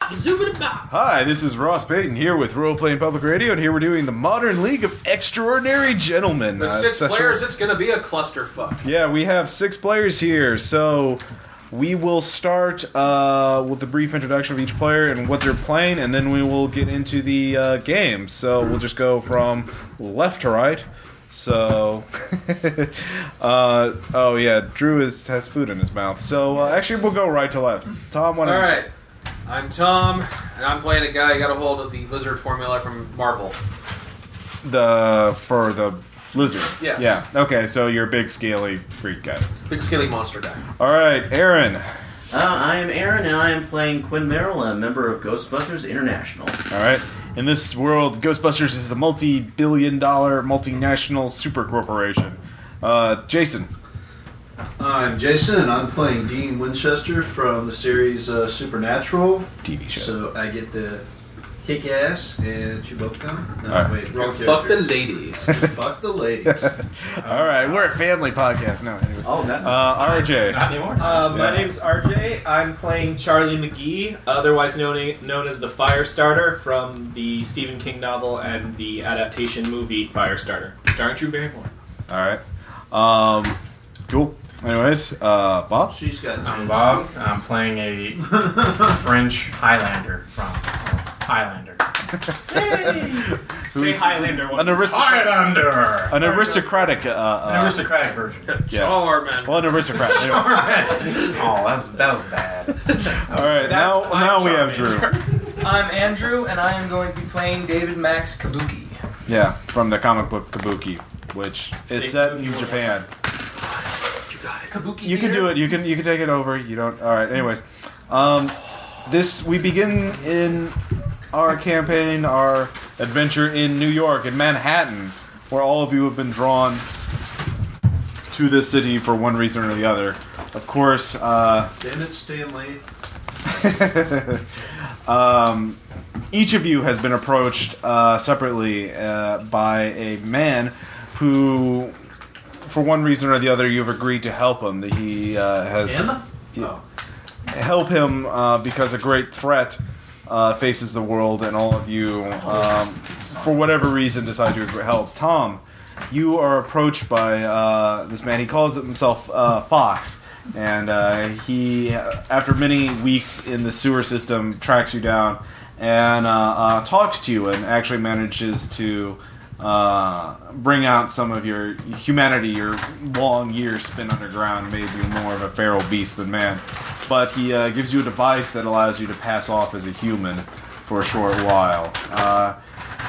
bop, zoobity bop. Hi, this is Ross Payton here with Role Playing Public Radio, and here we're doing the Modern League of Extraordinary Gentlemen. With Uh, six session- players, it's gonna be a clusterfuck. Yeah, we have six players here, so we will start uh, with a brief introduction of each player and what they're playing, and then we will get into the uh, game. So we'll just go from left to right. So, uh, oh yeah, Drew is, has food in his mouth. So uh, actually, we'll go right to left. Tom, why All don't you- right, I'm Tom, and I'm playing a guy who got a hold of the lizard formula from Marvel. the for the lizard. Yeah. Yeah. Okay, so you're a big scaly freak guy. Big scaly monster guy. All right, Aaron. Uh, I am Aaron, and I am playing Quinn Merrill, a member of Ghostbusters International. All right. In this world, Ghostbusters is a multi-billion-dollar multinational super corporation. Uh, Jason. I'm Jason, and I'm playing Dean Winchester from the series uh, Supernatural. TV show. So I get to kick ass and chew bubblegum. No, Alright. wait, wrong Fuck the character. ladies. Fuck the ladies. All right, we're a family podcast now. Anyways. Oh, that. Uh, RJ. Not anymore. Uh, my Yeah. name's RJ. I'm playing Charlie McGee, otherwise known known as the Firestarter from the Stephen King novel and the adaptation movie Firestarter, starring Drew Barrymore. All right. Um, cool. Anyways, uh, Bob. She's got I'm two. Bob. I'm playing a French Highlander from Highlander. Who's- Say Highlander one. An, aristocrat- Highlander. an aristocratic. Uh, An uh, aristocratic version. Yeah. Charmin. well, an aristocrat. All Anyways. right. Oh, that was that was bad. All right, now my now we have Drew. charming. I'm Andrew, and I am going to be playing David Max Kabuki. Yeah, from the comic book Kabuki, which is See, set in Kabuki one Japan. Kabuki. You can do it. You can you can take it over. You don't. All right. Anyways, um, this we begin in our campaign, our adventure in New York, in Manhattan, where all of you have been drawn to this city for one reason or the other. Of course, uh, Damn it, Stanley. um, each of you has been approached uh, separately uh, by a man who, for one reason or the other, you've agreed to help him. That he uh, has Him? Yeah. Oh. Oh, help him uh, because a great threat uh, faces the world, and all of you, um, for whatever reason, decide to agree- help. Tom, you are approached by uh, this man. He calls himself uh, Fox, and uh, he, after many weeks in the sewer system, tracks you down and uh, uh, talks to you, and actually manages to. Uh, bring out some of your humanity. Your long years spent underground made you more of a feral beast than man but he uh, gives you a device that allows you to pass off as a human for a short while. Uh,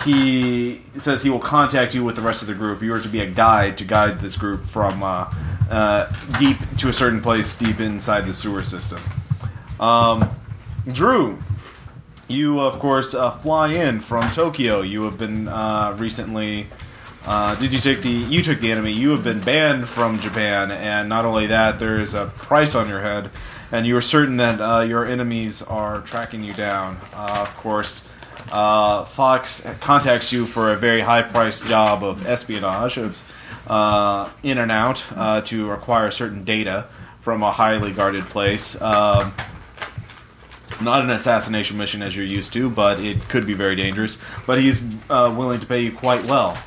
he says he will contact you with the rest of the group. You are to be a guide to guide this group from uh, uh, deep to a certain place deep inside the sewer system. Um, Drew, you of course uh, fly in from Tokyo. You have been uh, recently. Uh, did you take the? You took the enemy. You have been banned from Japan, and not only that, there is a price on your head, and you are certain that uh, your enemies are tracking you down. Uh, of course, uh, Fox contacts you for a very high-priced job of espionage, of uh, in and out, uh, to acquire certain data from a highly guarded place. Um, not an assassination mission as you're used to, but it could be very dangerous. But he's uh, willing to pay you quite well.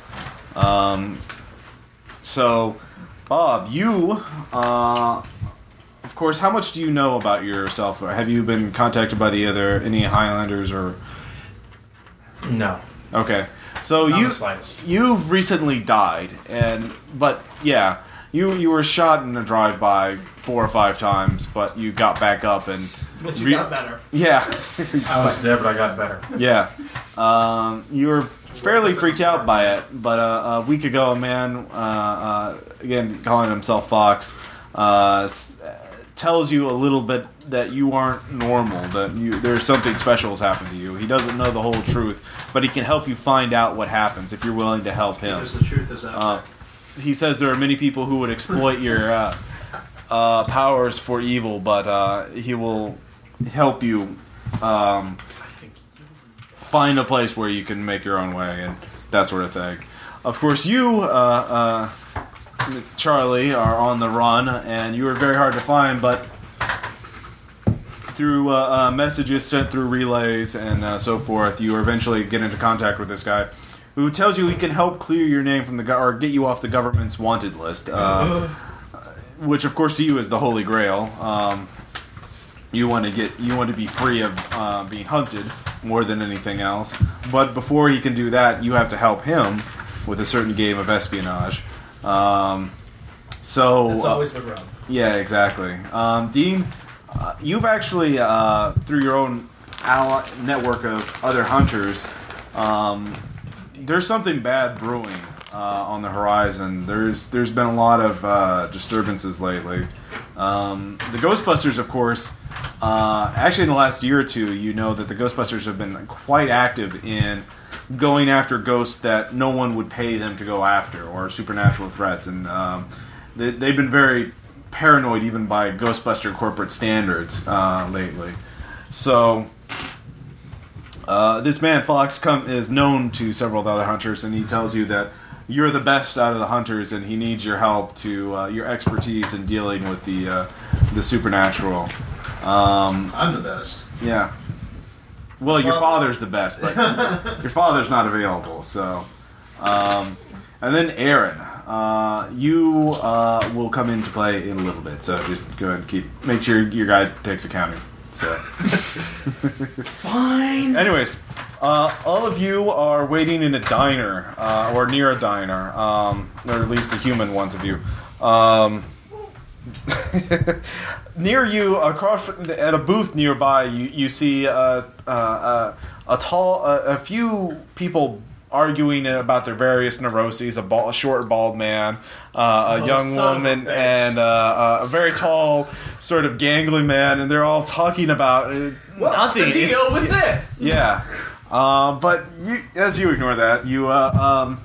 Um, so, Bob, you, uh, of course, how much do you know about yourself? Or have you been contacted by the other any Highlanders or? No. Okay, so Not you the slightest. you recently died, and but yeah, you you were shot in a drive-by four or five times, but you got back up and but you re- got better. Yeah. I was dead, but I got better. Yeah. Um, you were fairly freaked out by it, but uh, a week ago, a man, uh, uh, again calling himself Fox, uh, s- uh, tells you a little bit that you aren't normal, that you, there's something special has happened to you. He doesn't know the whole truth, but he can help you find out what happens if you're willing to help him. Because the truth is out. Um, Uh, he says there are many people who would exploit your uh, uh, powers for evil, but uh, he will help you um, find a place where you can make your own way and that sort of thing. Of course, you, uh, uh, Charlie, are on the run, and you are very hard to find, but through uh, uh, messages sent through relays and uh, so forth, you eventually get into contact with this guy, who tells you he can help clear your name from the go- or get you off the government's wanted list, uh, which of course to you is the holy grail. Um, you want to get you want to be free of uh, being hunted more than anything else. But before he can do that, you have to help him with a certain game of espionage. Um, so uh, That's always the rub. yeah, exactly. Um, Dean, uh, you've actually, uh, through your own ally- network of other hunters, um, there's something bad brewing uh, on the horizon. There's there's been a lot of uh, disturbances lately. Um, the Ghostbusters, of course, uh, actually in the last year or two, you know that the Ghostbusters have been quite active in going after ghosts that no one would pay them to go after or supernatural threats, and um, they, they've been very paranoid even by Ghostbuster corporate standards uh, lately. So uh, this man Fox come, is known to several of the other hunters, and he tells you that you're the best out of the hunters, and he needs your help to uh, your expertise in dealing with the uh, the supernatural. Um, I'm the best. yeah. Well, your Well- father's the best, but your father's not available. So, um, and then Aaron, uh, you uh, will come into play in a little bit. So just go ahead and keep make sure your guy takes a counter. So. Fine. Anyways, uh, all of you are waiting in a diner uh, or near a diner, um, or at least the human ones of you. Um, near you, across at a booth nearby, you you see uh, uh, uh, a tall, uh, a few people arguing about their various neuroses. A, bald, a short, bald man, uh, a Oh, young son of a woman, bitch. and uh, a very tall, sort of gangly man, and they're all talking about uh, What's nothing. the It's- deal with this? yeah. Uh, but you, as you ignore that, you, uh, um,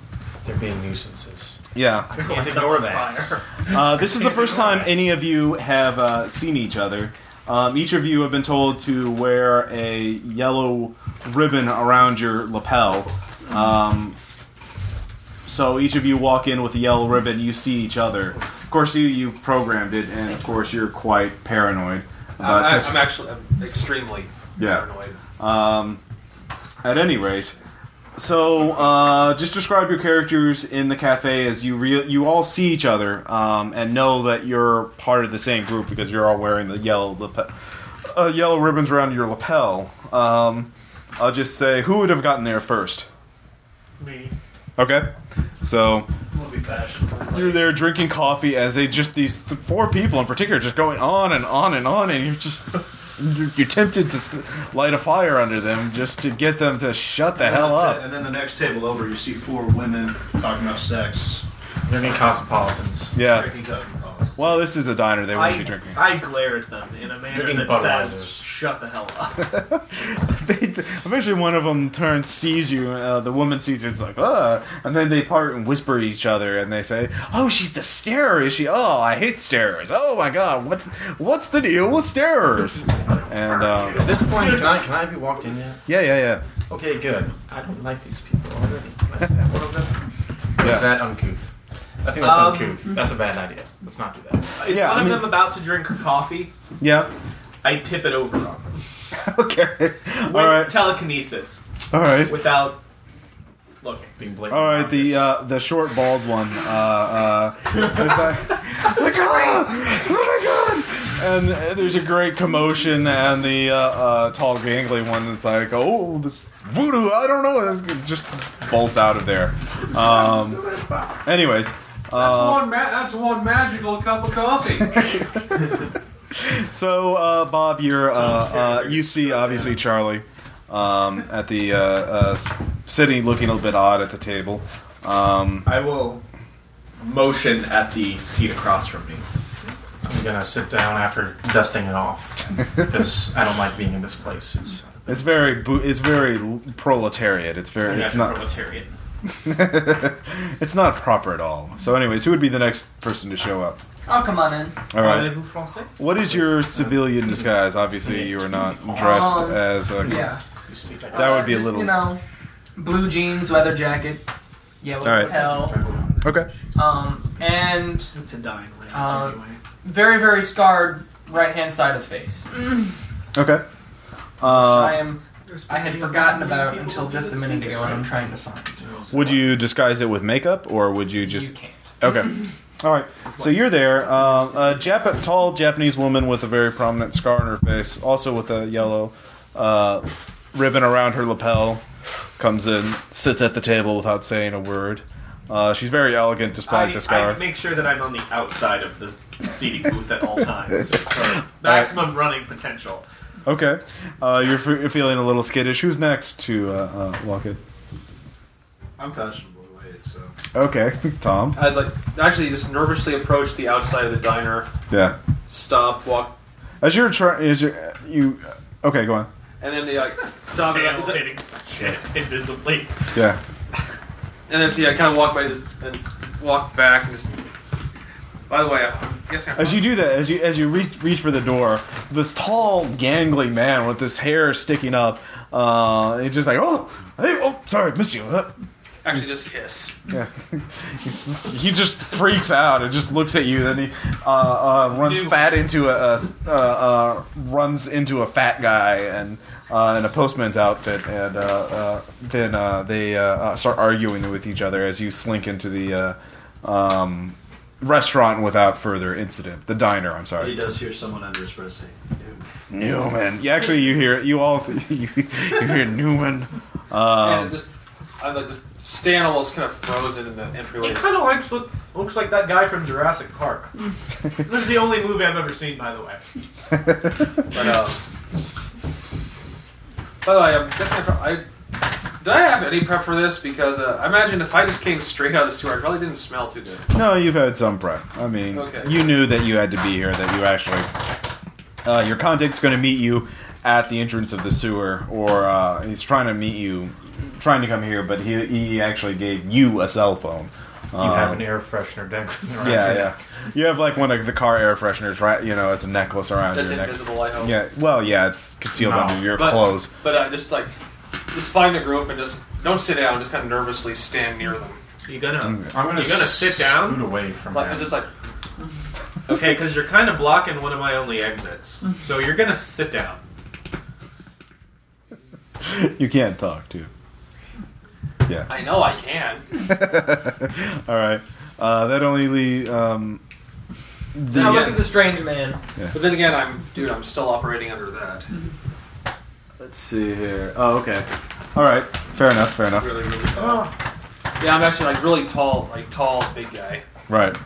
They're being nuisances. yeah. I can't ignore that. Uh, this is the first time any of you have uh, seen each other. Um, each of you have been told to wear a yellow ribbon around your lapel. Um, so each of you walk in with a yellow ribbon. You see each other. Of course, you you programmed it, and of course, you're quite paranoid. about I, touching- I'm actually I'm extremely Uh, Yeah. paranoid. Um, at any rate, so uh, just describe your characters in the cafe as you re- you all see each other um, and know that you're part of the same group because you're all wearing the yellow lapel, uh, yellow ribbons around your lapel. Um, I'll just say who would have gotten there first. Me. Okay, so We'll be fashionable. you're there drinking coffee as they just these th- four people in particular just going on and on and on and you're just you're, you're tempted to st- light a fire under them just to get them to shut the hell up And then the next table over, you see four women talking about sex. They're being cosmopolitans. yeah Drinking coffee and coffee. well this is a diner they won't be I, drinking I glare at them in a manner Drinking that says, Budweiser's. "Shut the hell up." they, eventually one of them turns sees you uh, the woman sees you it's like uh and then they part and whisper to each other and they say oh she's the starer is she oh i hate starers oh my god what what's the deal with starers and um, At this point, can I, can I be walked in yet? yeah yeah yeah Okay, good. I don't like these people already. Let's get one of them. Or Yeah. Is that uncouth? I think that's Um, uncouth. That's a bad idea. Let's not do that. Is Yeah, one I of mean- them about to drink her coffee? yeah I tip it over on them. okay. All With right. telekinesis, All right. without looking. Being blatant. All right. The uh, the short bald one. Uh, uh, it's like, like, "Ah! oh my god! And uh, there's a great commotion, and the uh, uh, tall gangly one is like, oh, this voodoo. I don't know. This just bolts out of there. Um, anyways. That's uh, one. Ma- that's one magical cup of coffee. So, uh, Bob, you're uh, uh, you see obviously Charlie um, at the uh, uh, s- sitting, looking a little bit odd at the table. Um, I will motion at the seat across from me. I'm gonna sit down after dusting it off because I don't like being in this place. It's It's very bo- it's very l- proletariat. It's very it's It's not proletariat. it's not proper at all. So, anyways, who would be the next person to show up? Oh, come on in. All right. Rendezvous français? What is your civilian disguise? Obviously, you are not dressed Um, as a. Yeah. Uh, you speak like That would be a just, little- You know, blue jeans, leather jacket, yellow All right. lapel, Okay. um, and It's a dying language Uh, anyway. very very scarred right hand side of face. Okay. I Uh, am. I had forgotten about until just a minute ago, and I'm trying to find. would you disguise it with makeup, or would you just you can't. Okay. All right. So you're there. Uh, a Jap- tall Japanese woman with a very prominent scar on her face, also with a yellow uh, ribbon around her lapel, comes in, sits at the table without saying a word. Uh, she's very elegant despite I, the scar. I make sure that I'm on the outside of this seating booth at all times. for maximum running potential. okay. Uh, you're, f- you're feeling a little skittish. Who's next to uh, uh, walk it? I'm fashionable to wait, so. Okay, Tom. I was like, actually, just nervously approached the outside of the diner, Yeah. stop, walk, As you're trying, as you, you, okay, go on. and then they like stop. and, I- Tail hitting shit invisibly. Yeah. and then see, I kind of walk by this and walk back and just. By the way, I'm guessing. I'm As you do that, as you as you reach reach for the door, this tall, gangly man with this hair sticking up, uh, he's just like, oh, hey, oh, sorry, missed you. Uh, actually just hiss. yeah, He's just- he just freaks out and just looks at you. Then he uh, uh, runs fat into a, a uh, uh, runs into a fat guy and uh, in a postman's outfit, and uh, uh, then uh, they uh, uh, start arguing with each other as you slink into the. Uh, um, Restaurant without further incident. The diner, I'm sorry. But he does hear someone under his breath say, Newman. Yeah, actually, you hear you all you, you hear Newman. and it Um, just, I like just stand almost kind of frozen in the entryway. of likes look, looks like that guy from Jurassic Park. Hmm. This is the only movie I've ever seen, by the way. But um, by the way, I'm guessing I, pro- I did I have any prep for this because uh, I imagine if I just came straight out of the sewer, I probably didn't smell too good. no, you've had some prep. I mean, Okay. you knew that you had to be here. That you actually, uh, your contact's going to meet you at the entrance of the sewer, or uh, he's trying to meet you, trying to come here, but he he actually gave you a cell phone. Um, You have an air freshener dangling around Yeah, you. yeah. You have like one of the car air fresheners, right? You know, as a necklace around That's your neck. invisible, I hope. Yeah. Well, yeah, it's concealed No. under your But clothes. but I just like just find the group and just don't sit down. Just kind of nervously stand near them. Mm. You gonna I'm gonna You gonna sit down? scoot away from Like him. I'm just like okay? Because you're kind of blocking one of my only exits, so you're gonna sit down. you can't talk to. Yeah. I know I can. All right. Uh, that only le Um, the, uh, Now look at the strange man. But then again, I'm dude. I'm still operating under that. Mm-hmm. Let's see here. Oh, okay. All right. Fair enough. Fair enough. Really, really tall. Yeah, I'm actually like really tall, like tall, big guy. Right.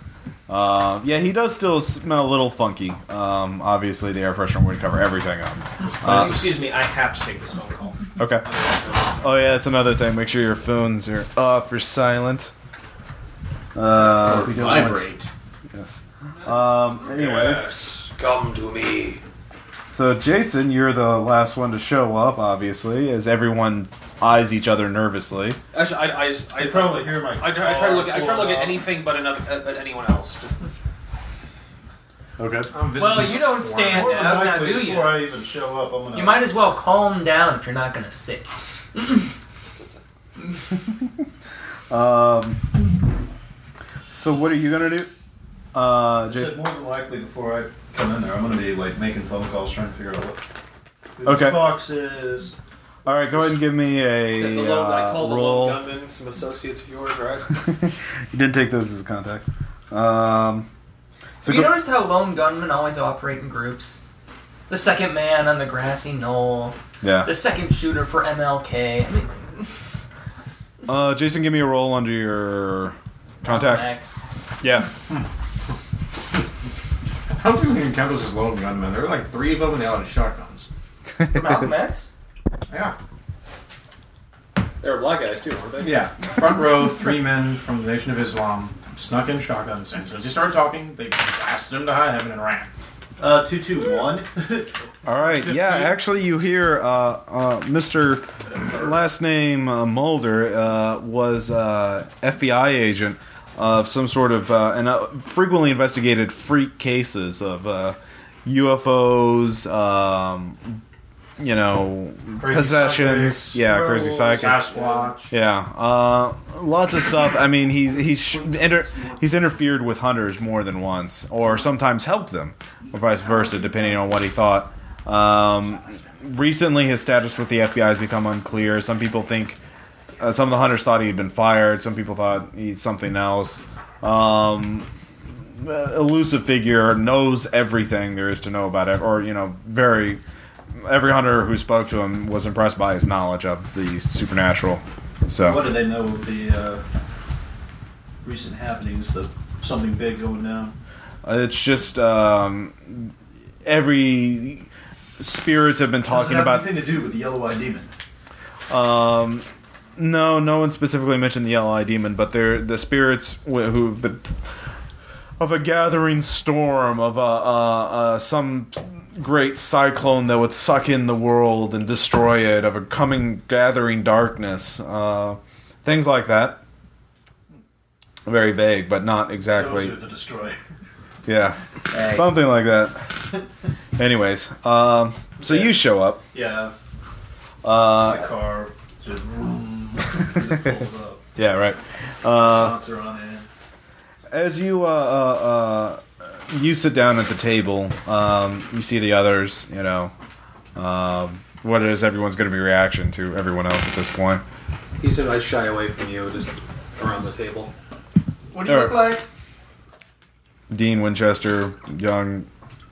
Uh, yeah, he does still smell a little funky. Um, obviously, the air freshener would cover everything up. Uh, Excuse me, I have to take this phone call. Okay. Oh yeah, that's another thing. Make sure your phones are off or silent. Uh, we don't want- Vibrate. Yes. Um, anyways. Yes, come to me. So, Jason, you're the last one to show up, obviously, as everyone eyes each other nervously. Actually, I, I, just- I hear my. I try, I try to look. At, I try to look at anything but another, at, at anyone else. Just Okay. I'm Well, visibly you don't squirming. stand More than out now, likely, do Before you? I even show up, I'm gonna. You might as well calm down if you're not gonna sit. Um, so, what are you going to do? Uh, I said Jason. more than likely before I come in there, I'm gonna be like making phone calls trying to figure out what. who Okay. This box is. All right, go ahead and give me the a lone, I uh, call the lone roll. gunman, some associates of yours, right? you didn't take those as a contact. Um, so, Have you go- noticed how lone gunmen always operate in groups? The second man on the grassy knoll, yeah. the second shooter for MLK. I mean, Uh, Jason, give me a roll under your contact. Max. Yeah. How do we even count those as lone gunmen? There were like three of them and they all had shotguns. Malcolm X? Yeah. they were black guys too, weren't they? Yeah, front row, three men from the Nation of Islam snuck in shotguns, and so as they started talking, they blasted him to high heaven and ran. Uh, two two one. All right. Yeah, actually, you hear uh, uh, Mr. Last name uh, Mulder uh, was uh, FBI agent of some sort of uh, and uh, frequently investigated freak cases of uh, UFOs. Um, you know, Crazy possessions. psychics, yeah, crazy psychics. Sasquatch. Yeah, uh, lots of stuff. I mean, he's he's sh- inter- he's interfered with hunters more than once, or sometimes helped them, or vice versa, depending on what he thought. Um, recently, his status with the FBI has become unclear. Some people think, uh, some of the hunters thought he had been fired. Some people thought he's something else. Um, uh, elusive figure knows everything there is to know about it, or you know, very. Every hunter who spoke to him was impressed by his knowledge of the supernatural. So What do they know of the uh, recent happenings? The something big going down. It's just um, every spirits have been talking Doesn't have about. anything to do with the yellow eye demon. Um, no, no one specifically mentioned the yellow eye demon, but they're the spirits wh- who've been of a gathering storm of a, a, a some great cyclone that would suck in the world and destroy it of a coming gathering darkness, uh, things like that. Very vague, but not exactly. Those are the destroyer. Yeah, something like that. Anyways, um, so you show up. Yeah, my Uh, car just vroom, as it pulls up. yeah, right. Uh, Socks are on end. as you uh, uh, uh, you sit down at the table, um, you see the others. You know, um, what is everyone's going to be reaction to everyone else at this point? He said I'd shy away from you, just around the table. What do you look like? Dean Winchester, young.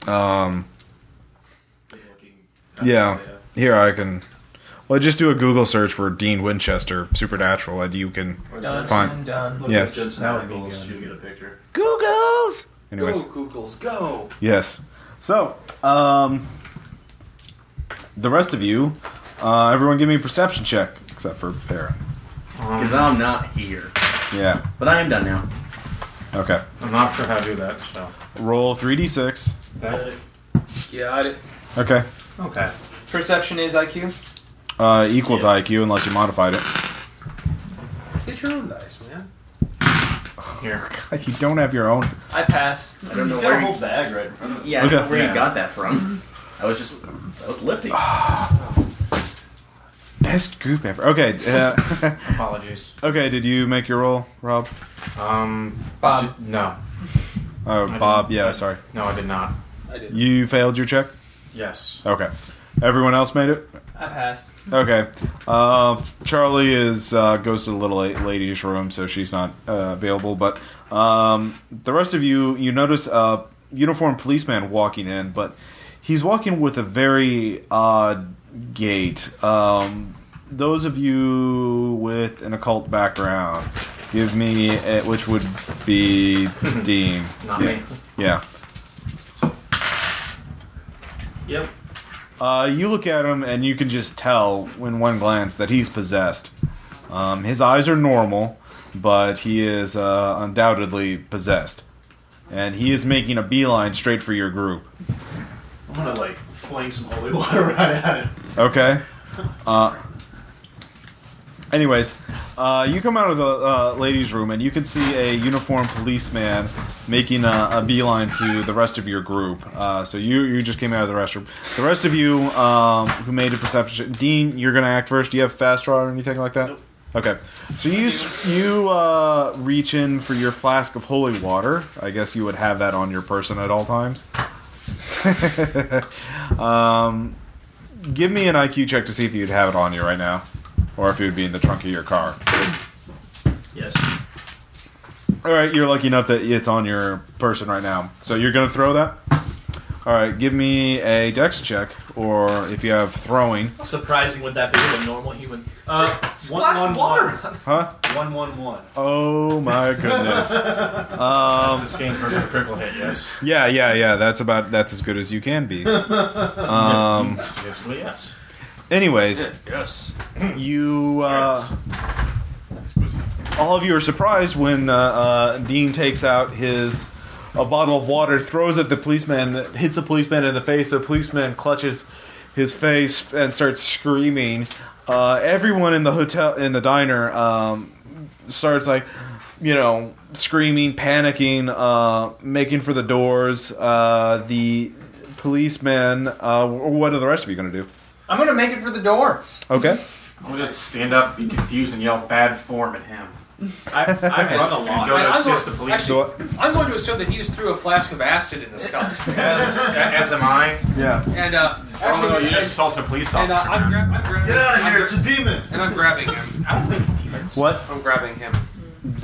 Um, yeah, here I can. Well, just do a Google search for Dean Winchester Supernatural, and you can Done. Fine. Done. Yes. Look at Jensen That would be Ackles, good. You'll get a picture. Googles. Anyways, Go, Googles, go! Yes. So, um, the rest of you, uh, everyone give me a perception check, except for Farah. Um, Because I'm not here. Yeah. But I am done now. Okay. I'm not sure how to do that, so. Roll 3d6. That, Yeah, I did. Okay. okay. Perception is IQ. Uh, equal to IQ unless you modified it. Get your own dice, man. Here. God, you don't have your own. I pass. I don't know He's got where a whole you, bag right in front of him. yeah, I don't Okay. know where Yeah. you got that from. I was just I was lifting. Best group ever. Okay. Uh, Apologies. okay. Did you make your roll, Rob? Um. Bob. j- no. Oh, didn't. Bob. Yeah. Sorry. No, I did not. I did. You failed your check. Yes. Okay. Everyone else made it. I passed. Okay. Uh, Charlie is uh, goes to the little la- lady's room, so she's not uh, available. But um, the rest of you, you notice a uniformed policeman walking in, but he's walking with a very odd gait. Um, those of you with an occult background, give me uh, which would be Dean. Not yeah. me. Yeah. Yep. Uh, you look at him, and you can just tell in one glance that he's possessed. Um, his eyes are normal, but he is uh, undoubtedly possessed. And he is making a beeline straight for your group. I'm gonna like fling some holy water right at him. Okay? Uh, anyways, uh, you come out of the uh, ladies' room, and you can see a uniformed policeman making a, a beeline to the rest of your group. Uh, so you, you just came out of the restroom. The rest of you um, who made a perception, Dean, you're going to act first. Do you have fast draw or anything like that? Okay, so you s- you uh, reach in for your flask of holy water. I guess you would have that on your person at all times. um, give me an IQ check to see if you'd have it on you right now, or if it would be in the trunk of your car. Yes. All right, you're lucky enough that it's on your person right now. So you're gonna throw that. All right, give me a dex check, or if you have throwing, Surprising would that be with a normal human? Uh, Splash water. huh? One one one. Oh my goodness. Um, This game's version of critical hit, yes. yeah, yeah, yeah. That's about that's as good as you can be. Um, Basically, yes. anyways, Yes. you uh, Exquisite. all of you are surprised when uh, uh, Dean takes out his a bottle of water, throws at the policeman, that hits the policeman in the face. The policeman clutches his face and starts screaming. Uh, everyone in the hotel in the diner um, starts like you know screaming, panicking, uh, making for the doors. Uh, the policeman. Uh, what are the rest of you going to do? I'm gonna make it for the door. Okay. I would just stand up, be confused, and yell bad form at him. I, I run a lot. Go to I'm assist going- the police. actually, So I'm going to assume that he just threw a flask of acid in this cup. As, as am I. yeah, And uh, Actually, actually, you and, just assault a police and, uh, officer. I'm, man. gra- I'm grabbing. Get out of I'm here! gra- It's a demon. and I'm grabbing him. I don't think demons. what? I'm grabbing him.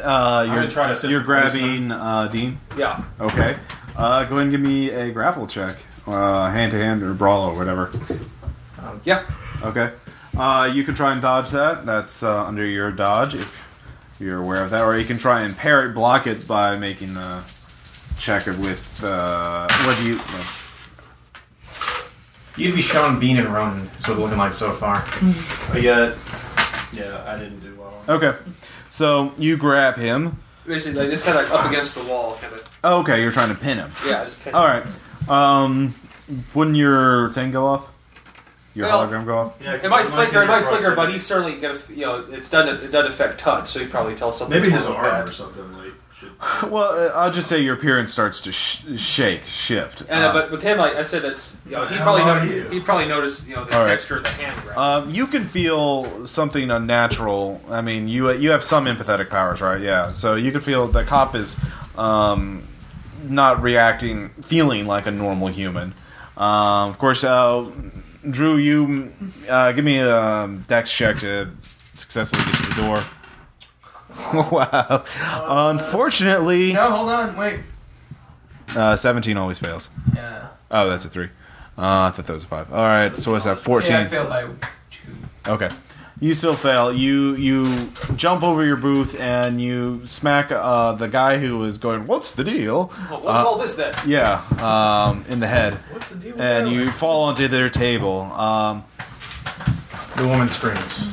Uh, you're gonna try to assist you're the grabbing uh, Dean. Yeah. Okay, uh, go ahead and give me a grapple check, uh, hand to hand or brawl or whatever. Yeah. Okay. Uh, you can try and dodge that. That's uh, under your dodge if you're aware of that, or you can try and parry it, block it by making the check it with uh, what do you? You'd be Sean Bean and Ronan, is what it's looking like so far. I got. Yeah, I didn't do well. Okay, so you grab him. Basically, like, this guy like up against the wall, kind of. Okay, you're trying to pin him. Yeah. Just pin All right. Um, wouldn't your thing go off? Your Well- hologram go off? Yeah, 'cause It might I'm flicker, it looking at might flicker, but proximity. he's certainly gonna, f- you know, it's done. It does affect touch, so he probably tells something. Maybe his wrong with arm that. or something. Like, should, Well, uh, I'll just say your appearance starts to sh- shake, shift. And, uh, Uh, but with him, I, I said it's you know, he How probably are noticed, you? he probably noticed you know the All right. texture of the hand grab. Um, you can feel something unnatural. I mean, you uh, you have some empathetic powers, right? Yeah. So you can feel the cop is um, not reacting, feeling like a normal human. Um, of course, uh, Drew, you uh, give me a dex check to successfully get to the door. wow. Uh, Unfortunately, No, hold on, wait. uh, 17 always fails. Yeah. Oh, that's a three. Uh, I thought that was a five. All right. So what's that? 14. Yeah, I failed by two. Okay. You still fail. You you jump over your booth and you smack uh, the guy who is going. What's the deal? Oh, what's uh, all this then? Yeah, um, in the head, What's the deal with and that? you fall onto their table. Um, The woman screams.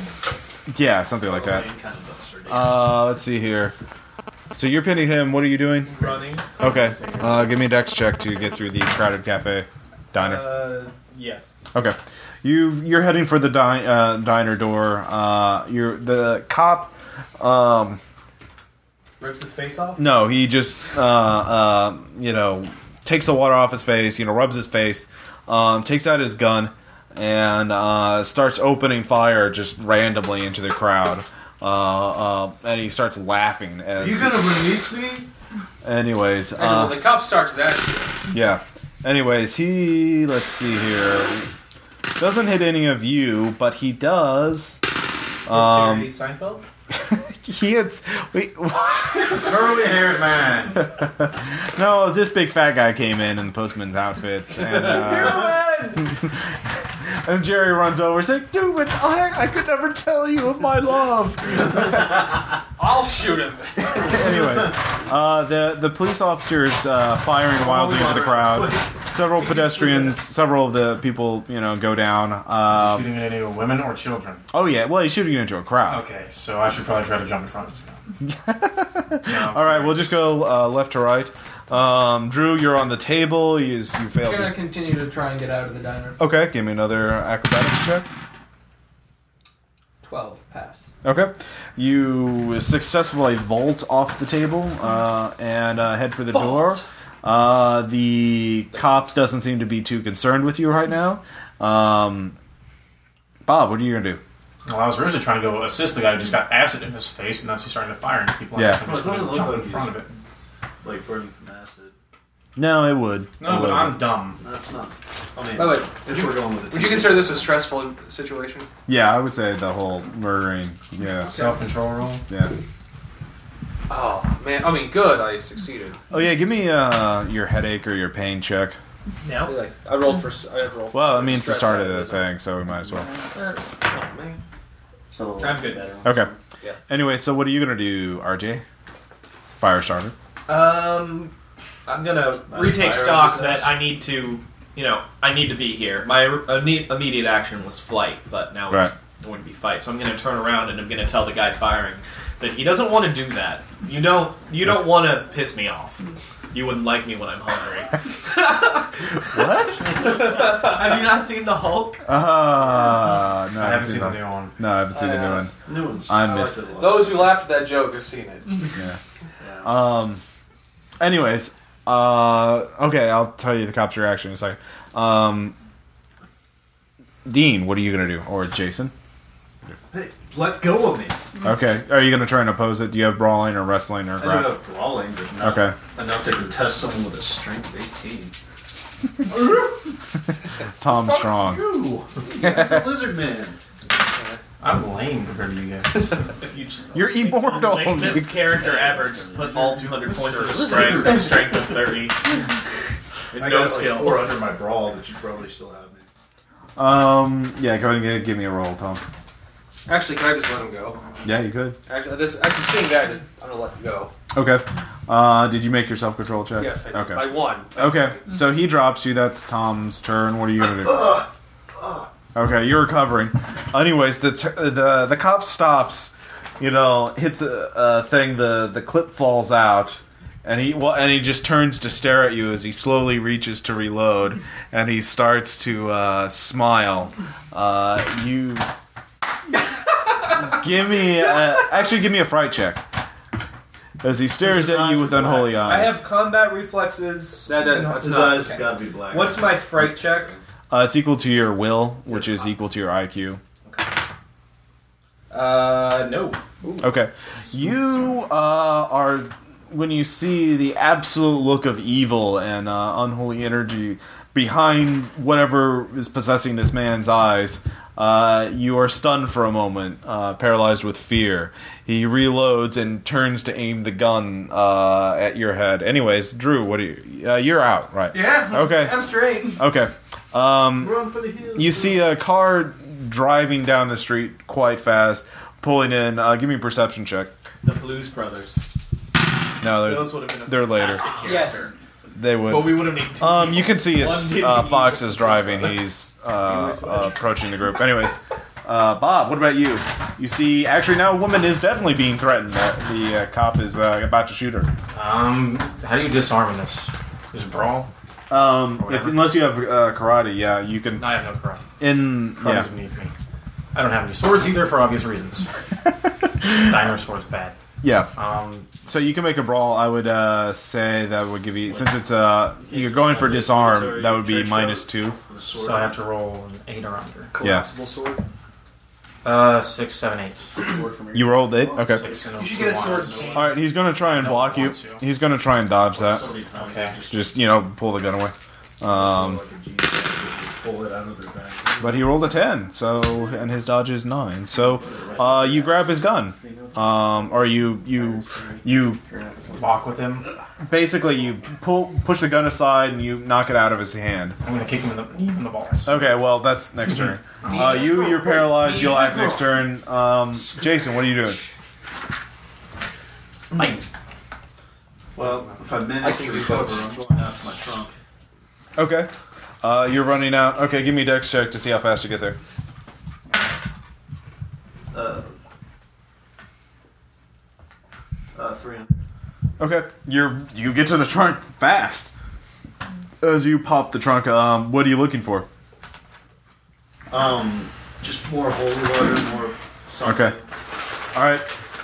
yeah, something like that. Kind of does, or does. Uh, let's see here. So you're pinning him. What are you doing? running. Okay. Uh, give me a dex check to get through the crowded cafe diner. Uh, yes. Okay, you you're heading for the di- uh, diner door. Uh, you're the cop. Um, Rips his face off. No, he just uh, uh, you know takes the water off his face, you know, rubs his face, um, takes out his gun, and uh, starts opening fire just randomly into the crowd. Uh, uh, and he starts laughing. Are As, you gonna release me? anyways, And uh, when the cop starts that, yeah. Anyways, he let's see here doesn't hit any of you, but he does. Oh, Um, Jerry Seinfeld. he hits. Wait, Curly haired man. no, this big fat guy came in in the postman's outfits, and uh, and Jerry runs over, and like, "Dude, I, I could never tell you of my love." I'll shoot him. Anyways, uh, the the police officers uh, firing wildly into the crowd. Several pedestrians, several of the people, you know, go down. Is she Um, shooting at any women or children? oh yeah, well, he's shooting into a crowd. Okay, so I should probably try to jump in front of this guy. No, I'm All right, sorry. we'll just go uh, left to right. Um, Drew, you're on the table. You you I'm failed. gonna to- continue to try and get out of the diner. Okay, give me another acrobatics check. Twelve pass. Okay. You successfully vault off the table uh, and uh, head for the door. Uh, the cop doesn't seem to be too concerned with you right now. Um, Bob, what are you going to do? Well, I was originally trying to go assist the guy who just got acid in his face, but now he's starting to fire and people. Yeah. I'm just Well, it doesn't gonna look jump like in he's- front of it. Like burning from acid. No, it would. No, It but would. I'm dumb. That's not. I mean, By the way, if we're going with it, would you consider this a stressful situation? Yeah, I would say the whole murdering. Yeah. Self control roll. Yeah. Oh man, I mean, good, I succeeded. Oh, yeah, give me uh, your headache or your pain check. Now, like, I rolled for, s- I had rolled. Well, I for mean, it's the stress start out of the this. thing, so we might as well. Oh, man. so I'm good. Better. Okay. Yeah. Anyway, so what are you going to do, RJ? Firestarter. Um, I'm gonna Not retake fire stock on this that I need to, you know, I need to be here. My imme- immediate action was flight, but now Right. it's, it wouldn't be fight. So I'm gonna turn around and I'm gonna tell the guy firing that he doesn't want to do that. You don't, you don't want to piss me off. You wouldn't like me when I'm hungry. What? Have you not seen the Hulk? Ah, no, I haven't seen the new one. No, I haven't seen the new one. New ones. I like missed that a lot. Those who laughed at that joke have seen it. Yeah. Yeah. Um. Anyways, uh, okay, I'll tell you the cop's reaction in a second. Um, Dean, what are you gonna do, or Jason? Hey, let go of me. Okay. Are you going to try and oppose it? Do you have brawling or wrestling or I ended grab? up brawling, but not Okay. enough to contest someone with a strength of 18. Tom Strong. You! That's a lizard man. I'm lame compared to you guys. If you just You're immortal. Like this character ever just put all 200 points of his strength, his strength of 30. With I no got like four skills. under my brawl, but you probably still have me. Um. Yeah. Go ahead and give- give me a roll, Tom. Actually, can I just let him go? Yeah, you could. Actually, this, actually seeing that, just, I'm gonna let you go. Okay. Uh, did you make your self control check? Yes, I did. Okay. I won. Okay. So he drops you. That's Tom's turn. What are you gonna do? Okay, you're recovering. Anyways, the t- the the cop stops. You know, hits a, a thing. The the clip falls out, and he well, and he just turns to stare at you as he slowly reaches to reload, and he starts to uh, smile. Uh, you give me a, actually give me a fright check as he stares at you with unholy eyes. I have combat reflexes. That doesn't- that's His not- eyes okay. gotta be black. What's my fright check? Uh, it's equal to your will, which is equal to your IQ. Uh, no. Okay. You uh, are, when you see the absolute look of evil and uh, unholy energy behind whatever is possessing this man's eyes, uh, you are stunned for a moment, uh, paralyzed with fear. He reloads and turns to aim the gun uh, at your head. Anyways, Drew, what are you? Uh, you're out, right? Yeah. Okay. I'm straight. Okay. Um, Run for the hills. you see a car driving down the street quite fast, pulling in. Uh, give me a perception check. The Blues Brothers. No, they're, Those would have been a they're later. fantastic Yes. character. They would. But we would have needed two um, you people. can see One it's didn't uh, need Fox to- is driving. He's uh, uh, approaching the group. Anyways, uh, Bob, what about you? You see, actually, now a woman is definitely being threatened. Uh, the uh, cop is uh, about to shoot her. Um, how do you disarm this? Just brawl? Um, if, unless you have uh, karate, yeah, you can. I have no karate. In Karate's yeah. beneath me. I don't have any swords either for obvious reasons. Diner sword's bad. yeah. Um, So you can make a brawl. I would uh, say that would give you since it's uh you're going for disarm. That would be minus two. The sword. so I have to roll an eight or under. collapsible sword. Uh, six, seven, eight. Sword from your- You rolled eight. Okay. Six and You should two get a ones. sword. All right. He's gonna try and block you. He's gonna try and dodge that. So many times Okay. you just- Just you know pull the gun away. Um, like a genius, you pull it out of their bag. but he rolled a ten. So and his dodge is nine. So uh, you grab his gun. Um, or you you you Walk with him. basically you pull push the gun aside and you knock it out of his hand. I'm gonna kick him in the knee in the balls. Okay. Well, that's next turn. Uh, you you're paralyzed. You'll act next turn. Um, Jason, what are you doing? Bite. Well, if I I manage can to do recover, I'm going out to my trunk. Okay. Uh, you're running out. Okay, give me a dex check to see how fast you get there. Uh, uh, 300. Okay. You're you get to the trunk fast. As you pop the trunk, um, what are you looking for? Um, just more holy water, more something. Okay. All right.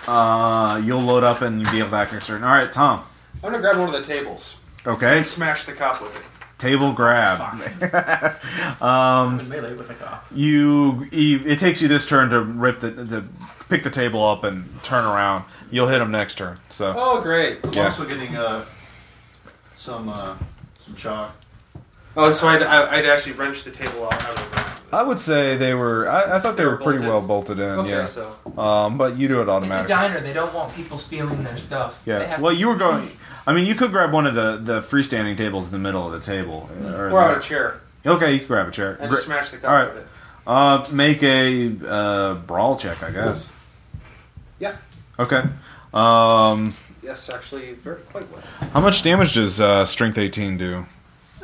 Uh, you'll load up and be back next turn. All right, Tom. I'm gonna grab one of the tables Okay. and smash the cop with it. Table grab. um, I'm in melee with a cop. you, you it takes you this turn to rip the, the pick the table up and turn around. You'll hit him next turn. So Oh great! I'm Yeah. also getting uh, some uh, some chalk. Oh, so I'd, I- I'd actually wrench the table out out of the ground. I would say they were. I, I thought they were pretty Bolted. well bolted in. okay, yeah. so Um, but you do it It's a automatically. diner. They don't want people stealing their stuff. They yeah. have Well, you were going. I mean, you could grab one of the, the freestanding tables in the middle of the table. uh, Or Mm-hmm. we're out of chair okay, you can grab a chair. and Gr- just smash the cop All right. with it. Uh, make a uh, brawl check, I guess. Yeah. Okay. Um, Yes, actually, very quite well. how much damage does uh, strength eighteen do?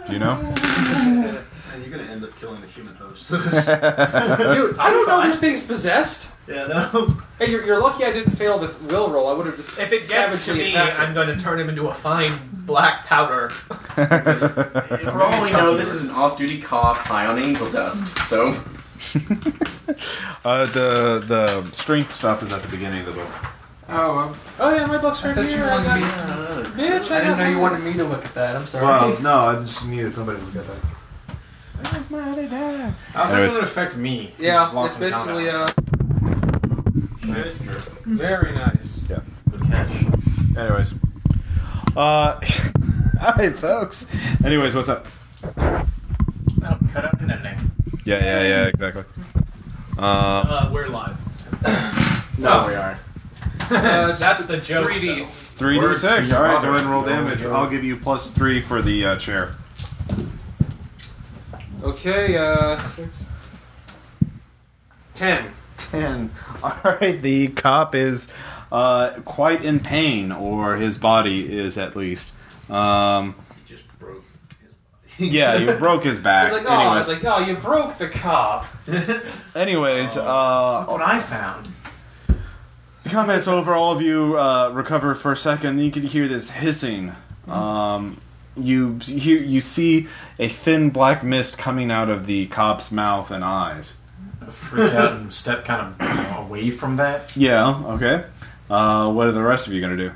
Do you know? And you're gonna end up killing the human host. Uh, Dude, I don't know this thing's possessed. yeah, no. Hey, you're, you're lucky I didn't fail the will roll. I would have just If it gets to savagely me, attacked it. I'm going to turn him into a fine black powder. For all we know, this is an off-duty cop high on angel dust. So uh, the the strength stuff is at the beginning of the book. Oh, well, Oh yeah, my book's I right thought you here. wanted I got, me. uh, bitch, I I didn't got know you mine. wanted me to look at that. I'm sorry. no, I just needed somebody to look at that. How's that Anyways. gonna affect me? Yeah, Just lock it's him down basically now. uh, Mm-hmm. Very nice. Yeah. Good catch. Anyways. Uh, hi, folks. Anyways, what's up? That'll cut out in that name. Yeah, yeah, yeah, exactly. Uh, Uh, we're live. No, we are. Uh, it's That's the joke. 3D. though. three d six. Words. All right, go ahead and roll Oh, damage. yeah. I'll give you plus three for the uh, chair. Okay, uh, six. Ten. Ten. All right, the cop is uh, quite in pain, or his body is at least. Um, Just broke. yeah, you broke his back. It's like, oh, anyways, it's like, oh, you broke the cop. Oh. anyways uh, What I found. The combat's over. All of you uh, recover for a second. You can hear this hissing. Um, you hear, you see a thin black mist coming out of the cop's mouth and eyes. Freak out and step kind of away from that. Yeah. Okay. Uh, what are the rest of you gonna do?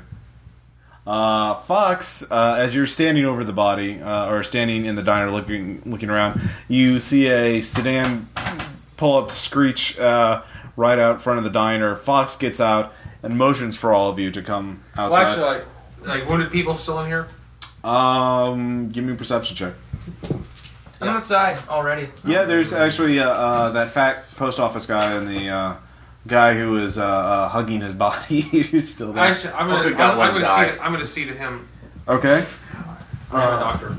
Uh, Fox, uh, as you're standing over the body uh, or standing in the diner looking looking around, you see a sedan pull up, screech uh, right out front of the diner. Fox gets out and motions for all of you to come outside. Well, actually, like, like wounded people still in here. Um, give me a perception check. I'm outside already. Oh, Yeah, there's actually uh, uh, that fat post office guy and the uh, guy who is uh, uh, hugging his body. He's still there. Actually, I'm gonna, Oh, good God, I'm, let I'm him gonna die. see. I'm gonna see to him. Okay. I'm a doctor.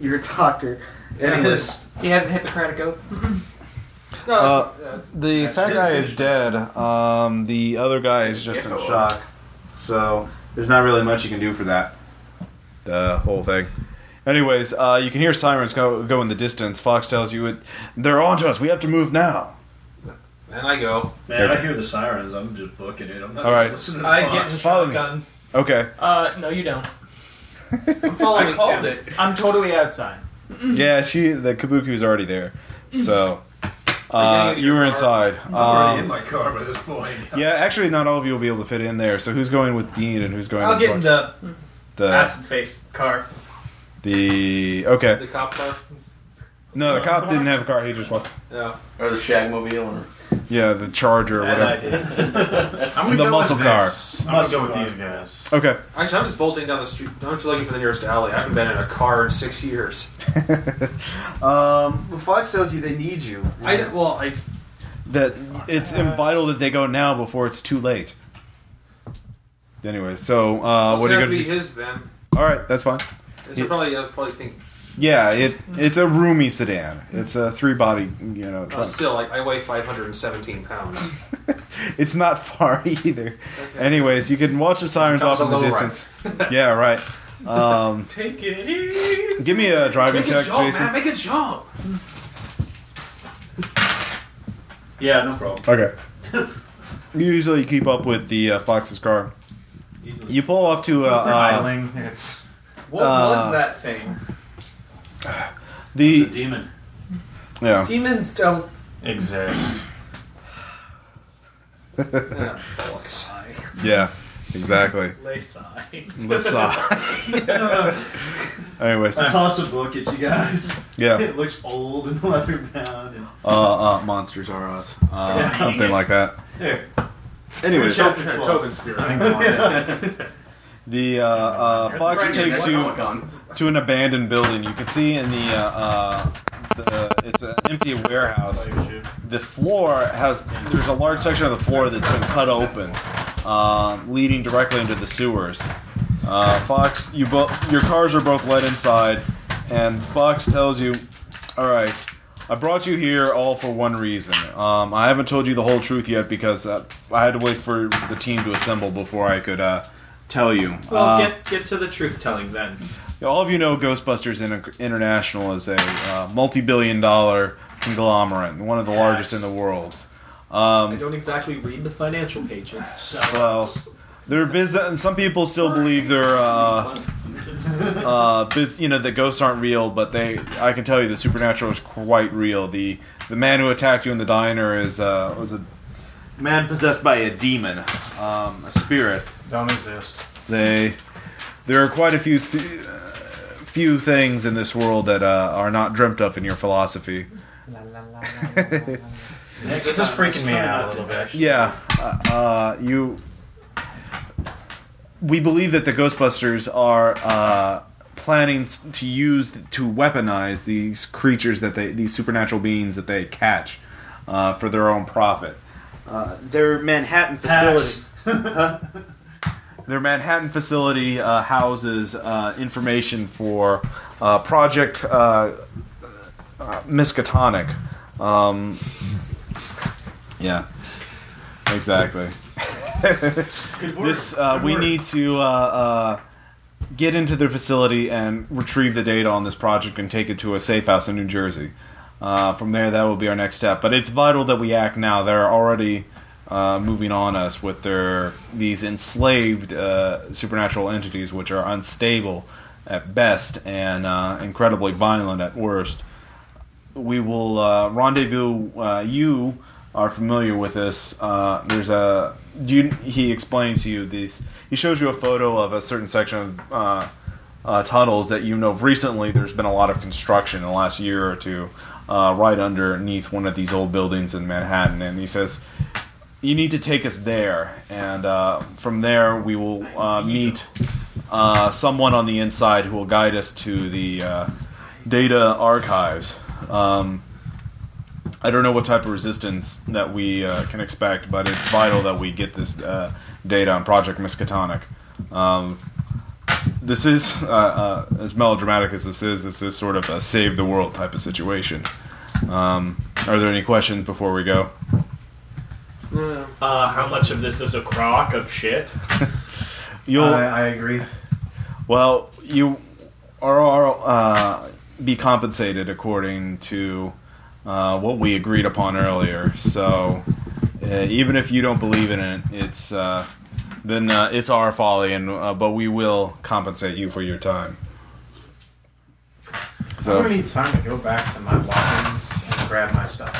You're a talker. Anyways, Do you have the Hippocratic Oath? No, uh, that's- that's- The fat guy is dead. Um, the other guy is just in Echo. shock. So there's not really much you can do for that. The whole thing. Anyways, uh, you can hear sirens go go in the distance. Fox tells you, it, "They're onto us. We have to move now." and I go. Man, I hear the sirens. I'm just booking it. I'm not All right. listening to I get Fox. in Follow me. shotgun. Okay. Uh, no, you don't. I'm following I called him. it. I'm totally outside. Yeah, she the kabuki's already there. So uh, We're getting in you were your car. inside. I'm already in Um, my car by this point. yeah, actually, not all of you will be able to fit in there. So who's going with Dean and who's going? I'll with get in Fox? the the acid face car. the okay. The cop car. No, the cop didn't have a car. He just walked. Yeah. or the Shagmobile, or Yeah, the Charger or As whatever. I did. I'm gonna The go muscle with car. this. I'm Muscle gonna go car. with these guys. Okay. Actually, I'm just bolting down the street. I'm just looking for the nearest alley. I haven't been in a car in six years. um, Fox tells you they need you. I well, I that it's vital that they go now before it's too late. Anyway, so uh, it's what are you gonna going to be do? his then. All right, that's fine. It's probably I probably think. Yeah, it it's a roomy sedan. It's a three body, you know, Uh, trunk. still, I, I weigh 517 pounds. it's not far either. Anyways, you can watch the sirens That was off in a the low distance. yeah, right. Um, Take it easy. give me a driving Make a check, jump, Jason. man! Make a jump. Yeah, no problem. Okay. you usually keep up with the uh, Fox's car. Easily. You pull off to uh, They're uh, idling. It's What Uh, was that thing? It's a the demon. yeah. Demons don't. exist. Yeah. Sigh. Yeah, exactly. Lay sigh. Lasai. Anyways, I toss a book at you guys. yeah, It looks old and leather bound. And... uh, uh, monsters are us, uh, something like that. There. Anyways, Chapter Token spirit. I think I want it. the uh, uh, fox Right, takes like you Comic-Con. to an abandoned building. You can see in the, uh, uh, the it's an empty warehouse. The floor has there's a large section of the floor that's been cut open, uh, leading directly into the sewers. Uh, Fox, you both your cars are both led inside, and Fox tells you, "All right, I brought you here all for one reason. Um, I haven't told you the whole truth yet because uh, I had to wait for the team to assemble before I could uh, tell you." Well, Uh, get get to the truth telling then. all of you know Ghostbusters Inter- International is a uh, multi-billion-dollar conglomerate, one of the largest in the world. I Um, don't exactly read the financial pages. well, their biz- and some people still believe they're, uh, uh, biz- you know, the ghosts aren't real, but they, I can tell you, the supernatural is quite real. The the man who attacked you in the diner is uh, was a man possessed by a demon, um, a spirit. Don't exist. They there are quite a few th- uh, few things in this world that uh, are not dreamt of in your philosophy. This is freaking me out a little bit. Yeah, uh, uh, you. We believe that the Ghostbusters are uh, planning s- to use to weaponize these creatures that they, these supernatural beings that they catch, uh, for their own profit. Uh, their Manhattan facility. Huh? Their Manhattan facility uh, houses uh, information for uh, Project uh, uh, Miskatonic. Um, yeah, exactly. this uh, we need to uh, uh, get into their facility and retrieve the data on this project and take it to a safe house in New Jersey. Uh, from there, that will be our next step. But it's vital that we act now. They're already uh, moving on us with their these enslaved uh, supernatural entities, which are unstable at best and uh, incredibly violent at worst we will uh, rendezvous. Uh, you are familiar with this. Uh, there's a. do You, he explains to you these. He shows you a photo of a certain section of uh, uh, tunnels that you know of recently. There's been a lot of construction in the last year or two, uh, right underneath one of these old buildings in Manhattan. And he says, "You need to take us there, and uh, from there we will uh, meet." Uh, someone on the inside who will guide us to the uh, data archives. Um, I don't know what type of resistance that we uh, can expect, but it's vital that we get this uh, data on Project Miskatonic. Um, this is, uh, uh, as melodramatic as this is, this is sort of a save the world type of situation. Um, are there any questions before we go? Uh, how much of this is a crock of shit? You'll, I, I agree. Well, you are, are uh, be compensated according to uh, what we agreed upon earlier. So uh, even if you don't believe in it, it's uh, then uh, it's our folly, and uh, but we will compensate you for your time. I'm gonna So need time to go back to my lock-ins and grab my stuff.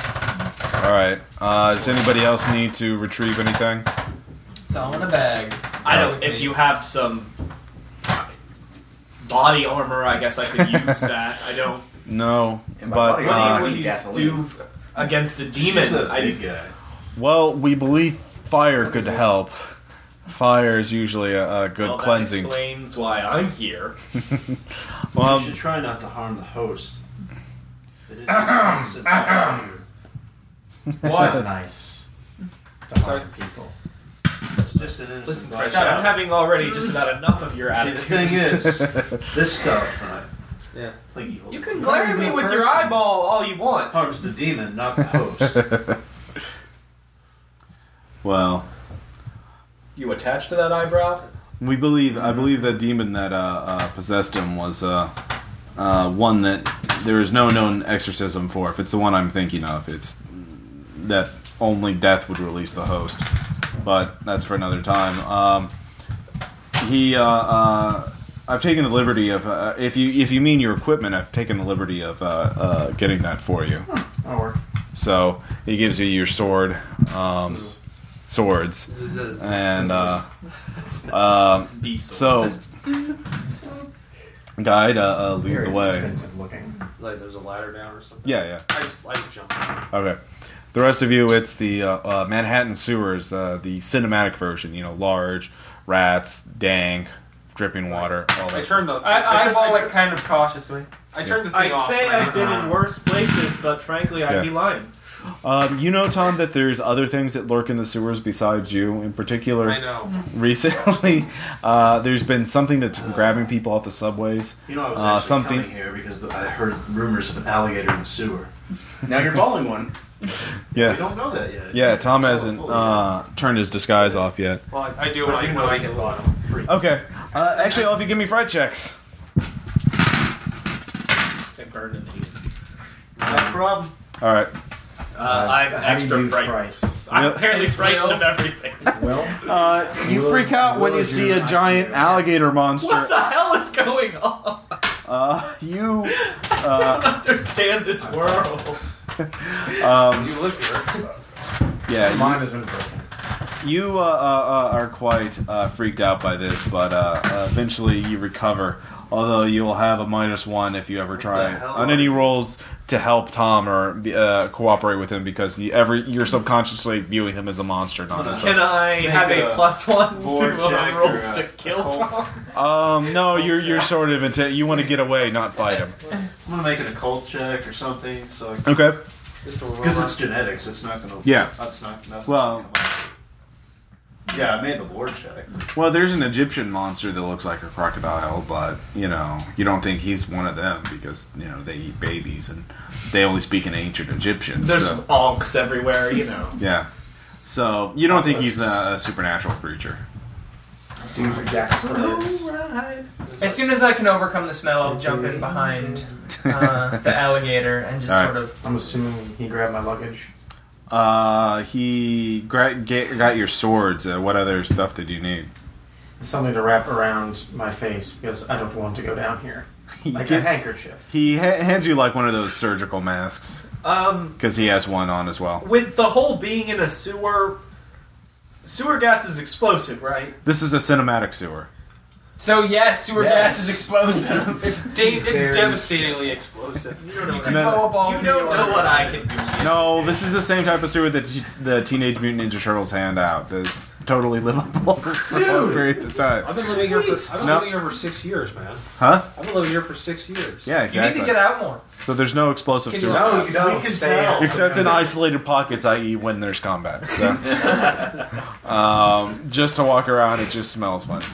all right, uh, does anybody else need to retrieve anything? It's all in a bag. Oh, I don't. If you have some body armor, I guess I could use that. I don't. No, And by but body What do you, armor, uh, what do, you do Gasoline. against a She's demon? a I, big guy. well, we believe fire could help. Fire is usually a, a good well, cleansing. That explains why I'm here. Well, Um, you should try not to harm the host. It is innocent house here. What? nice. To harm people. It's just an innocent Listen, house. Fred, I'm having already just about enough of your See, the attitude. thing is, this stuff, right? Yeah. Like evil. You can glare at me with your eyeball all you want. Harms the demon, not the host. well, You attached to that eyebrow? we believe I believe that demon that uh, uh, possessed him was uh, uh, one that there is no known exorcism for. If it's the one I'm thinking of, it's that only death would release the host. But that's for another time. Um, he, uh, uh, I've taken the liberty of uh, if you if you mean your equipment, I've taken the liberty of uh, uh, getting that for you. Oh, That'll work. So he gives you your sword, um, swords, and uh, um, Be so. so guide uh, uh, lead Very the way. expensive looking. Like there's a ladder down or something. Yeah, yeah. I just, I just jumped. Okay. The rest of you, it's the uh, uh, Manhattan sewers, uh, the cinematic version. You know, large rats, dank, dripping water, all I that. turned the. I turned- eyeball I, it turned, kind of cautiously. I turned the thing I'd off. say when I I've been in worse places, but frankly, I'd Yeah. be lying. Um, you know, Tom, that there's other things that lurk in the sewers besides you. In particular, I know. recently, uh, there's been something that's been grabbing people off the subways. You know, I was Uh, actually something- coming here because the, I heard rumors of an alligator in the sewer. Now you're following one. We Yeah, don't know that yet. yeah. Tom hasn't uh, turned his disguise off yet. Well, I, I do when I, when I get low. Okay. Uh, actually, all of you give me fright checks. I burned an idiot. No problem. All right. Uh, I'm How do you extra do frightened. fright? I'm Yep. apparently frightened of everything. Well, Uh, you freak out when you see a giant alligator What monster. the hell is going on? Uh, you. I don't Uh, understand this world. um, You live here. yeah, mine has been broken. you, you uh, uh, uh, are quite uh, freaked out by this, but uh, uh, eventually you recover. Although you will have a minus one if you ever try the hell on are any you? rolls to help Tom or uh, cooperate with him because you every you're subconsciously viewing him as a monster. Not as Can I have a a plus one to board roll check or rolls a- to kill occult. Tom? a- um, no, you're you're sort of intent. You want to get away, not fight him. I'm gonna make an occult check or something, so Okay. because it's genetics, it's not gonna. Yeah. That's not. That's Well- Not gonna come out. yeah, I made the board check. Well, there's an Egyptian monster that looks like a crocodile, but you know, you don't think he's one of them because you know they eat babies and they only speak in ancient Egyptian. There's so, onks everywhere, you know. yeah, so you don't think he's a, a supernatural creature. Dude, for Jack As soon as I can overcome the smell, I'll jump in behind uh, the alligator and just All right. sort of. I'm assuming he grabbed my luggage. Uh, he gra- get, got your swords. Uh, what other stuff did you need? Something to wrap around my face because I don't want to go down here. He, Like a gi- handkerchief. he ha- hands you like one of those surgical masks Um, because he has one on as well. with the whole being in a sewer, sewer gas is explosive, right? This is a cinematic sewer. So yes, sewer gas is Yes. explosive. It's da- Very- it's devastatingly explosive. You don't know. can No, blow no. up all you of New don't York. know what I can do. yet. No, this is the same type of sewer that t- the Teenage Mutant Ninja Turtles hand out. That's totally livable for long Dude! periods of I've time. been living here for I've been No. living here for six years, man. Huh? I've been living here for six years. Yeah, You need exactly. to get out more. So there's no explosive Can sewer. you- No, you don't. Stay out. Except in isolated pockets, i.e., when there's combat. So, um, just to walk around, it just smells funny.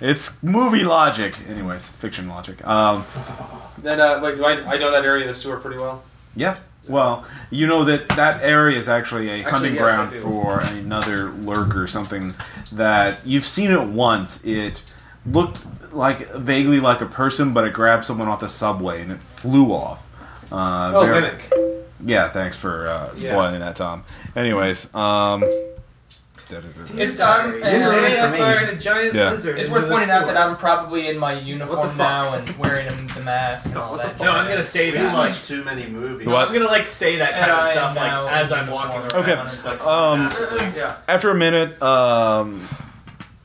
It's movie logic, anyways, fiction logic. Um, Then, uh, like, do I, I know that area of the sewer pretty well. yeah. Well, you know that that area is actually a hunting yes, ground I do. for another lurker, something that you've seen it once. It looked like vaguely like a person, but it grabbed someone off the subway and it flew off. Uh, Oh, very- mimic. Yeah, thanks for uh, Yeah. spoiling that, Tom. Anyways, um, If I'm, didn't and- really for me. a giant Yeah. lizard. it's into worth the pointing out sewer. that I'm probably in my uniform fuck? now and wearing the mask and all What the that. fuck? No, I'm gonna say We that. watch too many movies. What? I'm gonna like say that kind And of I stuff am now like as I'm in walking around. uniform. Okay, and it's like- um, Yeah. after a minute, um,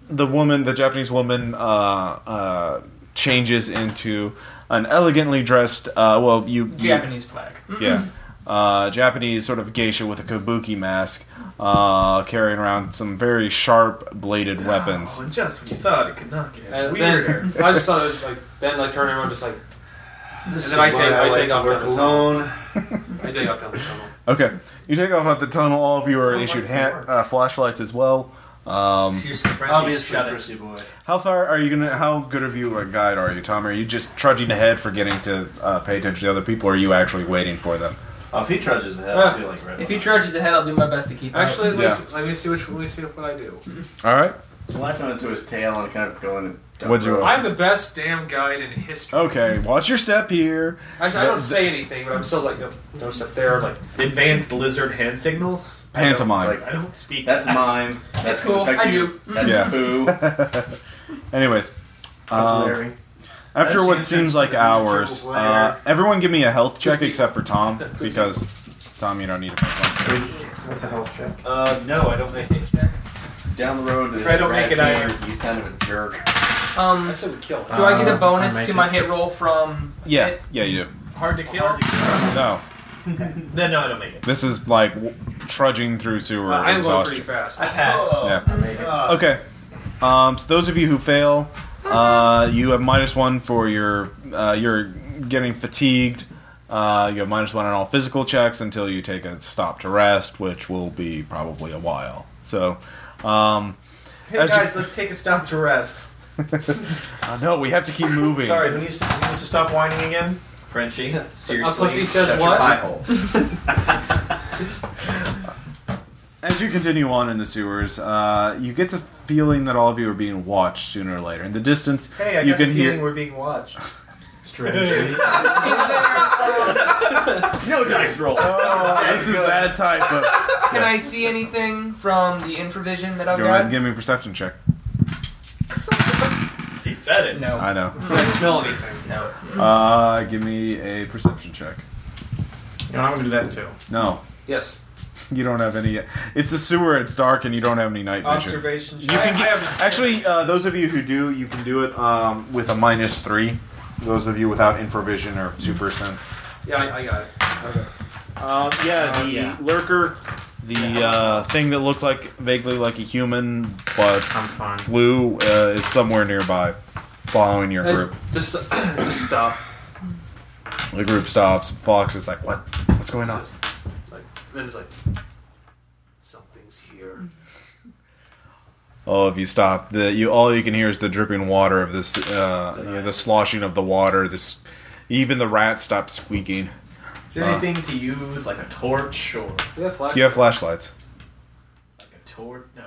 the woman, the Japanese woman, uh, uh, changes into an elegantly dressed. Uh, well, you, you- Japanese flag. yeah, uh, Japanese sort of geisha with a kabuki mask, uh, carrying around some very sharp bladed weapons. Oh, and just when you thought it could not get And weirder. then I just saw it, like then like turn around just like This And then I is take- why I like take to off work down the tunnel. alone. I dig up down the tunnel. Okay, you take off at the tunnel. All of you are issued hand, uh, flashlights as well. Um, Seriously, Frenchie, Obviously, shut it. Chrissy boy. How far are you gonna? How good of you a guide are you, Tom? Are you just trudging ahead, forgetting to uh, pay attention to other people, or are you actually waiting for them? Oh, if he trudges ahead, Uh, I'll be like right. If he behind. charges ahead, I'll do my best to keep up. Actually, let, Uh, Yeah. me, see- let me see which let me see what I do. All right. Latch onto his tail and kind of go in and. dump What'd her. you- I'm the best damn guide in history. Okay. Watch your step here. Actually, I don't say anything, but I'm still like no, no step there. I'm like Advanced lizard hand signals. Pantomime. I don't speak. That's that. mine. That's It's cool. That's I you. do. That's Yeah. Boo. Anyways, That's um, Larry. after That's what you, seems like Jack. You're a terrible hours, player. uh, everyone give me a health check except for Tom because Tom, you don't need to make one. What's a health check? Uh, no, I don't make it. Down the road. to this If I don't make it, I rat king. He's kind of a jerk. um, I said we kill him. do I get Uh, a bonus I make to my it. hit roll from? Yeah. hit? Yeah, you do. hard to kill. No, Then no, I don't make it. this is like w- trudging through sewer Uh, I'm going pretty exhaustion. fast. Uh, I pass. Oh, Yeah. I made it. Okay. Um, so those of you who fail, uh, you have minus one for your. Uh, you're getting fatigued. Uh, you have minus one on all physical checks until you take a stop to rest, which will be probably a while. So, um, Hey As you- guys, let's take a stop to rest. uh, no, we have to keep moving. Sorry, who needs, to, who needs to stop whining again? Frenchie, Uh, plus he seriously. says Shut your pie what? hole. As you continue on in the sewers, uh, you get the feeling that all of you are being watched sooner or later. In the distance, Hey, I you got the can feeling hear. we're being watched. Strange. No dice roll. Oh, this is that type of. Can I see anything from the infravision that I've Go got? ahead and give me a perception check. He said it. No. I know. Can I smell anything? no. Uh, give me a perception check. you know, I'm gonna do that too. No, Yes. you don't have any. It's a sewer. It's dark, and you don't have any night vision. Observation. You can I- I get, have- actually, uh, those of you who do, you can do it um, with a minus three Those of you without infravision or super sense. Yeah, I, I got it. Okay. Um, yeah, the yeah. lurker, the uh, thing that looked like vaguely like a human but I'm fine. flew uh, is somewhere nearby, following your Hey, group. Just, just stop. The group stops. Fox is like, "What? What's going on?" Like, then it's like, something's here. All of you stop. The you all you can hear is the dripping water of this, uh, you know, the sloshing of the water. This, even the rats stop squeaking. Is there anything to use, like a torch or like Do they have flash? Do you have flashlights? a torch? No.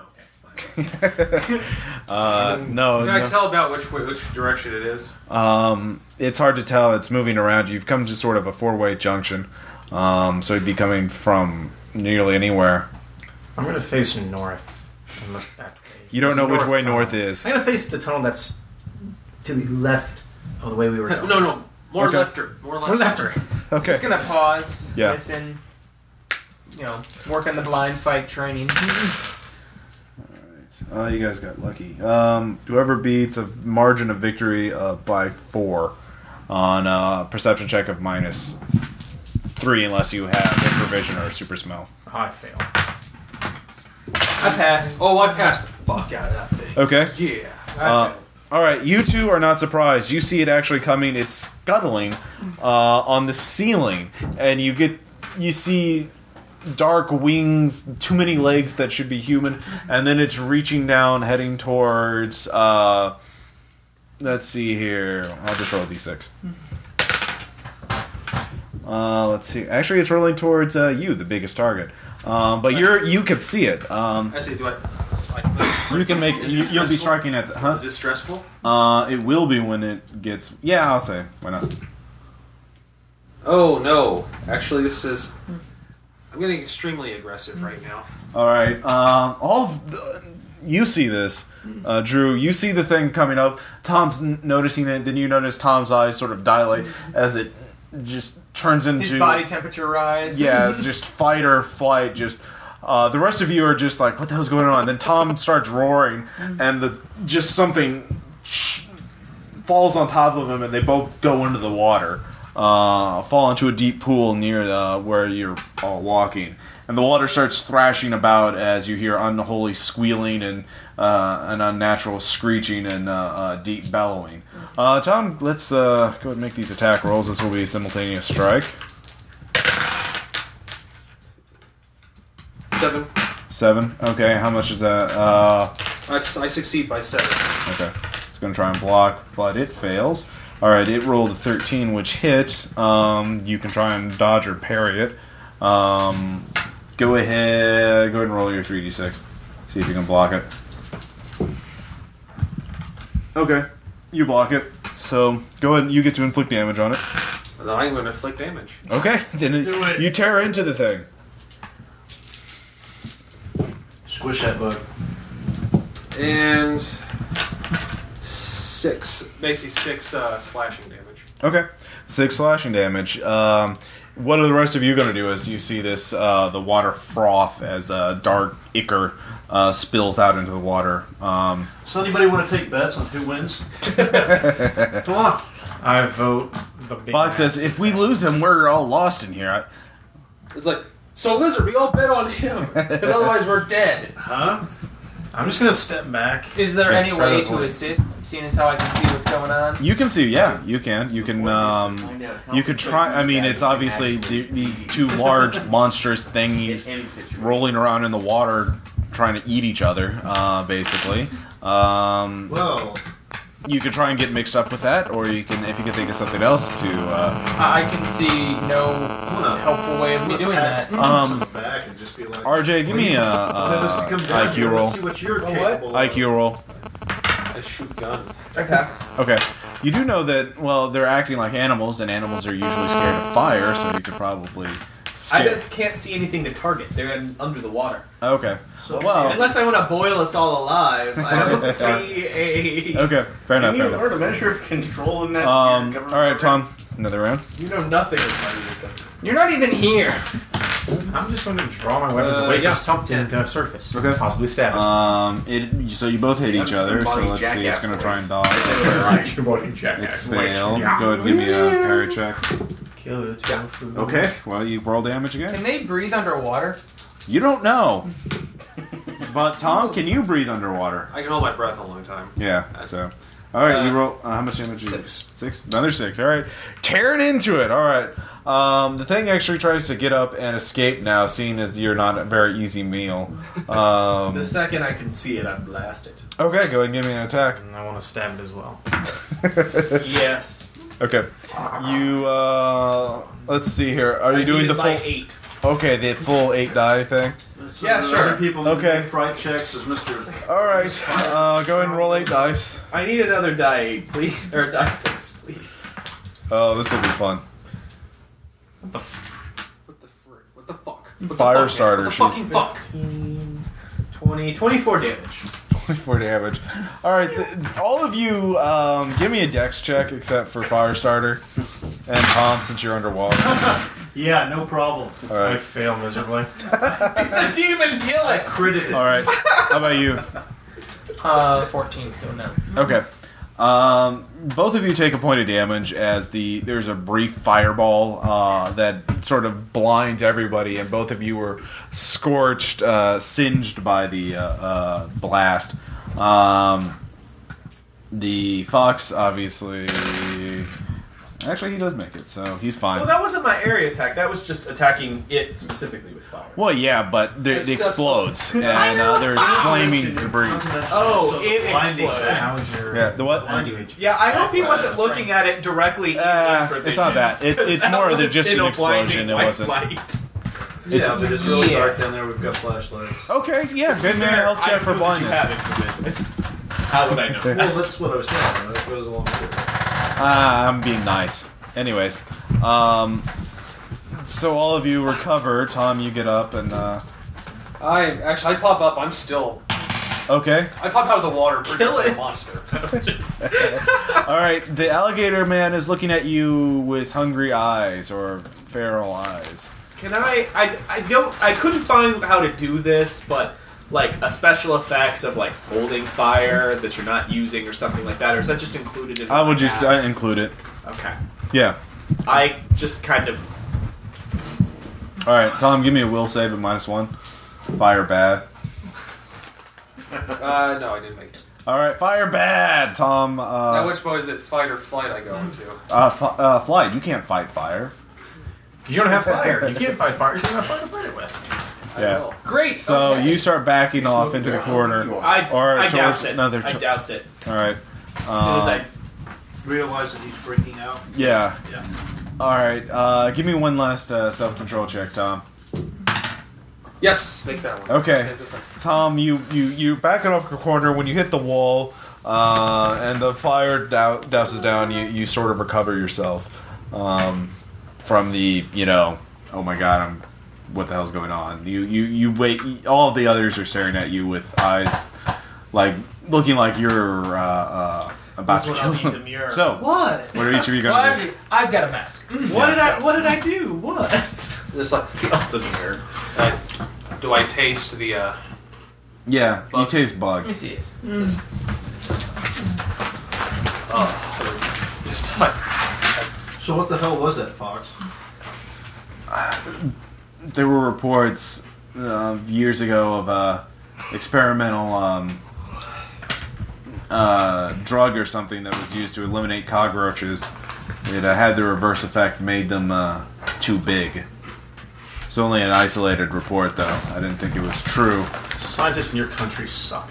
Okay. fine. uh, no, Can I no. tell about which way, which direction it is? Um, it's hard to tell. It's moving around. You've come to sort of a four-way junction, um, so it'd be coming from nearly anywhere. I'm gonna face north and look that way. You don't know There's a which way tunnel. north is. I'm gonna face the tunnel that's to the left of the way we were no, going. no, more Okay. lefter, more lefter. We're left or Okay. Just gonna pause, Yeah. listen, you know, work on the blind fight training. Uh, you guys got lucky. Um, whoever beats a margin of victory uh, by four on a perception check of minus three, unless you have infravision or super smell. I fail. I pass. Oh, I passed the fuck out of that thing. Okay. Yeah. I Uh, failed. all right, you two are not surprised. You see it actually coming. It's scuttling uh, on the ceiling, and you get you see dark wings, too many legs that should be human, and then it's reaching down, heading towards. Uh, let's see here. I'll just roll a d6. Uh, let's see. Actually, it's rolling towards uh, you, the biggest target. Um, but you're you could see it. Um, I see. Do I? I you can make Is you, it you'll be stressful? striking at the huh? Is it stressful? Uh, it will be when it gets. Yeah, I'll say. Why not? Oh no! Actually, this is. I'm getting extremely aggressive right now. All right. Um, all of the, you see this, uh, Drew. You see the thing coming up. Tom's n- noticing it. Then you notice Tom's eyes sort of dilate as it just turns into His body temperature rise. yeah, just fight or flight. Just uh, the rest of you are just like, what the hell's going on? Then Tom starts roaring, and the just something sh- falls on top of him, and they both go into the water, uh, fall into a deep pool near uh, where you're all walking. And the water starts thrashing about as you hear unholy squealing and uh, an unnatural screeching and uh, uh, deep bellowing. Uh, Tom, let's uh, go ahead and make these attack rolls. This will be a simultaneous strike. Seven. Seven. Okay, how much is that? Uh, I, I succeed by seven. okay, it's gonna try and block, but it fails. All right, it rolled a thirteen, which hits. Um, you can try and dodge or parry it. Um, go ahead, go ahead and roll your three d six. See if you can block it. Okay, you block it. So go ahead, you get to inflict damage on it. Then I'm going to inflict damage. Okay, then it, Do it. you tear into the thing. Squish that bug. And six, basically six uh, slashing damage. Okay, six slashing damage. Um, what are the rest of you going to do as you see this uh, the water froth as uh, dark ichor uh, spills out into the water? Um, So anybody want to take bets on who wins? Come on. I vote the big Fox man. says, "If we lose him, we're all lost in here." It's like so, lizard. We all bet on him because otherwise we're dead. Huh? I'm just gonna step back. Is there Yeah, any try way to to avoid. assist, seeing as how I can see what's going on? You can see, yeah, you can, you can, um, you could try. I mean, it's obviously the, the two large monstrous thingies rolling around in the water, trying to eat each other, uh, basically. Um, Well, you could try and get mixed up with that, or you can, if you can think of something else to. Uh, I I can see no I'm gonna help helpful way of me doing that. Um, um, back and just be like, RJ, give me a, let us uh come down IQ here and roll. See what you're what? capable of. IQ roll. I shoot gun. I pass. Okay. You do know that well, they're acting like animals, and animals are usually scared of fire, so you could probably. I Scare. don't- can't see anything to target. They're in, under the water. Okay. So- Oh. Well. Unless I want to boil us all alive, I don't see a. Okay. Fair Can enough. you Fair enough. learn a measure of control in that? Um. weird All government right, program? Tom. Another round. You know nothing of my You're not even here. I'm just going to draw my weapons Uh, away from yeah. something to surface. Okay. Possibly stab. Um, it, so you both hit each other. So Somebody let's see. It's jackass gonna voice. try and dodge. Right. Your body jack It ass. failed. Yeah. Go ahead, and give me a parry check. Kill it. tofu. Okay. Well, you roll damage Can again. they breathe underwater? You don't know. But Tom, can you breathe underwater? I can hold my breath a long time. Yeah. So, all right, you Uh, roll. Uh, how much damage? you- six. Six. Another six. All right. Tearing into it. All right. Um, the thing actually tries to get up and escape now, seeing as you're not a very easy meal. Um, The second I can see it, I blast it. okay, go ahead and give me an attack. And I want to stab it as well. Yes. okay. You. Uh, let's see here. Are you I doing beat the it full? by eight. Okay, the full eight die thing. So Yeah, the sure. Other people Okay. okay. fright checks as Mr. All right. Uh, go ahead and roll eight dice. I need another die eight, please, or die six, please. Oh, this will be fun. What the frick? What the fuck? What the Fire fuck, man? starter What the shoot. fucking fuck? 15, 20, 24 damage. 24 damage. All right, th- all of you, um, give me a dex check except for Firestarter and Tom since you're underwater. Yeah, no problem. All I right, fail miserably. It's a demon, kill it! all right. How about you? Uh, 14, so no. Okay. Um, both of you take a point of damage as the there's a brief fireball uh, that sort of blinds everybody, and both of you were scorched, uh, singed by the uh, uh, blast. Um, the fox obviously, actually he does make it, so he's fine. Well, that wasn't my area attack. That was just attacking it specifically with fire. Well, yeah, but the, It's it just- explodes, and uh, there's flaming debris. Oh, it Blinding exploded. that was your Yeah, the what? blinding HP. Yeah, I hope he wasn't looking at it directly. Uh, aiming for it's not vision. that. It, it's That more would've than just been an a explosion. blinding It white wasn't. light. Yeah, but it's really Yeah. dark down there. We've got flashlights. Okay, yeah, good man. Fair, Health I check know for that blindness. you have it for vision. How would I know? Well, that's what I was saying. That goes along with it. Ah, I'm being nice. Anyways, um, so all of you recover. Tom, you get up and uh, I actually, I pop up. I'm still. okay. I pop out of the water. pretty Kill much like it. a monster. All right, the alligator man is looking at you with hungry eyes or feral eyes. Can I, I? I don't. I couldn't find how to do this, but like a special effects of like holding fire that you're not using or something like that, or is that just included in? I what will just have? I include it. okay. Yeah. I just kind of. All right, Tom, give me a will save at minus one. Fire bad. Uh, no, I didn't make it. All right, fire bad, Tom. now, Uh, which one is it? Fight or flight? I go into. uh, fi uh, flight. You can't fight fire. You don't have fire. You can't fight fire. You don't have fire to fight it with. I Yeah. will. Great! So okay. you start backing off into the corner. Or I, Or I towards douse it. another I cho- douse it. All right. As soon as Uh, I Realize that he's freaking out. yeah. Yeah. All right. Uh, give me one last uh, self-control check, Tom. Yes, make that one. Okay. Save this one. Tom, you you you back it off the corner when you hit the wall, uh, and the fire dou- douses down. You you sort of recover yourself um, from the you know oh my god I'm what the hell's going on. You you you wait. All of the others are staring at you with eyes like looking like you're uh, uh, about This to is when kill I'll need them. to mirror. So what What? are each of you Well, going to do? Mm. I've, I've got a mask. What did I? What did I do? What? It's like That's a nerd. Uh, do I taste the? Uh, Yeah, you Bug. taste Let me bug. see this. oh, just like So what the hell was that fox? There were reports uh, years ago of uh, experimental um, uh, drug or something that was used to eliminate cockroaches. It uh, had the reverse effect, made them uh, too big. It's only an isolated report, though. I didn't think it was true. Scientists in your country suck.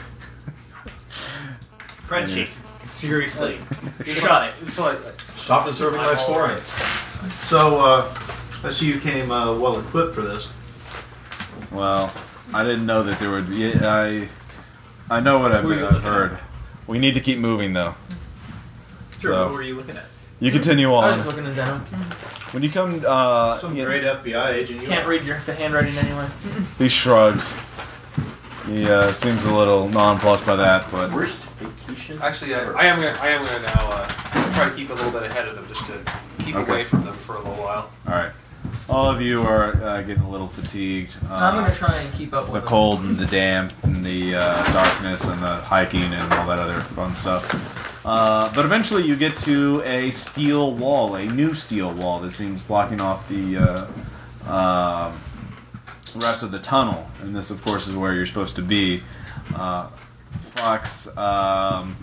Frenchie, seriously, Shut shut it. It's like Stop deserving my scoring. So uh, I see you came uh, well equipped for this. Well, I didn't know that there would be. I, I know what I've, Who are you I've looking at? heard. We need to keep moving, though. Sure, So- what were you looking at? You I continue was just on. looking at them. When you come, uh, Some you- great FBI agent. You Can't read your handwriting anyway. He shrugs. He uh, seems a little nonplussed by that, but Worst vacation. actually, I, I am gonna, I am gonna now uh, try to keep a little bit ahead of them just to keep Okay. away from them for a little while. all right. all of you are uh, getting a little fatigued. Uh, I'm gonna try and keep up with the him. cold and the damp and the uh, darkness and the hiking and all that other fun stuff. Uh, but eventually, you get to a steel wall, a new steel wall that seems blocking off the uh, uh, rest of the tunnel. And this, of course, is where you're supposed to be. Uh, Fox um,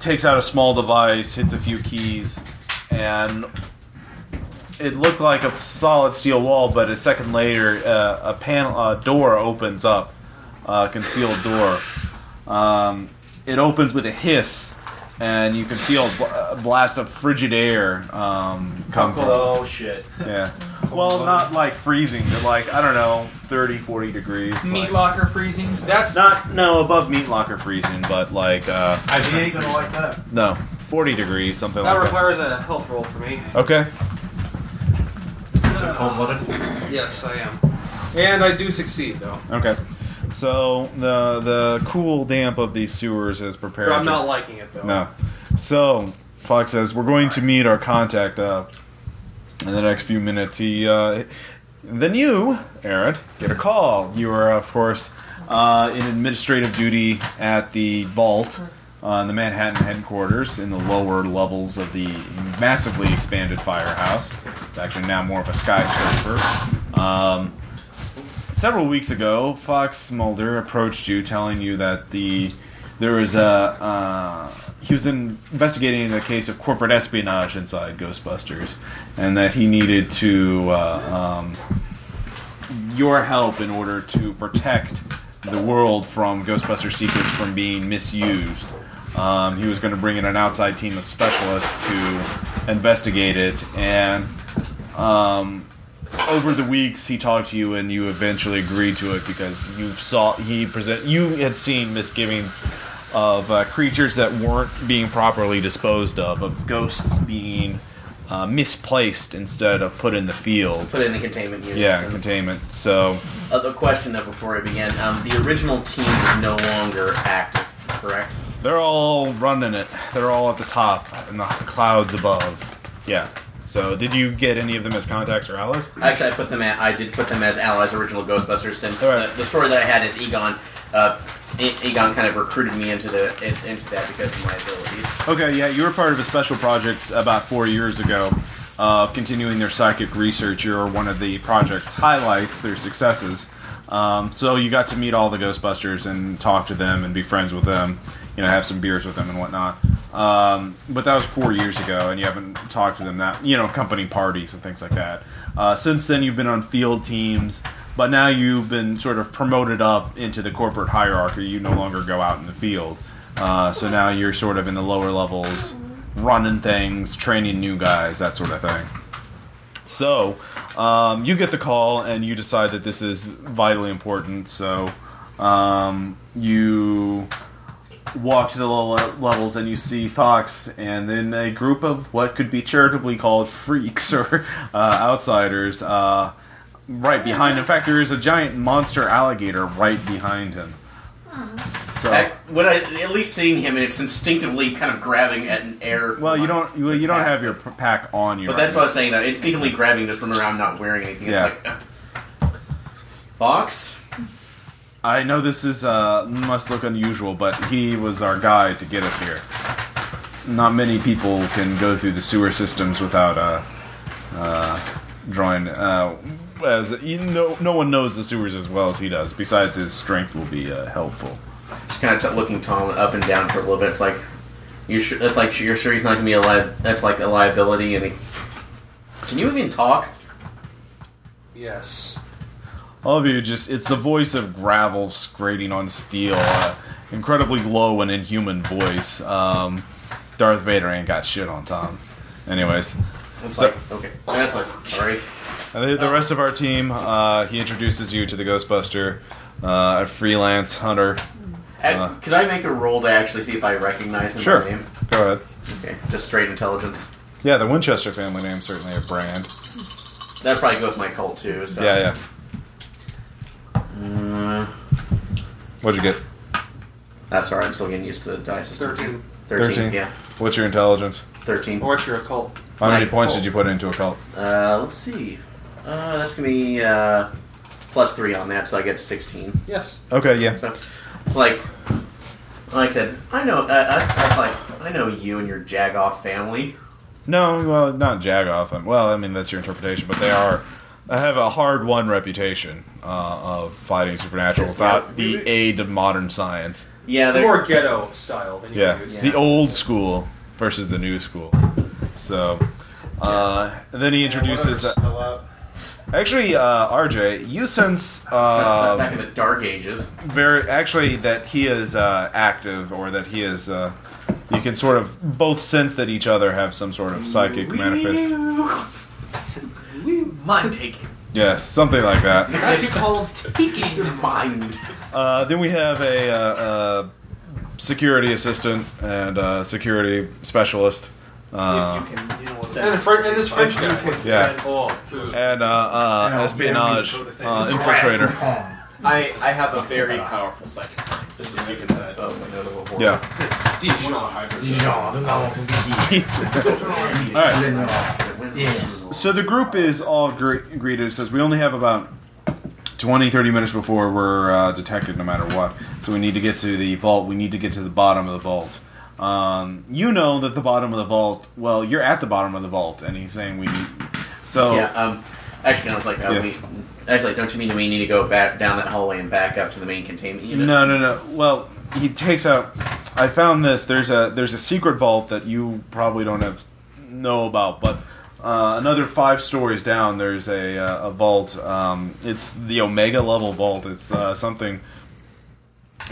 takes out a small device, hits a few keys, and it looked like a solid steel wall, but a second later, uh, a panel, a door opens up, uh, a concealed door. Um, it opens with a hiss, and you can feel a bl- a blast of frigid air um, come from. Oh shit. Yeah. Well, not like freezing, but like I don't know, 30, 40 degrees. Meat like- locker freezing. That's Not no above meat locker freezing, but like uh, I He ain't gonna like that. no, 40 degrees, something that like requires a health roll for me. that. Okay. So cold blooded. Yes, I am. And I do succeed though. Okay. So the the cool damp of these sewers has prepared. But I'm you- not liking it though. No. So Fox says we're going to meet our contact uh, in the next few minutes. He uh, then you, Aaron, get a call. You are of course uh, in administrative duty at the vault. On the Manhattan headquarters, in the lower levels of the massively expanded firehouse, it's actually now more of a skyscraper. Um, several weeks ago, Fox Mulder approached you, telling you that the there was a uh, he was investigating a case of corporate espionage inside Ghostbusters, and that he needed to uh, um, your help in order to protect the world from Ghostbuster secrets from being misused. Um, he was going to bring in an outside team of specialists to investigate it, and um, over the weeks he talked to you and you eventually agreed to it because you saw he present you had seen misgivings of uh, creatures that weren't being properly disposed of of ghosts being uh, misplaced instead of put in the field Put it in the containment unit. yeah and- containment so Uh, the question though before I begin, um, the original team is no longer active, correct? they're all running it they're all at the top in the clouds above yeah so did you get any of them as contacts or allies Actually, I put them. At, I did put them as allies, original Ghostbusters. Since All right. the, the story that I had is Egon. Uh, E- Egon kind of recruited me into the in- into that because of my abilities. Okay, yeah, you were part of a special project about four years ago uh, of continuing their psychic research. You're one of the project's highlights, their successes. Um, so you got to meet all the Ghostbusters and talk to them and be friends with them, you know, have some beers with them and whatnot. Um, but that was four years ago, and you haven't talked to them that, you know, company parties and things like that. Uh, since then, you've been on field teams, but now you've been sort of promoted up into the corporate hierarchy. You no longer go out in the field. Uh, so now you're sort of in the lower levels, running things, training new guys, that sort of thing. So um, you get the call and you decide that this is vitally important. So um, you walk to the lower levels and you see Fox and then a group of what could be charitably called freaks or uh, outsiders uh, right behind. In fact, there is a giant monster alligator right behind him. So. I, when I at least seeing him, and it's instinctively kind of grabbing at an air. Well, you from my- don't you, you don't have your p- pack on you. But right that's what I was saying though. Instinctively grabbing just from around, not wearing anything. It's Yeah. like uh, Fox. now. I know this is uh, must look unusual, but he was our guide to get us here. Not many people can go through the sewer systems without uh, uh, drawing. Uh, as you know, no one knows the sewers as well as he does. Besides, his strength will be uh, helpful. just kind of t- looking Tom up and down for a little bit. It's like you sure that's like you're sure he's not gonna be a li- that's like a liability. And he, can you even talk? Yes. All of you just, it's the voice of gravel grating on steel. Uh, incredibly low and inhuman voice. Um, Darth Vader ain't got shit on Tom. Anyways, It's So- like okay, that's like sorry. and the, the rest of our team, uh, he introduces you to the Ghostbuster, uh, a freelance hunter. And Uh. could I make a roll to actually see if I recognize him by Sure. name? Go ahead. Okay, just straight intelligence. Yeah, the Winchester family name certainly a brand. That probably goes with my cult too. So. Yeah, yeah. Mm, What'd you get? that's sorry. I'm still getting used to the dice system. Thirteen. Thirteen. 13. Yeah. What's your intelligence? Thirteen. Or what's your occult? How many My points cult. did you put into a cult? Uh, let's see. Uh, that's gonna be uh, plus three on that, so I get to sixteen. Yes. Okay, yeah. So it's like, like I said, I know. Uh, I, I, like, I know you and your Jagoff family. No, well, not Jagoff. um, Well, I mean that's your interpretation, but they are. I have a hard-won reputation uh, of fighting supernatural Just without not- the aid of modern science. Yeah, they're More ghetto style than you Yeah, use. the old school versus the new school. So, uh, and then he introduces. uh, Whatever, sell uh, out. actually, uh, RJ, you sense that's stuff back in uh, the Dark Ages. very actually that he is uh, active, or that he is. Uh, you can sort of both sense that each other have some sort of psychic manifest. Mind taking. Yes, something like that. That's called taking. Mind. Uh, then we have a uh, uh, security assistant and uh, security specialist. Uh, if you can, you know what And, a French, and this French You guy. can Yeah. sense- Oh, dude. and uh, uh, Yeah, espionage yeah, we- uh, infiltrator. I, I have a Fuck very that. powerful psychic. mind. This is you can sense those things. Yeah. Dijon, the novel. All right. So the group is all gre- greeted. It says we only have about 20, 30 minutes before we're uh, detected, no matter what. So we need to get to the vault. We need to get to the bottom of the vault. Um, you know that the bottom of the vault. Well, you're at the bottom of the vault, and he's saying we. Need, so Yeah. Um. Actually, I was like, uh, Yeah. we, actually, don't you mean we need to go back down that hallway and back up to the main containment unit? No, no, no. Well, he takes out. I found this. There's a there's a secret vault that you probably don't have know about, but uh, another five stories down, there's a uh, a vault. Um, it's the Omega level vault. It's uh, something.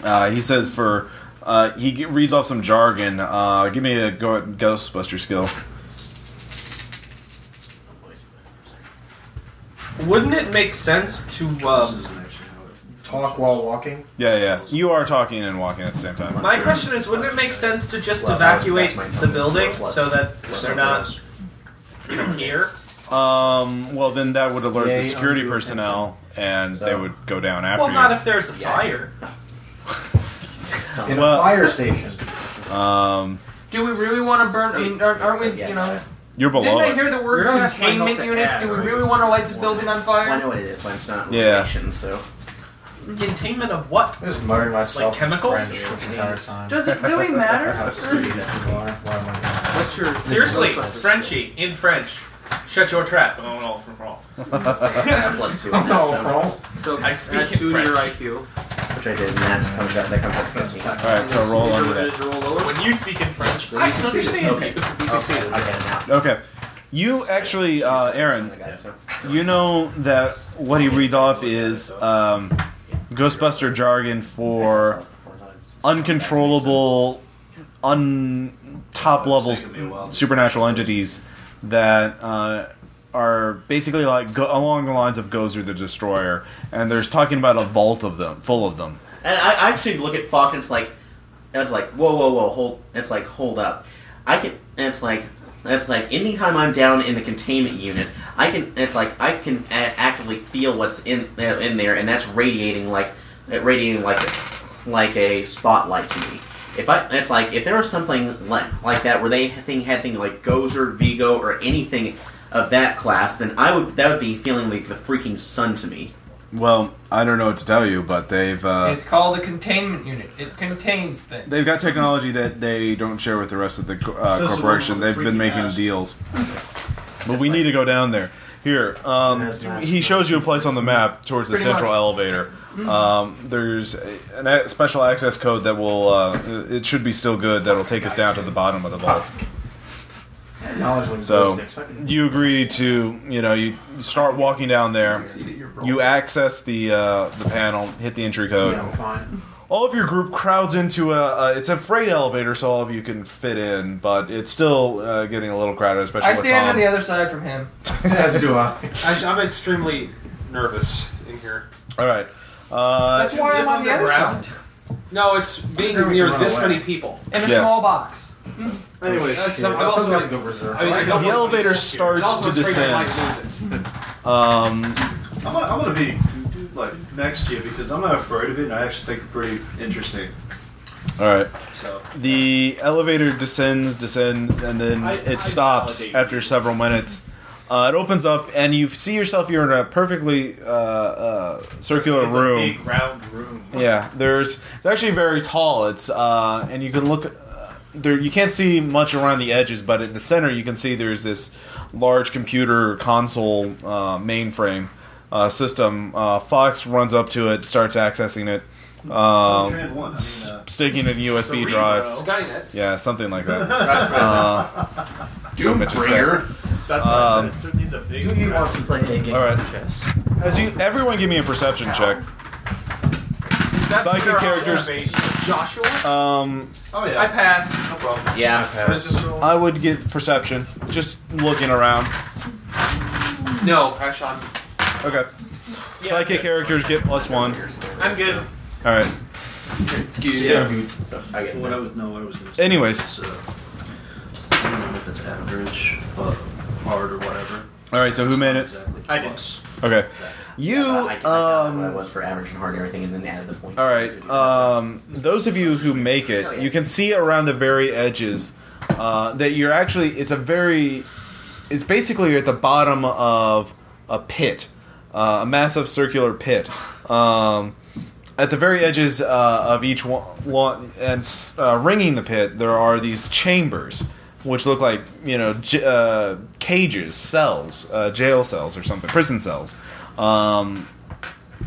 Uh, he says for. Uh, he g- reads off some jargon. Uh, give me a go- Ghostbuster skill. Wouldn't it make sense to This um, isn't actually how it- Talk while walking. Yeah, yeah. You are talking and walking at the same time. My question is, wouldn't it make sense to just Well, that was- evacuate that's my the intelligence. building Plus- so that plus something they're not else. you know, here? Um, well, then that would alert Yay, the security undo attention. personnel, and they So- would go down after Well, you. not if there's a Yeah. fire. In Well- a fire station. Um, Do we really want to burn? I mean, aren't, aren't we? Yeah, You know, you're below didn't I it. hear the word You're not asking my help containment to units? add, Do we right? really want to light this building on Well, I fire? know what it is, but it's not Yeah. location, so. Containment of what? I just muttering myself Like chemicals? in French this entire time. Does it really matter? How stupid people are. Why am I What's your. Seriously, Frenchie, in French. Shut your trap. Oh, no, from wrong. plus two on that, No, Oh, so- Frost. So I speak add in two to your French. IQ. Which I did, and that comes out, that comes out to 15. All right, so roll Is under your- that. is your roll So lower? when you speak in French, So you I can succeeded. understand Okay. you. You succeeded. Okay, now. Okay, you actually, uh, Aaron, you know that what he read off is um, Ghostbuster jargon for uncontrollable, un top level supernatural entities that uh, are basically like go- along the lines of Gozer the Destroyer, and there's talking about a vault of them, full of them. And I, I actually look at Falk and it's like, and it's like, whoa, whoa, whoa, hold. It's like, hold up. I can. And it's like, it's like, anytime I'm down in the containment unit, I can. It's like I can a- actively feel what's in uh, in there, and that's radiating like, uh, radiating like, like a spotlight to me. If I, it's like if there was something like, like that where they thing had thing like Gozer, Vigo, or anything of that class, then I would that would be feeling like the freaking sun to me. Well, I don't know what to tell you, but they've. Uh, It's called a containment unit. It contains things. They've got technology that they don't share with the rest of the co- So uh, it's the corporation. one with They've the been freaking making ass. deals, but we need to go down there. Here, um, That's nice. he shows you a place on the map towards the Pretty central much. elevator. Um, there's a, an a special access code that will. Uh, it should be still good. That'll take us down to the bottom of the vault. Knowledge when So- sticks. I can- You agree to, you know, you start walking down there. You access the uh, the panel, hit the entry code. Yeah, I'm fine. all of your group crowds into a, a it's a freight elevator so all of you can fit in but it's still uh, getting a little crowded especially I with stand Tom. on the other side from him. As do I. Actually, I'm extremely nervous in here. all right uh, That's why I'm on the other underground? side. No, it's being Sure, we near can run this away. many people. In a Yeah. small box. Anyway, That's shit. some- I'm also like, go berserk. I mean, I The don't the wanna elevator lose here. And starts also to I'm afraid I descend might lose it. um, I'm gonna, I'm gonna be like next to you because I'm not afraid of it, and I actually think it's pretty interesting. all right So the elevator descends descends and then I- it I stops validate after you. several minutes Uh, it opens up, and you see yourself. You're in a perfectly uh, uh, circular It's room. a big round room. Yeah, there's it's actually very tall. It's uh, and you can look uh, there. You can't see much around the edges, but in the center you can see there's this large computer console uh, mainframe uh, system. Uh, Fox runs up to it, starts accessing it, um, Tran one, I mean, s- uh, sticking it in USB drive. Skynet. Yeah, something like that. Right, right. Uh, Doombringer. That's what Um, I said. It certainly is a big Do you round want to play a game All right. of chess? as you, everyone, give me a perception check. That's Psychic their characters- observation. Joshua? Um, Oh I yeah. pass. No problem. Yeah. What is this roll? I would get perception, just looking around. No, actually, I'm, Okay. Psychic characters get plus one. I'm good. All right. So excuse good. I get What I it. would know, what I was going to. Anyways. So, uh, I don't know if it's average, uh, hard, or whatever. All right. So who made it? Exactly. I did. Plus. Okay. Yeah, You. I, I got what I Um, was for average and hard and everything, and then added the points. all right. Um, those of you who make it, you can see around the very edges uh, that you're actually. It's a very. It's basically you're at the bottom of a pit, uh, a massive circular pit. Um, at the very edges uh, of each one, one and s- uh, ringing the pit, there are these chambers, which look like you know j- uh, cages, cells, uh, jail cells, or something, prison cells. Um,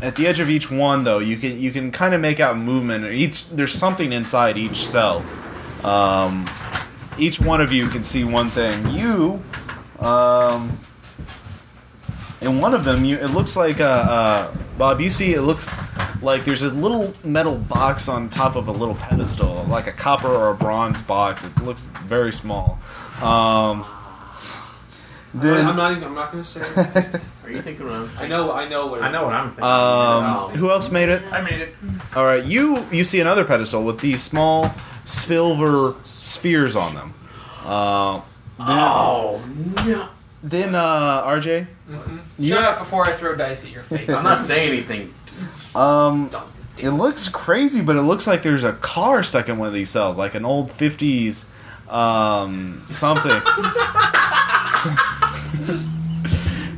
at the edge of each one, though, you can you can kind of make out movement. and Each there's something inside each cell. Um, each one of you can see one thing. You, um, in one of them, you it looks like uh, uh, Bob. You see, it looks like there's a little metal box on top of a little pedestal, like a copper or a bronze box. It looks very small. Um, me. then, I'm not. Even, I'm not gonna say. It. Are you thinking around? I know. I know what. It I know what I'm thinking. um, who else made it? I made it. All right, you you see another pedestal with these small silver spheres on them. Uh, then, Oh no! then uh, RJ, Mm-hmm. you Shut up before I throw dice at your face. I'm not saying anything. um, it looks crazy, but it looks like there's a car stuck in one of these cells, like an old '50s um, something.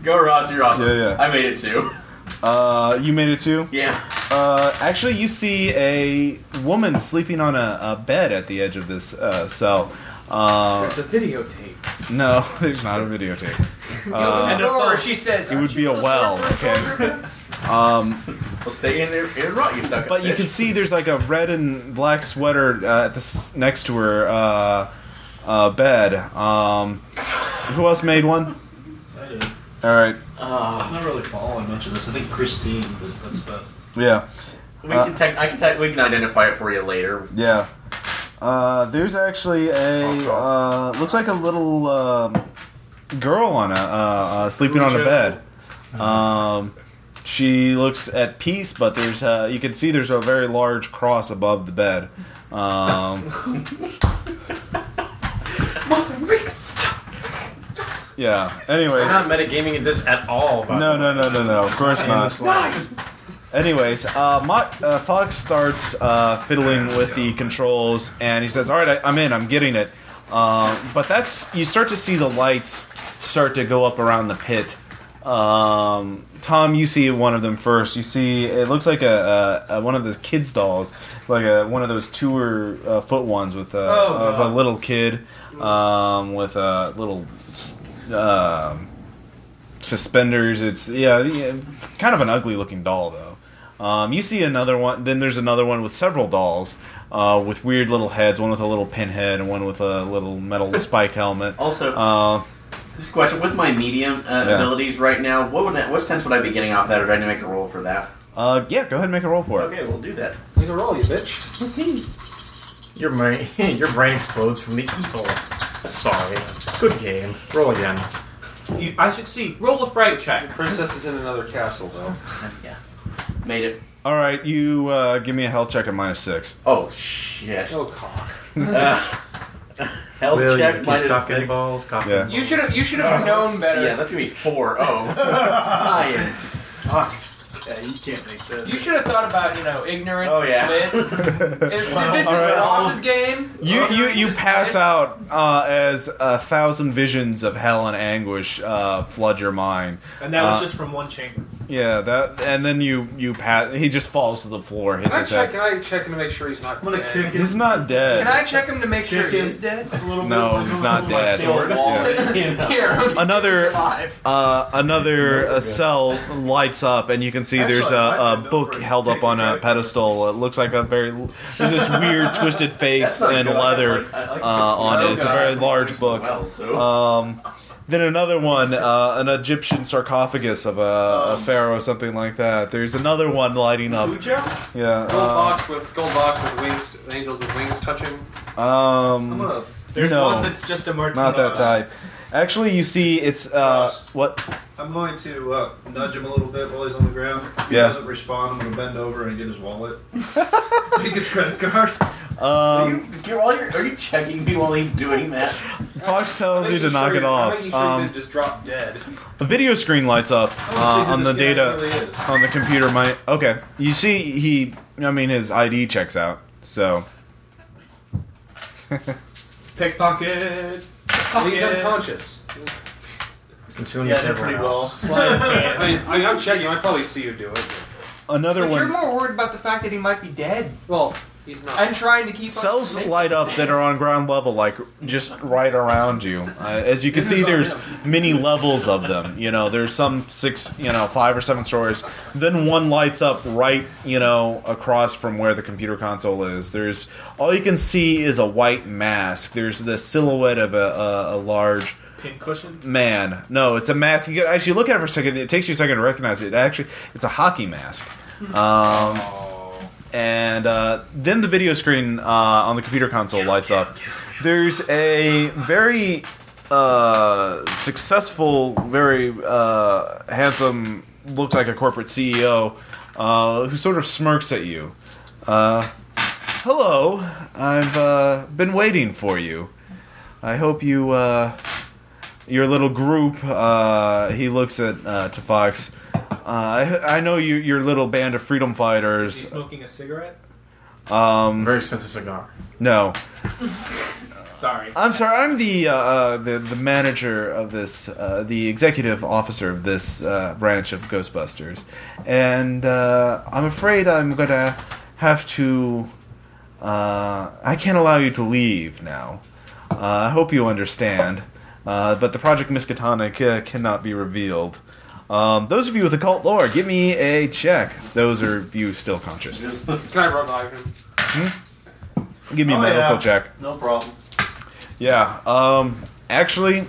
Go, Ross. You're awesome. Yeah, yeah. I made it too. uh, you made it too. Yeah. Uh, actually, you see a woman sleeping on a, a bed at the edge of this uh, cell. Uh, There's a videotape. no, there's not a videotape. Uh, and a phone. she says It would "Aren't be you a the well, surfer? okay. Um, Well, stay in there. It's right. You stuck. but you can see there's like a red and black sweater uh, at the s- next to her uh, uh, bed. Um, who else made one? I did. All right. Uh, I'm not really following much of this. I think Christine, but that's about. Yeah. we uh, can tech. I can tech. We can identify it for you later. Yeah. Uh, there's actually a uh, looks like a little um, girl on a uh, uh, sleeping on a bed. Um, she looks at peace, but there's uh, you can see there's a very large cross above the bed. Um, yeah. Anyways, We're not metagaming in this at all. By the no, way. no, no, no, no. Of course In the not. slightest. Anyways, uh, Mo- uh, Fox starts uh, fiddling with the controls, and he says, "All right, I- I'm in. I'm getting it." Uh, but that's you start to see the lights start to go up around the pit. Um, Tom, you see one of them first. You see it looks like a, a, a one of those kids dolls, like a, one of those tour uh, foot ones with a, Oh, of a God. little kid um, with a little. s- Um, suspenders. It's yeah, yeah, kind of an ugly looking doll though. Um, you see another one. Then there's another one with several dolls uh, with weird little heads. One with a little pinhead and one with a little metal spiked helmet. Also, Uh, this question with my medium uh, abilities right now. What would that, what sense would I be getting off that, or do I need to make a roll for that? uh, yeah, go ahead and make a roll for it. Okay, we'll do that. Take a roll, you bitch. Your brain, your brain explodes from the evil. Sorry. Good game. Roll again. You, I succeed. Roll a fright The check. princess is in another castle, though. Yeah. Made it. All right, you uh, give me a health check at minus six. Oh shit. Oh cock. Uh, health Will, you check kiss minus cock and six. balls, cock and Yeah. You should have. You should have known better. Yeah, that's gonna be four. Oh, I am fucked. Yeah, you can't make this. You should have thought about, you know, ignorance. Oh, yeah. Bliss. If, if this All right. is Ross's game, You, you, ignorance you is pass bliss. out uh, as a thousand visions of hell and anguish uh, flood your mind. And that was Uh, just from one chamber. Yeah, that, and then you you pass. He just falls to the floor. Hits Can I his check? head. Can I check and make sure he's not? I'm gonna dead? kick him. He's not dead. Can I check him to make sure he Chicken. is dead? a little No, bit. he's not dead. Yeah. Here, I'm Another- alive. Uh, another uh, cell lights up, and you can see there's a, Actually, I might a bend book over and held take up a on a credit card. pedestal. It looks like a very there's this weird twisted face and leather uh, on it. It's a very large book. Um, then another one, uh, an Egyptian sarcophagus of a, a Um, pharaoh, something like that. There's another one lighting up. Yeah. Gold uh, box with gold box with wings, angels with wings touching. I'm um, gonna, There's no, one that's just a martini. not that type. Actually, you see, it's uh, Gross. what? I'm going to uh, nudge him a little bit while he's on the ground. If he Yeah. doesn't respond, I'm gonna bend over and get his wallet. Take his credit card. Are Um, you, you're all your, are you checking me while he's doing that? Fox tells you to Making sure knock it you're- I'm off. making sure you Um, didn't just drop dead. The video screen lights up I wanna see uh, who on the this guy data Really is. on the computer. My okay, you see, he. I mean, his ID checks out. So Pickpocket. Well, he's Yeah. unconscious. Concealing Yeah, it they're from pretty everyone well. else. Sleight of I hand. mean, I mean, I'm checking. I probably see you do it. another But you're one. more worried about the fact that he might be dead. Well, he's not. I'm trying to keep Cells up. light up that are on ground level, like just right around you. Uh, as you can see, there's many levels of them. You know, there's some six, you know, five or seven stories. Then one lights up right, you know, across from where the computer console is. There's all you can see is a white mask. There's the silhouette of a, a, a large Pincushion. man. No, it's a mask. You can actually look at it for a second. It takes you a second to recognize it. Actually, it's a hockey mask. Um, and uh, then the video screen uh, on the computer console lights up. There's a very uh, successful, very uh, handsome, looks like a corporate CEO uh, who sort of smirks at you. Uh, Hello, I've uh, been waiting for you. I hope you, uh, your little group. Uh, he looks at uh, to Fox. Uh, I, I know you, your little band of freedom Is he fighters. smoking a cigarette? Um, Very expensive cigar. no, Sorry. I'm sorry. I'm the uh, uh, the the manager of this, uh, the executive officer of this uh, branch of Ghostbusters, and uh, I'm afraid I'm gonna have to. Uh, I can't allow you to leave now. Uh, I hope you understand. Uh, but the Project Miskatonic uh, cannot be revealed. Um, those of you with occult lore, give me a check. Those are you still conscious. Can I revive him? Give me a Oh, medical yeah. check. No problem. Yeah. Um, actually,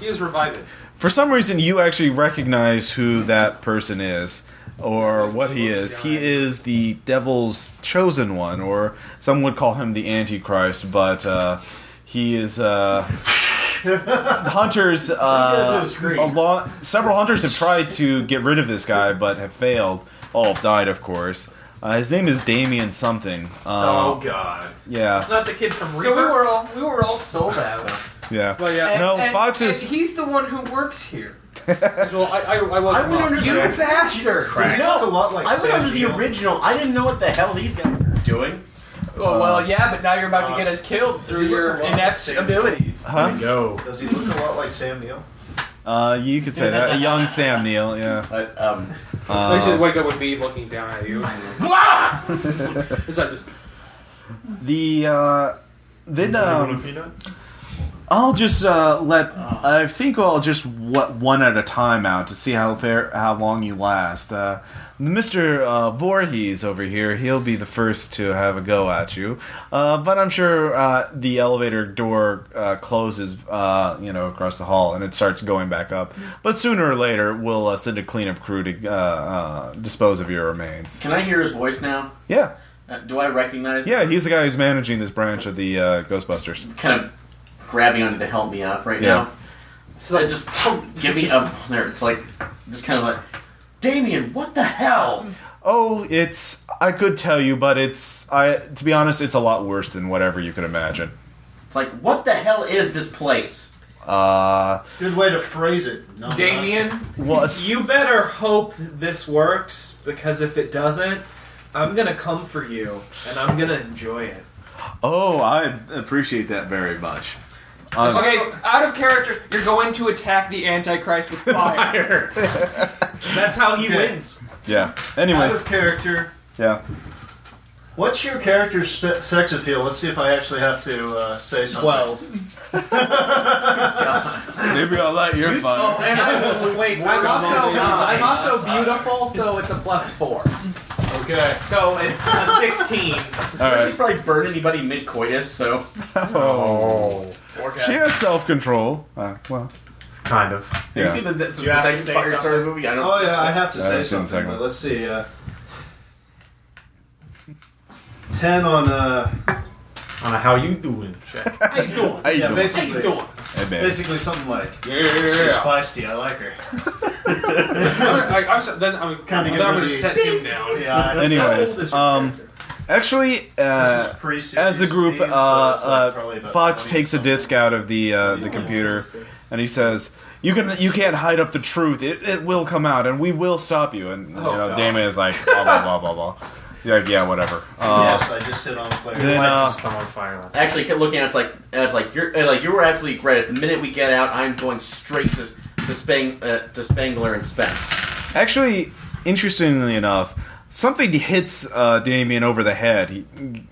He is revived. for some reason you actually recognize who that person is or what he is he is the devil's chosen one or some would call him the antichrist but uh, he is uh, hunters uh, a lot, several hunters have tried to get rid of this guy but have failed all have died of course uh, his name is damien something uh, oh God. yeah It's not the kid from So we Reaper. were all we were all sold out. yeah Well, yeah. And- No, and- Fox is- and he's the one who works here. Well, I, I, I was. I went under You the bastard! Does he look a lot like I went Sam under the Neill? original. I didn't know what the hell these guys were doing. Oh, Well, Uh, well, yeah, but now you're about to get us killed through Does he look your a lot inept like Sam? abilities. Huh? There you go. Does he look a lot like Sam Neill? Uh, you could say that. Young Sam Neill, yeah. But um, I should Uh, wake up with me looking down at you. Is that just? The uh, then um, I'll just uh, let I think I'll just what one at a time out to see how fair how long you last. Uh, Mr. Uh, Voorhees over here, he'll be the first to have a go at you. Uh, but I'm sure uh, the elevator door uh, closes, uh, you know, across the hall, and it starts going back up. But sooner or later, we'll uh, send a cleanup crew to uh, uh, dispose of your remains. can I hear his voice now? Yeah, Uh, do I recognize? yeah, him? he's the guy who's managing this branch of the uh, Ghostbusters. kind of grabbing onto to help me up right Yeah. now. So I just give me up there. It's like just kind of Oh like, Damien, what the hell? Oh, it's. I could tell you, but it's. I to be honest, it's a lot worse than whatever you could imagine. It's like, what the hell is this place? Uh, Good way to phrase it. Not Damien, was you better hope this works because if it doesn't, I'm gonna come for you and I'm gonna enjoy it. oh, I appreciate that very much. Um, Okay, out of character, you're going to attack the Antichrist with fire. That's how he Okay. wins. yeah. Out Anyways, of character. yeah. What's your character's spe- sex appeal? Let's see if I actually have to uh, say something. Twelve. Maybe I'll light your Oh, fire. and I, wait, I'm also I'm I'm also also beautiful, so it's a plus four. Okay. so it's a sixteen. All She's right. probably burned anybody mid coitus, so Oh. She Orgasm. has self control. Uh, well, Kind of. you yeah. see the, the, the, You have to second say Firestarter something. movie. I don't. Oh yeah, I have to I haven't say seen something. the But second let's see. Uh, Ten on uh, On a how you doing check. How you doing? Hey, How baby. yeah, you basically, doing? Hey, baby. basically something like she's Yeah. feisty. I like her. I, I'm so- then I'm Kinda I'm give her gonna the- set him down. Oh, Yeah. I, Anyways, This Uh, is um, character. Actually, This uh, is pre-series as the group, Steve, uh, so it's, like, probably uh, about Fox 20 or takes a something. disc out of the uh, the computer, and he says, "You can you can't hide up the truth. It, it will come out, and we will stop you." And Oh, you know, God. Damon is like, "Blah blah blah blah blah." You're like, yeah, whatever. Uh, yes, I just hit on the player. then, Lights uh, his thumb on fire. That's- Actually, kept looking at it's like and it's like you're and, like you were absolutely right. The minute we get out, I'm going straight to to, Spang, uh, to Spangler and Spence. Actually, interestingly enough, something hits uh, Damien over the head. He,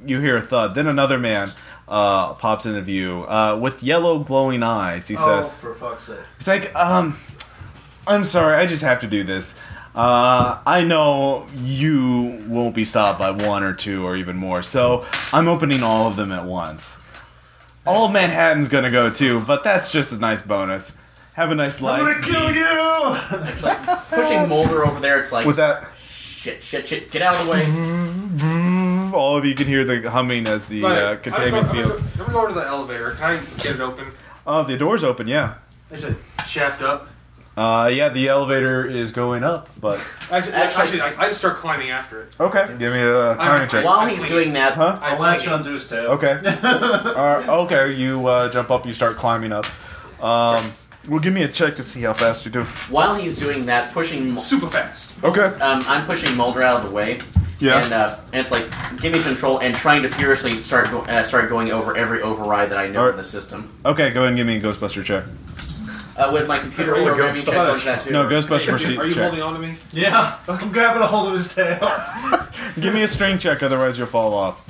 you hear a thud. Then another man uh, pops into view uh, with yellow glowing eyes. He oh, says, for fuck's sake! "It's like, um, I'm sorry, I just have to do this. Uh, I know you won't be stopped by one or two or even more, so I'm opening all of them at once. All of Manhattan's gonna go too, but that's just a nice bonus. Have a nice life." you! It's like pushing Mulder over there. It's like With that. shit, shit, shit. Get out of the way. Vroom. All of you can hear the humming as the Right. uh, containment I'm gonna go- field. I'm gonna go over to the elevator. Can I get it open? Oh, the door's open. Yeah. There's a shaft up. Uh, yeah, the elevator is going up, but Actually, Actually- actually, I, I just start climbing after it. okay. Give me a climbing check. While he's doing that, Mm-hmm. Huh? I I'll latch cling. onto his tail. Okay. Uh, okay. You uh, jump up. You start climbing up. Um, well, give me a check to see how fast you do. while he's doing that, pushing. Mul- super fast. Okay. Um, I'm pushing Mulder out of the way. Yeah. And, uh, and it's like, give me control, and trying to furiously start go- uh, start going over every override that I know Alright. in the system. Okay. Go ahead and give me a Ghostbuster check. Uh, with my computer Oh, programming check, Ghostbusters. do that too. No, Ghostbuster Are you, proceed are you holding check. on to me? Yeah, I'm grabbing a hold of his tail. Give me a string check, otherwise you'll fall off.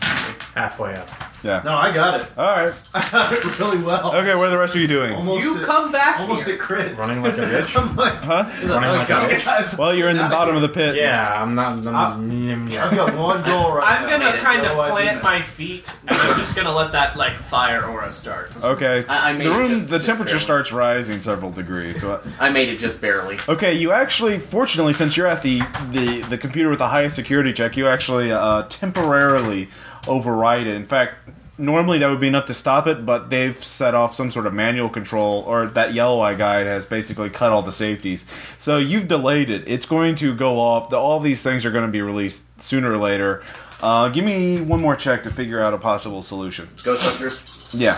Halfway up. Yeah. No, I got it. All right. I got it really well. Okay. What are the rest of you doing? Almost You a- come back Almost here. a crit. Running like a bitch. I'm like, Huh? Running like a bitch. guys, Well, you're in the bottom of the pit. Yeah, I'm not. Ah. I'm, I've got one goal right I'm now. gonna Yeah, kind of no idea. plant my feet, and I'm just gonna let that like fire aura start. Okay. I- I made the it room, just- the just temperature barely. starts rising several degrees. So, I made it just barely. okay, you actually, fortunately, since you're at the the, the computer with the highest security check, you actually uh, temporarily override it. In fact, normally that would be enough to stop it, but they've set off some sort of manual control, or that yellow eye guide has basically cut all the safeties. So you've delayed it. It's going to go off. The, all these things are going to be released sooner or later. Uh, give me one more check to figure out a possible solution. Ghostbusters. Yeah.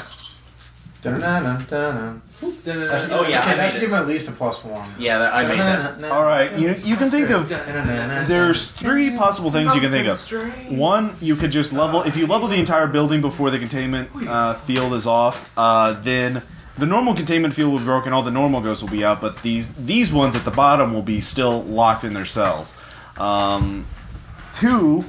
Dun-dun-dun-dun. Oh, yeah, I that made should it. give him at least a plus one. Yeah, that, I made that. All right. You you can think of There's three possible things you can think of. One, you could just level. If you level the entire building before the containment uh, field is off, uh, then the normal containment field will be broken. All the normal ghosts will be out, but these these ones at the bottom will be still locked in their cells. Um, two,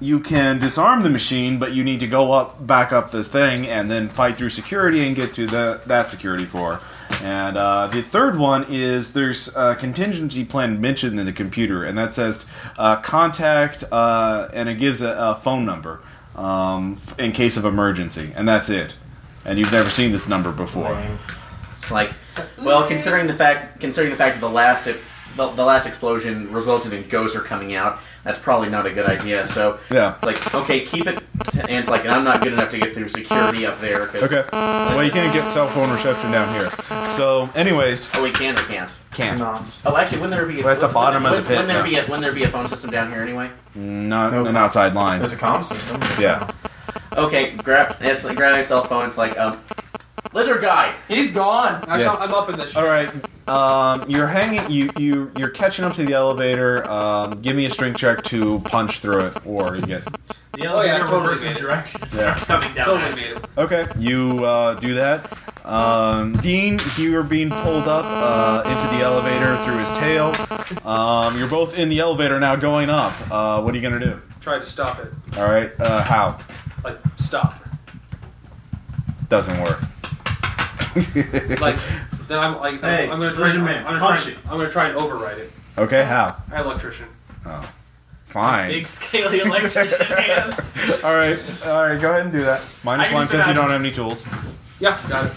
you can disarm the machine, but you need to go up, back up the thing, and then fight through security and get to the that security core. And uh, the third one is there's a contingency plan mentioned in the computer, and that says uh, contact, uh, and it gives a, a phone number um, f- in case of emergency, and that's it. And you've never seen this number before. It's like, well, considering the fact considering the fact that the last e- the, the last explosion resulted in ghosts are coming out, that's probably not a good idea. So Yeah. it's like, okay, keep it, and it's like, and I'm not good enough to get through security up there. 'cause- Okay. Well, you can't get cell phone reception down here. So, anyways, Oh, we can or can't. can't. Not. Oh, actually, wouldn't there be We're at the wouldn't- bottom of the wouldn't- pit Wouldn't there now. be a, wouldn't there be a phone system down here anyway? Not No. an outside line. There's a comm system. Yeah. Okay, grab it's like grab my cell phone. It's like um, Lizard guy. He's gone. I'm, Yeah. I'm up in this. Shit. All right. Um, you're hanging. You you you're catching up to the elevator. Um, give me a strength check to punch through it, or you get. The Oh, yeah, elevator totally reverses made it. direction. and Yeah. Starts coming down. Totally at you. made it. Okay, you uh, do that. Um, Dean, you are being pulled up uh, into the elevator through his tail. Um, you're both in the elevator now, going up. Uh, what are you gonna do? Tried to stop it. All right. Uh, how? Like stop. Doesn't work. Like then I'm like Hey, I'm gonna try. lizard man, I'm, gonna punch try it. I'm gonna try and override it. okay, how? I electrician. Oh, fine. Big scaly electrician hands. all right, all right. Go ahead and do that. I Minus can one because just you imagine- don't have any tools. Yeah, got it.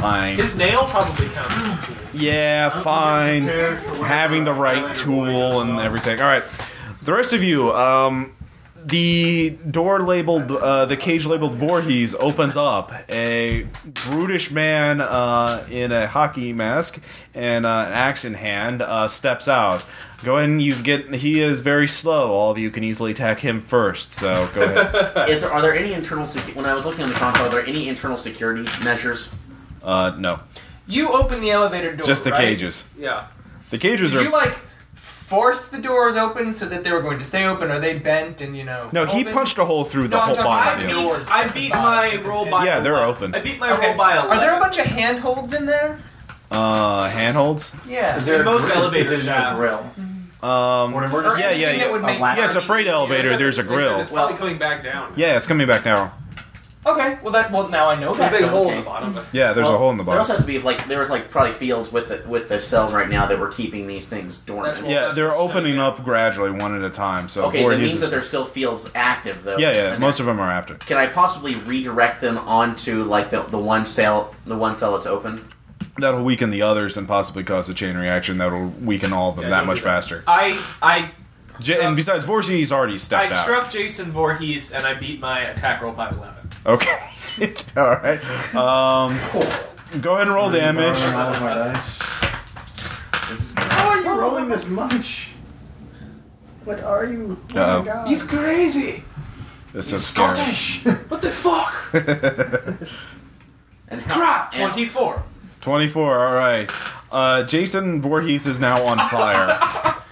Fine. His nail probably counts. as a tool. Yeah, fine. Having the right tool and everything. All right, the rest of you. Um, the door labeled, uh, the cage labeled Voorhees opens up. A brutish man uh, in a hockey mask and uh, an axe in hand uh, steps out. Go ahead and you get. He is very slow. All of you can easily attack him first. So go ahead. Is there, are there any internal secu- when I was looking on the console? Are there any internal security measures? Uh, no, You open the elevator door. just the right? cages. Yeah. The cages Did are you like force the doors open so that they were going to stay open? Or they bent and you know? No, he open? punched a hole through the No, I'm whole talking bottom. about yeah. the doors. I beat my roll by. Yeah, they're 11. open. I beat my Okay. roll by eleven. Are there a bunch of handholds in there? Uh, handholds. Yeah. Is there In most is- elevator is there no shafts. grill? Um, Or an Or emergency? yeah, yeah, anything that yeah. would make A lat- yeah, it's a money? freight elevator. There's a grill. It's probably coming back down. Yeah, it's coming back now. Okay. Well, that. Well, now I know There's that. a big Okay. hole in the bottom. but- Yeah, there's a Well, hole in the There also bottom. has to be if, like there was like probably fields with the with the cells right now that were keeping these things dormant. That's what- Yeah, they're opening up gradually, one at a time. So okay, that Voorhees means is- that there's still fields active though. yeah, yeah. And Most of them are after. Can I possibly redirect them onto like the, the one cell the one cell that's open? That'll weaken the others and possibly cause a chain reaction that'll weaken all of them Yeah, that don't much do that. faster. I I J- and besides, Voorhees already I stepped out. struck Jason Voorhees and I beat my attack roll by eleven. Okay. all right. Um, go ahead and roll damage. All of my dice. How are you rolling this much? What are you? Oh my Uh-oh. God. He's crazy. This is scary. Scottish. What the fuck? And how- Crap. and- Twenty four. 24, all right. Uh, Jason Voorhees is now on fire.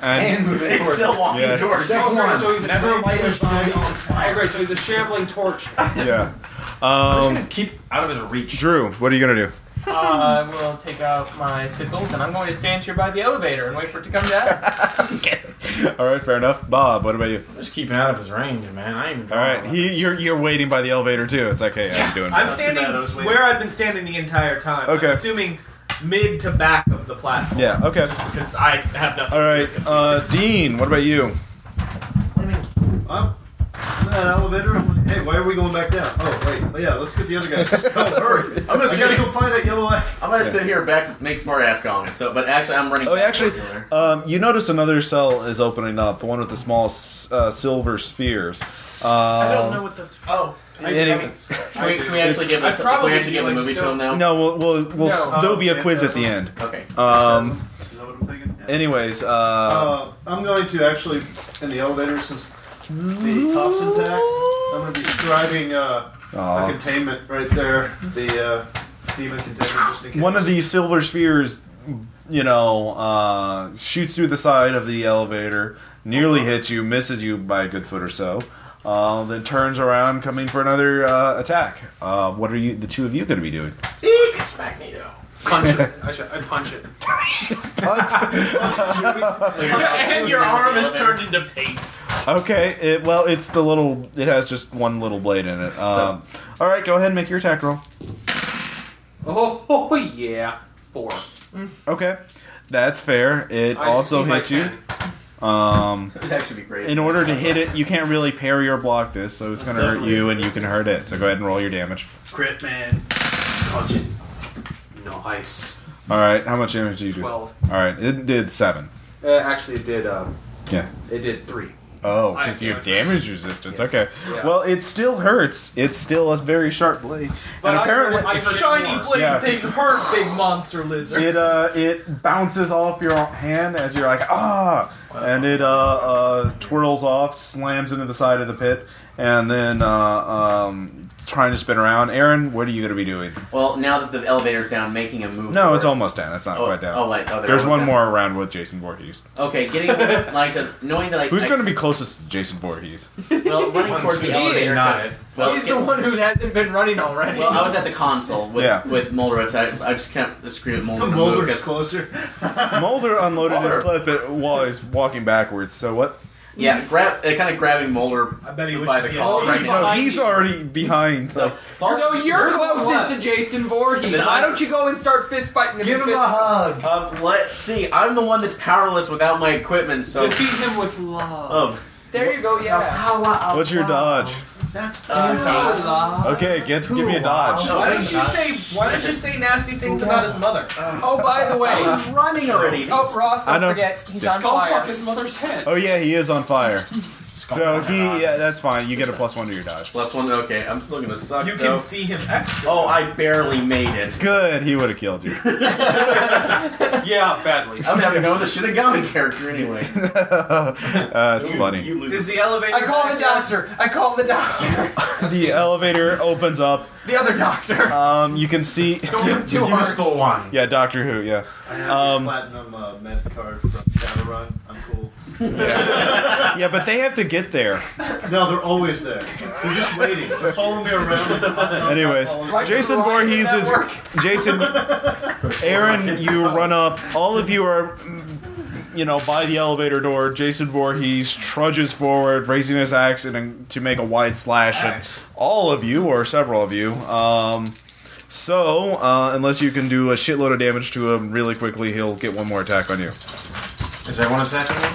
And, And move it It's forward. still walking Yeah. towards. Step Oh, one. great, so he's a never shambling light his body on Oh, fire. great. So he's a shambling torch. yeah. I'm just Um, gonna keep out of his reach. Drew, what are you going to do? Uh, Uh, I will take out my sickles and I'm going to stand here by the elevator and wait for it to come down. All right, fair enough. Bob, what about you? I'm just keeping out of his range, man. I ain't. even All right, Oh, he, you're you're waiting by the elevator too. It's like, hey, I'm doing. I'm this. standing bad, I was waiting. where I've been standing the entire time. Okay. I'm assuming mid to back of the platform. Yeah. Okay. Just because I have nothing. All right, uh, Dean, what about you? I'm in that elevator. I'm like, hey, why are we going back down? Oh, wait. Oh, yeah, let's get the other guys. Just go, hurry. I'm gonna I gotta go find that yellow eye. I'm gonna Yeah. sit here back to make smart ass comments. So, but actually, I'm running. Oh, back actually, towards the other. um, you notice another cell is opening up, the one with the small s- uh, silver spheres. Um, I what that's for. oh. Can we, can we actually give I the, can probably we actually do, give the I just movie to him now? no, we'll, we'll, we'll No. there'll be a quiz at the end. Okay. Um, Is that what I'm thinking? Yeah. anyways, uh, Uh, I'm going to actually, in the elevator, since the top's intact, I'm going to be scribing uh, Aw. a containment right there. The uh, demon containment, just in case. one of these silver spheres, you know, uh, shoots through the side of the elevator, nearly hits you, misses you by a good foot or so, uh, then turns around, coming for another uh, attack. Uh, what are you, the two of you, going to be doing? It's Magneto. Punch it. I, should, I punch it. and your arm is turned into paste. okay, it, well, it's the little, it has just one little blade in it. Um, all right, go ahead and make your attack roll. Oh, oh yeah. Four. Okay, that's fair. It I also succeed by hits you. 10. Um, It'd actually be great. in order to hit it, you can't really parry or block this, so it's going to hurt you and you can hurt it. So go ahead and roll your damage. Crit, man. Punch it. Nice. All right, how much damage did you do? Twelve. All right, it did seven. Uh, actually, it did. Um, Yeah. It did three. Oh, I because you have feel damage resistance. Okay. Yeah. Well, it still hurts. It's still a very sharp blade. But and I heard- apparently, I heard it Shiny more. blade Yeah. thing hurt big monster lizard. it uh it bounces off your hand as you're like ah, and it uh, uh twirls off, slams into the side of the pit, and then uh, um, trying to spin around. Aaron, what are you going to be doing? Well, now that the elevator's down, making a move. No, it's forward. almost down. It's not Oh, quite down. oh, wait, oh, there There's it was one down. more round with Jason Voorhees. Okay, getting like I said, knowing that I Who's I- going to be closest to Jason Voorhees? well running Once towards we the elevator. not 'cause- it. Well, He's get- the one who hasn't been running already. well, I was at the console with Yeah. with Mulder. I, I just kept screaming at Mulder. to move, Mulder's 'cause- closer. Mulder unloaded his clip at, while he's walking backwards. So what? Yeah, grab uh, kind of grabbing Mulder I bet he by wishes the he collar had- right now. No, Behind he's you. already behind. So, so you're closest one. to Jason Voorhees. Then Why I- don't you go and start fist fighting? Give him a hug. um, let's see. I'm the one that's powerless without my equipment. So, Defeat him with love. um, There you go. Yeah. What's your dodge? That's Uh, Okay, get give me a Oh, dodge. Why don't you say Why don't you say nasty things about his mother? Oh, by the I way. was running already. Oh, Ross, I don't know. forget he's Yeah. on Go fuck fire. his mother's head. Oh yeah, he is on fire. So he, Skull- yeah, that's fine. You get a plus one to your dodge. Plus one. Okay, I'm still gonna suck. You though. can see him extra. Oh, I barely made it. Good, he would have killed you. Yeah, badly. I'm having to go with the Shinigami character anyway. Uh, That's funny. You Is lose. the elevator? I call the back down? doctor. I call the doctor. The elevator opens up. The other doctor. Um, you can see. Don't do You hard. still won. Yeah, Doctor Who. Yeah. I have Um, a platinum uh, meth card from Shadowrun. I'm cool. Yeah, but they have to get there. No, they're always there. They're just waiting. They're following me around. Anyways, Jason Voorhees is Jason. Aaron, you run up. All of you are, mm, you know, by the elevator door. Jason Voorhees trudges forward, raising his axe and to make a wide slash at all of you or several of you. Um, so uh, unless you can do a shitload of damage to him really quickly, he'll get one more attack on you. Is everyone attacking me?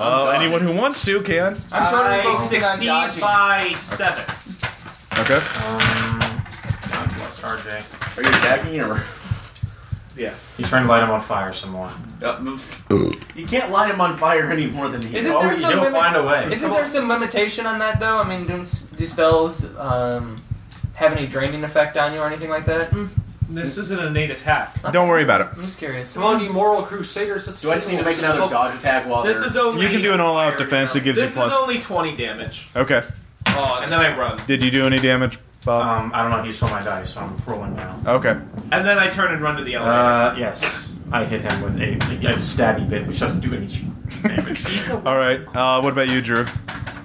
Oh, Uh, anyone who wants to can. I'm totally I focusing on succeed dodging. by seven. Okay. Um, God bless RJ. Are you attacking or? Yes. He's trying to light him on fire some more. Uh, you can't light him on fire any more than he. Isn't oh, there he'll some limit- find a way. Isn't there some limitation on that though? I mean, do, do spells um, have any draining effect on you or anything like that? Mm. This is an innate attack. Don't worry about it. I'm just curious. Come on, you moral crusaders. Let's Do I just need to make another smoke. dodge attack while This they're- is only. You can do an all-out defense. It gives you This is plus. only twenty damage. Okay. Oh, and then I run. Did you do any damage, Bob? Um, I don't know. He stole my dice, so I'm rolling now. Uh, Okay. And then I turn and run to the elevator. Uh, yes. I hit him with a, a stabby bit, which doesn't do any damage. All right. Uh, what about you, Drew?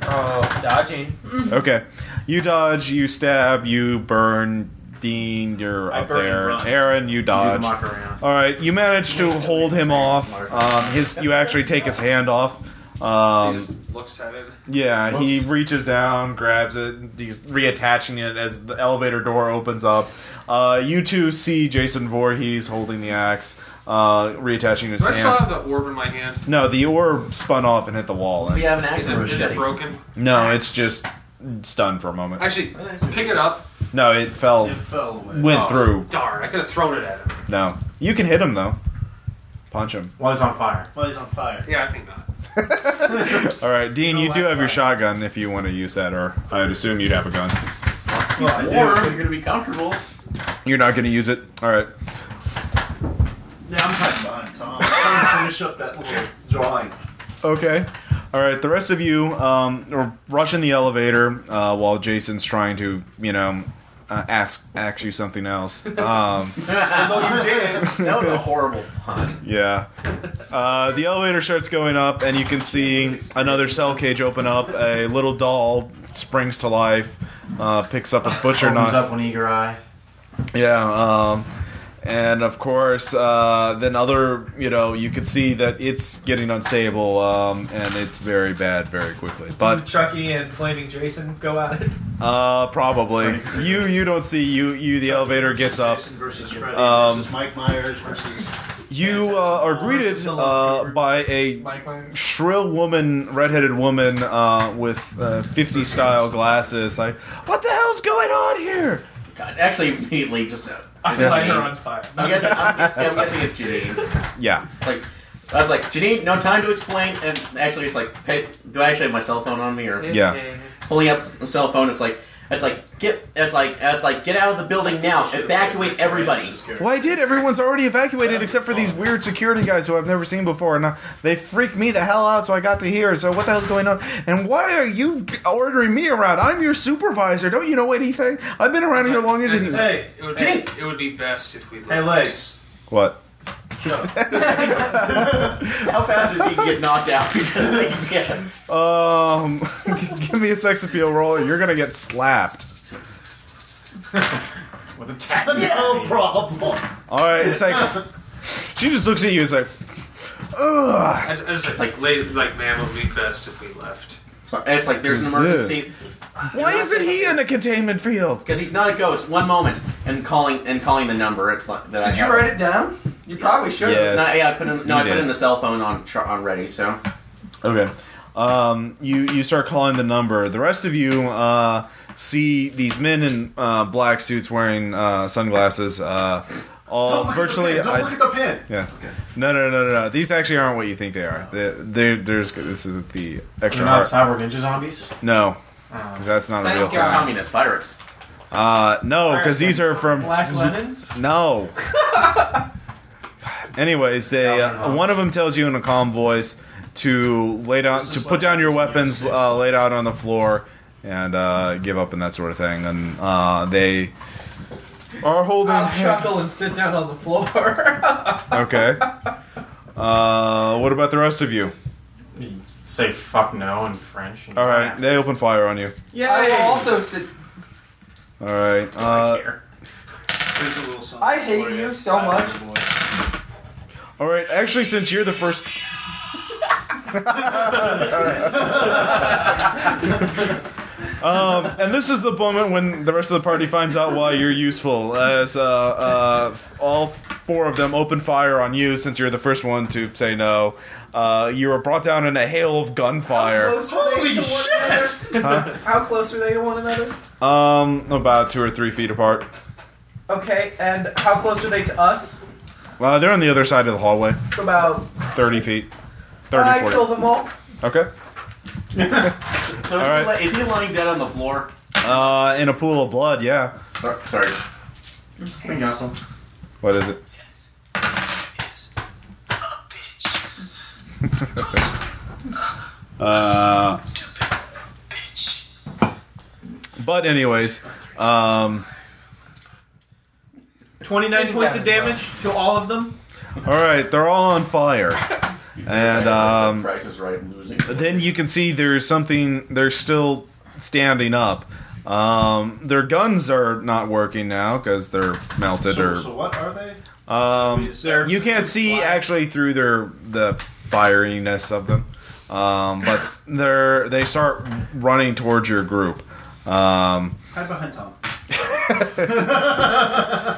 Oh, dodging. Okay. You dodge. You stab. You burn. Dean, you're I up burn and there. run. Aaron, you Do the dodge. mock around. All right. You manage to hold him off. Um, his. You actually take his hand off. Um, He just looks at it. Yeah, he reaches down, grabs it. He's reattaching it as the elevator door opens up. Uh, you two see Jason Voorhees holding the axe, uh, reattaching his Do I still hand. have the orb in my hand? No, the orb spun off and hit the wall. Oh, Does he have an axe Is or it, a is it machete? broken? no, it's just stunned for a moment. Actually, pick it up. No, it fell, It fell away. went Oh, through. Darn, I could have thrown it at him. No, you can hit him though. Punch him. Well, he's on fire. Well, he's on fire. Yeah, I think not. All right, Dean, you do have your shotgun if you want to use that, or I'd assume you'd have a gun. Well, Or I do. you're gonna be comfortable. You're not going to use it. All right. Yeah, I'm cutting mine, Tom. I'm trying to finish up that little drawing. Okay. All right. The rest of you um, are rushing the elevator uh, while Jason's trying to, you know, uh, ask ask you something else. Um, Although you did. That was a horrible pun. yeah. Uh, the elevator starts going up, and you can see another cell cage open up. A little doll springs to life, uh, picks up a butcher Opens knife. up one eager eye. Yeah, um, and of course, uh, then other, you know, you could see that it's getting unstable, um, and it's very bad very quickly. But Chucky and Flaming Jason go at it. uh, probably you you don't see you you the elevator gets up. Jason versus Freddy Um, versus Mike Myers versus. You uh, are greeted uh, by a shrill woman, redheaded woman uh, with uh, fifty style glasses. Like, what the hell's going on here? God, actually, immediately just. Uh, I is it light her Janine? on fire. I'm guessing, I'm, I'm guessing it's Janine. Yeah, Like, I was like, Janine, no time to explain. And actually, it's like, hey, do I actually have my cell phone on me? Or Yeah. pulling up the cell phone, it's like, It's like get. It's like it's like get out of the building now. Evacuate everybody. Why did everyone's already evacuated except for these weird security guys who I've never seen before, and uh, they freaked me the hell out. So I got to here. So what the hell's going on? And why are you b- ordering me around? I'm your supervisor. Don't you know anything? I've been around here longer than you. Hey, It would be, Hey. it would be best if we. hey, left. legs. What? Shut up. How fast does he get knocked out because of the gas? Um, give me a sex appeal roll. Or you're gonna get slapped. With a tap. no problem. All right, it's like she just looks at you. It's like, ugh. I, ju- I just like, like, lay, like, ma'am, it would be best if we left. So- It's like there's an emergency Why isn't he in a containment field? because he's not a ghost. One moment and calling and calling the number. It's like that I Did you have. write it down? You probably should. Yeah. have. Yes. No, yeah, I put in, no, I You put did. in the cell phone on char- on ready. So Okay. Um, you you start calling the number. The rest of you uh, see these men in uh, black suits wearing uh, sunglasses. Uh, all Don't look at the virtually. pin. Don't I- look at the pin. yeah. No, no, no, no, no. These actually aren't what you think they are. They, they're, there's this is the They're extra not art. cyber ninja zombies. No, Uh, that's not a Thank real they're thing. God. communist pirates. Uh, no, because these are from Black Lennons? No. Anyways, they uh, one of them tells you in a calm voice to lay down, to put down your weapons, uh, laid out on the floor, and uh, give up and that sort of thing. And uh, they are holding. I'll chuckle and sit down on the floor. Okay. Uh, what about the rest of you? you say fuck no in French. and- All right, they open fire on you. I will also sit. All right. Uh, Here. There's a little something I hate for ya. you so much. all right. Actually, since you're the first. Um, and this is the moment when the rest of the party finds out why you're useful, as uh, uh, all four of them open fire on you since you're the first one to say no. Uh, you were brought down in a hail of gunfire. Holy shit! Huh? How close are they to one another? Um, about two or three feet apart. Okay, and how close are they to us? Well, Uh, they're on the other side of the hallway, It's about 30 feet. I 30, kill 40. them all. Okay. So is, All he right. li- is he lying dead on the floor? Uh, in a pool of blood, yeah. Or- Sorry. We got them. What is it? uh, but anyways, um, 29 points of damage to all of them. all right, they're all on fire, and um, Price is right, losing. then you can see there's something. They're still standing up. Um, their guns are not working now because they're melted So, or so what are they? Um, They're- you can't see actually through their the fieriness of them, um, but they're they start running towards your group. Um, Hide behind Tom.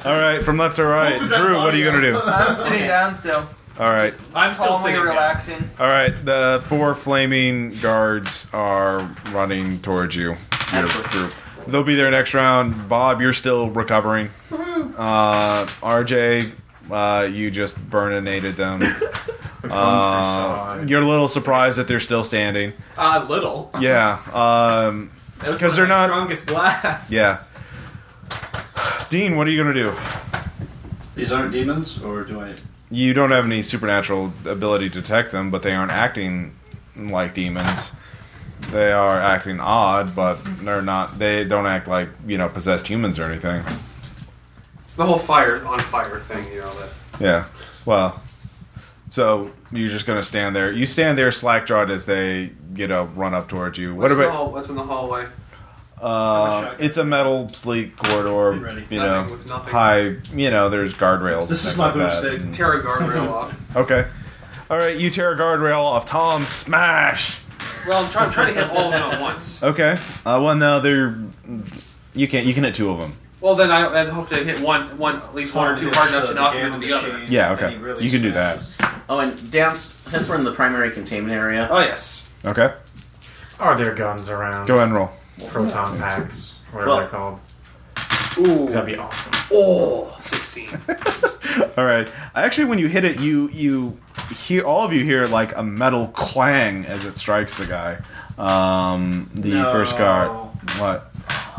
all right, from left to right, Drew, what are you gonna do? I'm sitting down still. All right, I'm still Calmly sitting down. relaxing. all right. The four flaming guards are running towards you. Your group. They'll be there next round. Bob, you're still recovering. Uh, RJ, uh, you just burninated them. Uh, you're a little surprised that they're still standing. Uh, little. Yeah. Um, That was 'Cause one they're of my not- strongest blasts. yeah. Dean, what are you gonna do? These aren't demons, or do I? You don't have any supernatural ability to detect them, but they aren't acting like demons. They are acting odd, but they're not. They don't act like you know possessed humans or anything. The whole fire on fire thing, you know that. Yeah. Well. So you're just gonna stand there. You stand there slack jawed as they you know run up towards you. What's what in the about? hall, what's in the hallway? Uh, it's a metal sleek Be corridor. ready. You Nothing know, with nothing. high. You know, there's guardrails. and This is things like my that. boomstick. And- Tear a guardrail off. Okay. All right, you tear a guardrail off. Tom, smash. Well, I'm trying, trying to hit all of them at once. Okay. Uh, well, no, they're. You can't. You can hit two of them. Well, then I I'd hope to hit one, one at least one or two hard enough to knock him into the other. Yeah, okay. You can do that. Oh, and down since we're in the primary containment area. Oh yes. Okay. Are there guns around? Go ahead and roll. Proton packs, whatever Well- they're called. Ooh. 'Cause That'd be awesome. Oh, 16. All right. Actually, when you hit it, you you hear all of you hear like a metal clang as it strikes the guy. Um, the No. first guard. What?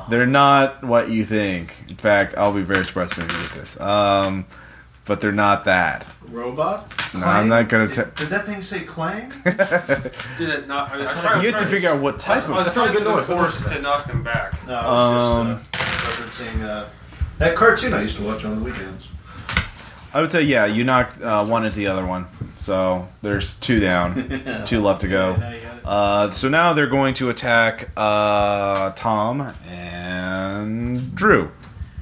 They're not what you think. In fact, I'll be very surprised when you get this. Um, but they're not that. Robots? No, I'm not gonna. Did, did that thing say clang? T- Did it not? I, mean, I was trying, you have to figure out what type I was of. trying to good noise. force to knock him back. No, I was Um, just uh, referencing uh, that cartoon I used to watch on the weekends. I would say yeah. You knocked uh, one at the other one, so there's two down, two left to go. Now you got it. Uh, so now they're going to attack uh, Tom and Drew.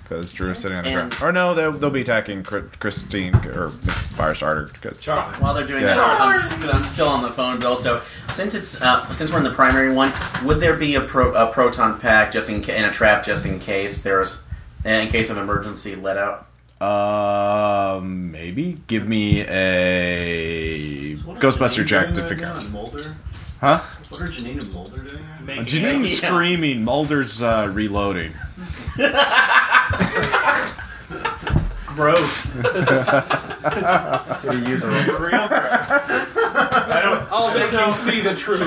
Because Drew is sitting on the And- ground. Or no, they'll, they'll be attacking Chri- Christine or Firestarter. Because Charlie. While they're doing Yeah. that, I'm, s- I'm still on the phone, Bill. So since it's uh, since we're in the primary one, would there be a, pro, a proton pack just in ca- and a trap just in case there's in case of emergency let out? Uh, maybe give me a What is Ghostbuster Janine check doing to right figure now out. in Mulder? Huh? What are Janine and Mulder doing? right now? Making Janine's Yeah. screaming. Mulder's uh, reloading. gross. Real gross. I don't. I'll make you see the truth.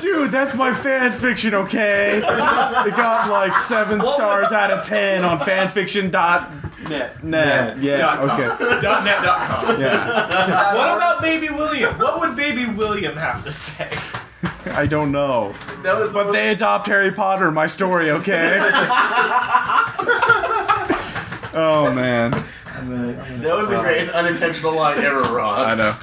Dude, that's my fan fiction, okay? It got like seven stars out of ten on fanfiction.net. Net. Yeah, Dot com. okay. Dot net dot com. Yeah. Uh, What about Baby William? What would Baby William have to say? I don't know. But they adopt Harry Potter, my story, okay? oh, man. That was the greatest unintentional line ever, Ross. I know.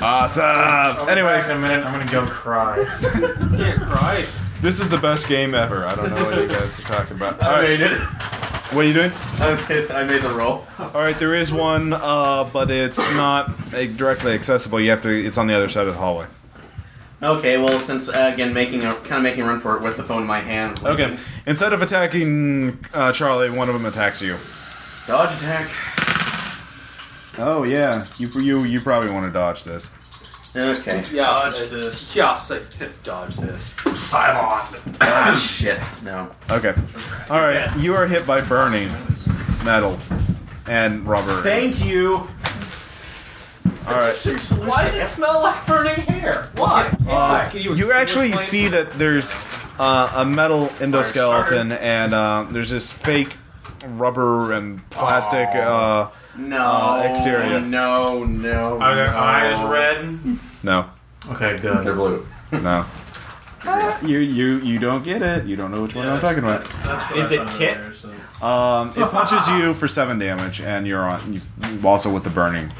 Awesome. Anyways, Anyways, in a minute, I'm gonna go cry. You can't cry. this is the best game ever. I don't know what you guys are talking about. All I right, made it. what are you doing? I made, I made the roll. All right, there is one, uh, but it's not uh, directly accessible. You have to. It's on the other side of the hallway. Okay, well, since uh, again making a kind of making a run for it with the phone in my hand. like- Okay. Instead of attacking uh, Charlie, one of them attacks you. Dodge attack. Oh yeah, you you you probably want to dodge this. Okay. Yeah, Dodge this. Yeah, say dodge this. Cylon. Ah, shit. No. Okay. All right, you are hit by burning metal and rubber. Thank you. All right. Why does it smell like burning hair? Why? Uh, Can you you actually explain- see that there's uh, a metal endoskeleton and uh, there's this fake rubber and plastic. Uh, No. Uh, exterior. No. No. Are their no. Oh. eyes red? no, Okay, good. They're blue. no. You you you don't get it. You don't know which one I'm talking about. That's what Is I it found Kit? earlier, so- Um, it punches you for seven damage, and you're on. You, also with the burning.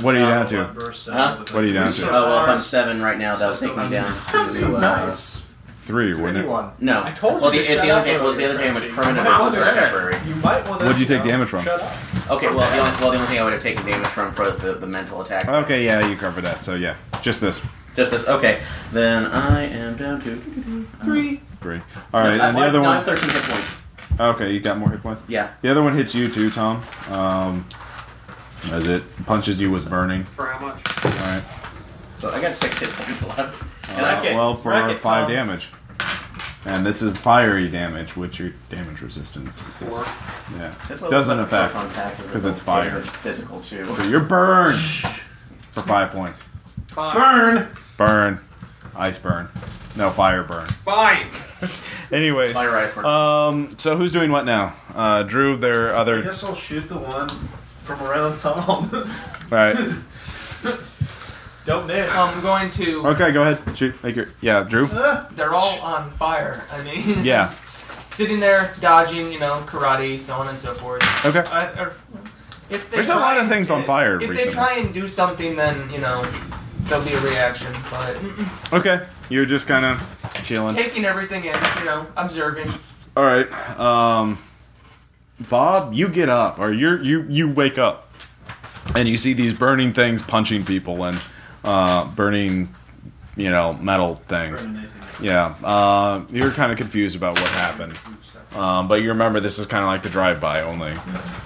What are you down to? Burst Huh? out with What are you a- down Oh, to? well, if I'm seven right now, that'll take me down. to, uh, Nice. Three, wouldn't it? Anyone? No. I told you well, the, to if shut the up other, da- was the other earlier, damage Frenchie. permanent Come or on, Eric. temporary? You might want to. What'd you take damage from? Shut up. Okay, well the, only, well, the only thing I would have taken damage from was the, the mental attack. Okay, yeah, you covered that. So yeah, just this Just this. Okay, then I am down to three. three. All right, and the other no, I have one. thirteen hit points. Okay, you got more hit points. Yeah. The other one hits you too, Tom. Um, as it punches you with burning. For how much? All right. So I got six hit points left. And Uh, I get well, for rack it, five Tom. damage. And this is fiery damage, which your damage resistance is. Four. Yeah, that's what doesn't the affect. proton pack is, 'cause it'll it's fire. damage Physical too. So you're burned for five points. Fine. Burn. Burn. Ice burn. No, fire burn. Fine. Anyways. Fire ice work. Um, so who's doing what now? Uh, Drew, their I other. guess I'll shoot the one from around Tom. Alright. Don't miss. I'm Um, going to. Okay, go ahead. Shoot. Make your. Yeah, Drew? They're all on fire. I mean, Yeah. sitting there dodging, you know, karate, so on and so forth. Okay. I, or, if they There's a lot try- of things on fire If recently. they try and do something, then you know there'll be a reaction. But mm, Okay. You're just kind of chilling. taking everything in, you know, observing. Alright. Um, Bob, you get up, or you're, you, you wake up, and you see these burning things punching people and uh, burning, you know, metal things. Yeah, uh, you're kind of confused about what happened, um, but you remember this is kind of like the drive-by only,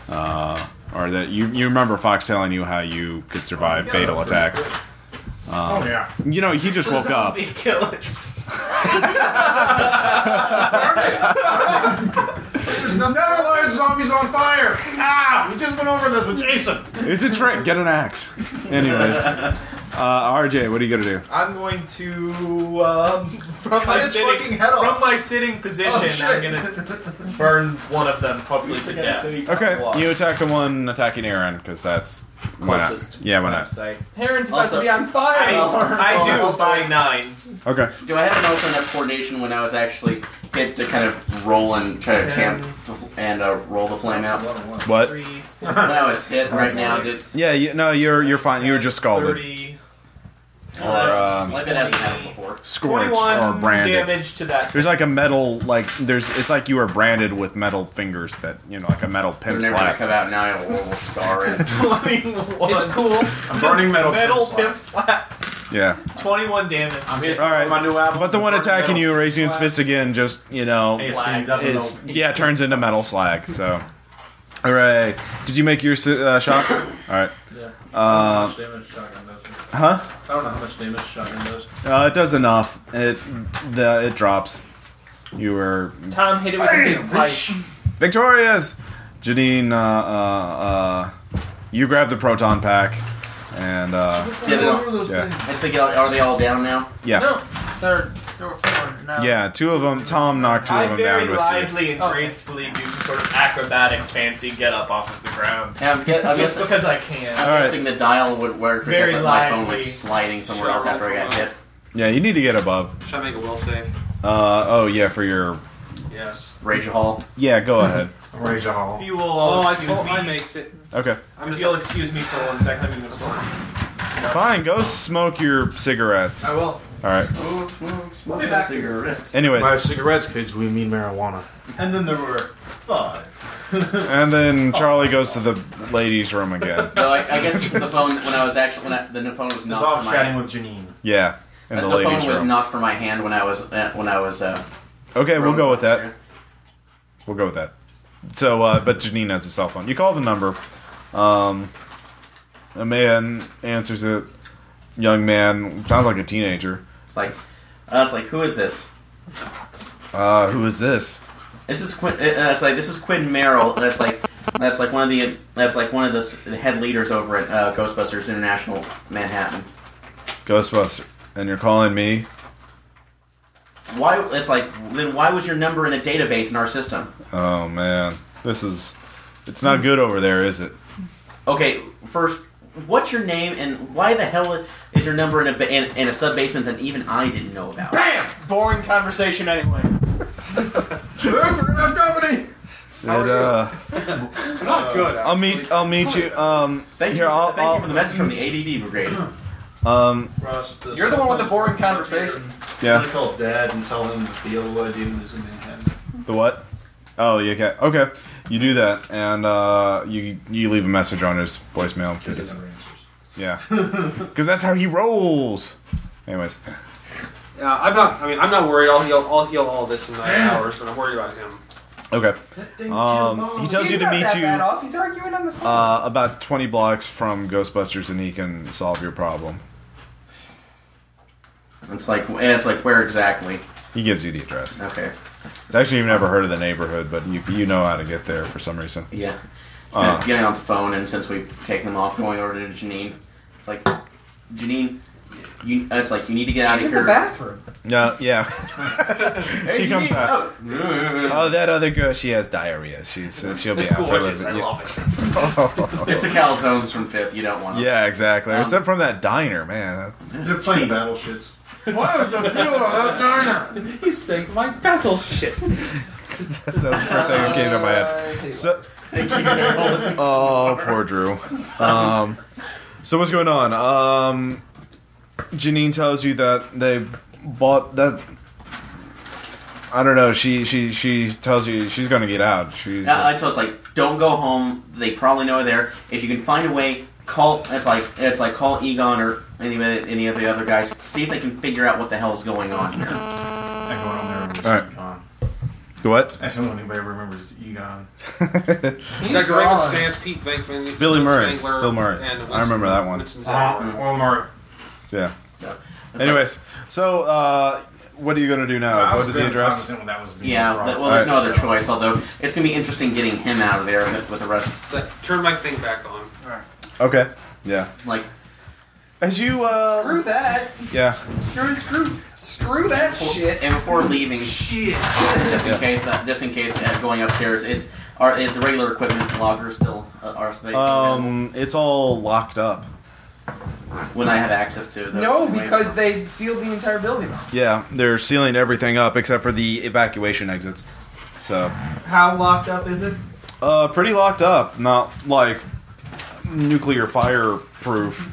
uh, or that you you remember Fox telling you how you could survive fatal attacks. Um, Oh yeah. You know, he just woke up. Zombie killers. There's another live zombies on fire. Ah, we just went over this with Jason. It's a trick. Get an axe. Anyways, Uh, RJ, what are you gonna do? I'm going to um, from my its fucking sitting head off. from my sitting position. Oh, shit. I'm gonna burn one of them, hopefully to death. Okay, you attack the one attacking Aaron because that's why not? Closest. Yeah, why I'd not? say. Heron's about Also- to be on fire. I, Oh, I do Also- by nine. Okay. Do I have an also enough coordination when I was actually get to kind of roll and try to tamp and uh, roll the flame out? What? Three, four, When I was hit right now, six, just Yeah, you, no, you're you're fine. You were just scalded, Thirty. or um, like that hasn't happened before. scorched, or Twenty-one branded. damage to that. There's like a metal, like there's. It's like you were branded with metal fingers that you know, like a metal pimp They're never gonna slap. come out now. I have a horrible scar. And Twenty-one. It's cool. I'm burning metal. Metal pimp pimp slap. slap. Yeah. Twenty-one damage. I'm here. All right. My new album. But the one Burning attacking Metal you, raising its Slap. fist again, just you know, It's Slags. in double is metal. yeah, turns into metal slag. So, hooray! Did you make your s- uh, shot? All right. Yeah. Uh, How much damage shotgun does? huh? I don't know how much damage shotgun does. Uh, it does enough. It the it drops. You were Tom hit it with a big pipe. victorious, Janine. Uh, uh, uh, you grab the proton pack, and uh, Yeah, they're- Over those yeah. things. it's like, are they all down now? yeah, No, there, there were four. No. yeah. Two of them. Tom knocked two of I them very down with lively and Okay. gracefully do some sort of acrobatic, fancy get up off of the ground. And I'm, get, I'm, Just guessing, because I can. I'm All right. guessing the dial would work because Very my phone lively. was sliding somewhere Shall else I after I roll got for hit. you. Yeah, you need to get above. Should I make a will save? Uh, oh yeah, for your Yes. Rage Hall. yeah. Go ahead. Rage If Hall. you will uh, Oh, all I excuse told I me. makes it. Okay, I'm If just. you'll excuse me for one second, I'm going to smoke. fine. Go smoke your cigarettes. I All will. right. Smoke a cigarette. Anyways, By cigarettes, kids, we mean marijuana. And then there were five. and then Charlie goes to the ladies' room again. No, I, I guess the phone when I was actually when I, the phone was It's not all my chatting with Janine. Yeah, in the, the, the ladies' phone was room. knocked from my hand when I was uh, when I was. Uh, okay, we'll thrown go with off the that. We'll go with that. So, uh, but Janine has a cell phone. You call the number. Um, a man answers it. Young man, sounds like a teenager. It's like, uh, it's like, who is this? Uh, who is this? This is Quinn. Uh, it's like this is Quinn Merrill. That's like that's like one of the that's like one of the s- the head leaders over at uh, Ghostbusters International Manhattan. Ghostbuster. And you're calling me? Why? It's like then why was your number in a database in our system? Oh man, this is. It's not good over there, is it? Okay, first, what's your name and why the hell is your number in a ba- in, in a sub basement that even I didn't know about? Bam! Boring conversation anyway. It, uh, I'm not good. I'll meet. I'll meet you. Um, Thank here, you. For, I'll, thank I'll, you for the message from the ADD brigade. Um, You're the one with the boring conversation. I'm yeah. gonna call Dad and tell him that the other demon is in Manhattan. The what? Oh, you okay? Okay, you do that, and uh, you you leave a message on his voicemail. To this. Yeah, because that's how he rolls. Anyways, Yeah, I'm not. I mean, I'm not worried. I'll heal. I'll heal all this in nine hours, but I'm worried about him. okay. Thing killed Um, Mom. he tells He's you to not meet that you bad off. He's arguing on the phone. uh, about twenty blocks from Ghostbusters, and he can solve your problem. It's like and it's like where exactly? He gives you the address. Okay, It's actually you've never heard of the neighborhood, but you you know how to get there for some reason. yeah. Uh. Getting on the phone, and since we've taken them off, going over to Janine. It's like, Janine, you. It's like you need to get out He's of in the here. bathroom. No, yeah. she comes out. Oh. Oh, that other girl, she has diarrhea. She's uh, she'll be It's out for a gorgeous. I little bit. love it. It's the calzones from Fifth. You don't want. 'em. Yeah, exactly. Um, Except from that diner, man. They're playing battleships. You sank my battle shit. That's the first thing that came to my Uh, head. So, oh, poor Drew. Um, so what's going on? Um, Janine tells you that they bought that. I don't know. She she she tells you she's gonna get out. She's Uh, and so it's like, don't go home. They probably know there. If you can find a way, call. It's like it's like call Egon or any of the- any of the other guys. See if they can figure out what the hell's going on here. Everyone on there remembers Alright. Egon. what? Everyone anybody remembers is Egon. Doug Raymond, gone. Stance, Pete Venkman, Billy Vince Murray. Stengler, Bill Murray. and Winston, I remember that one. Winston Zachary. Uh, Well, Mark. Yeah. So it's like, Anyways, so uh, what are you gonna do now? I Go was to Uh, the very address. cognizant when that was being yeah. brought that- up. well, there's no Alright. other choice. Although it's gonna be interesting getting him out of there with, with the rest. That- Turn my thing back on. Okay. Yeah. Like As you, uh, Screw that. yeah, Screw screw screw that shit. And before leaving, Shit. just Yeah. in case, uh, just in case, uh, going upstairs is are is the regular equipment locker still uh, are they still available um, it's all locked up. when I have access to those No, two because ways? they sealed the entire building. off. Yeah, they're sealing everything up except for the evacuation exits. So, How locked up is it? uh, pretty locked up. Not like nuclear fireproof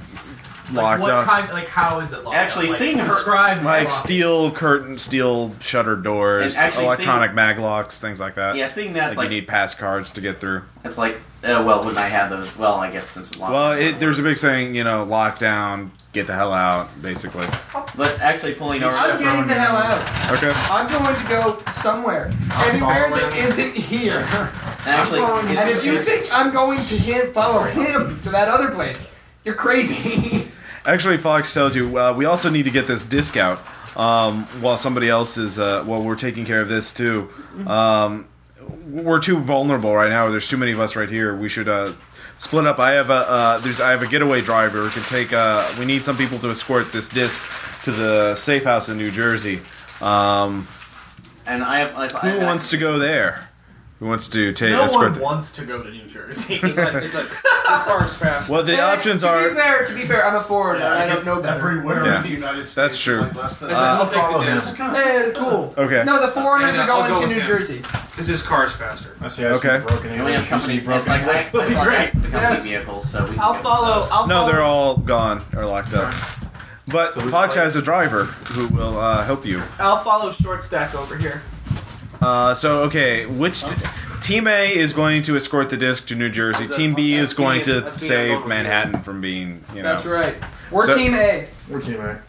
locked what up. kind? Like how is it locked? Actually, up? Like, seeing her- describe like locked. steel curtain, steel shutter doors, And actually electronic seeing- mag locks, things like that. yeah, seeing that's like, like, you need pass cards to get through. it's like uh, well, wouldn't I have those? Well, I guess since it's locked. Well, it, there's a big saying, you know, lockdown, get the hell out, basically. but actually pulling over. I'm getting the hell out. Okay. I'm going to go somewhere. Anywhere that isn't here. Actually, it's- And if you think I'm going to him, follow him to that other place, you're crazy. Actually, Fox tells you uh, we also need to get this discount um, while somebody else is. Uh, while we're taking care of this too. Um, we're too vulnerable right now. There's too many of us right here. We should uh, split up. I have a uh, there's I have a getaway driver who can take. Uh, we need some people to escort this disc to the safe house in New Jersey. Um, and I have. I, who wants to go there? Who wants to take No escort? one the- wants to go to New Jersey. It's like, it's like your car's fast. well, the And options to are be fair, to be fair, I'm a foreigner. and I don't know better. Everywhere Yeah. in the United States. That's true. Like less than It's like, I'll take the follow him. disc. Hey, cool. okay. No, the foreigners Yeah, are I'll going go to with New him. Jersey. Because his car's faster. I see. I speak Okay. broken We only English. have You company. speak It's broken like I, I English. saw great. the company Yes. vehicles, so we. Can uh, I'll get follow. those. I'll No, follow. they're all gone or locked up. But So who's Fox playing? has a driver who will uh, help you. I'll follow short stack over here. Uh, so okay, which team A is going to escort the disc to New Jersey? That's team B what- is that's going me- to that's me, I'm save over Manhattan from being, you know. That's right. We're So- Team A. We're team A.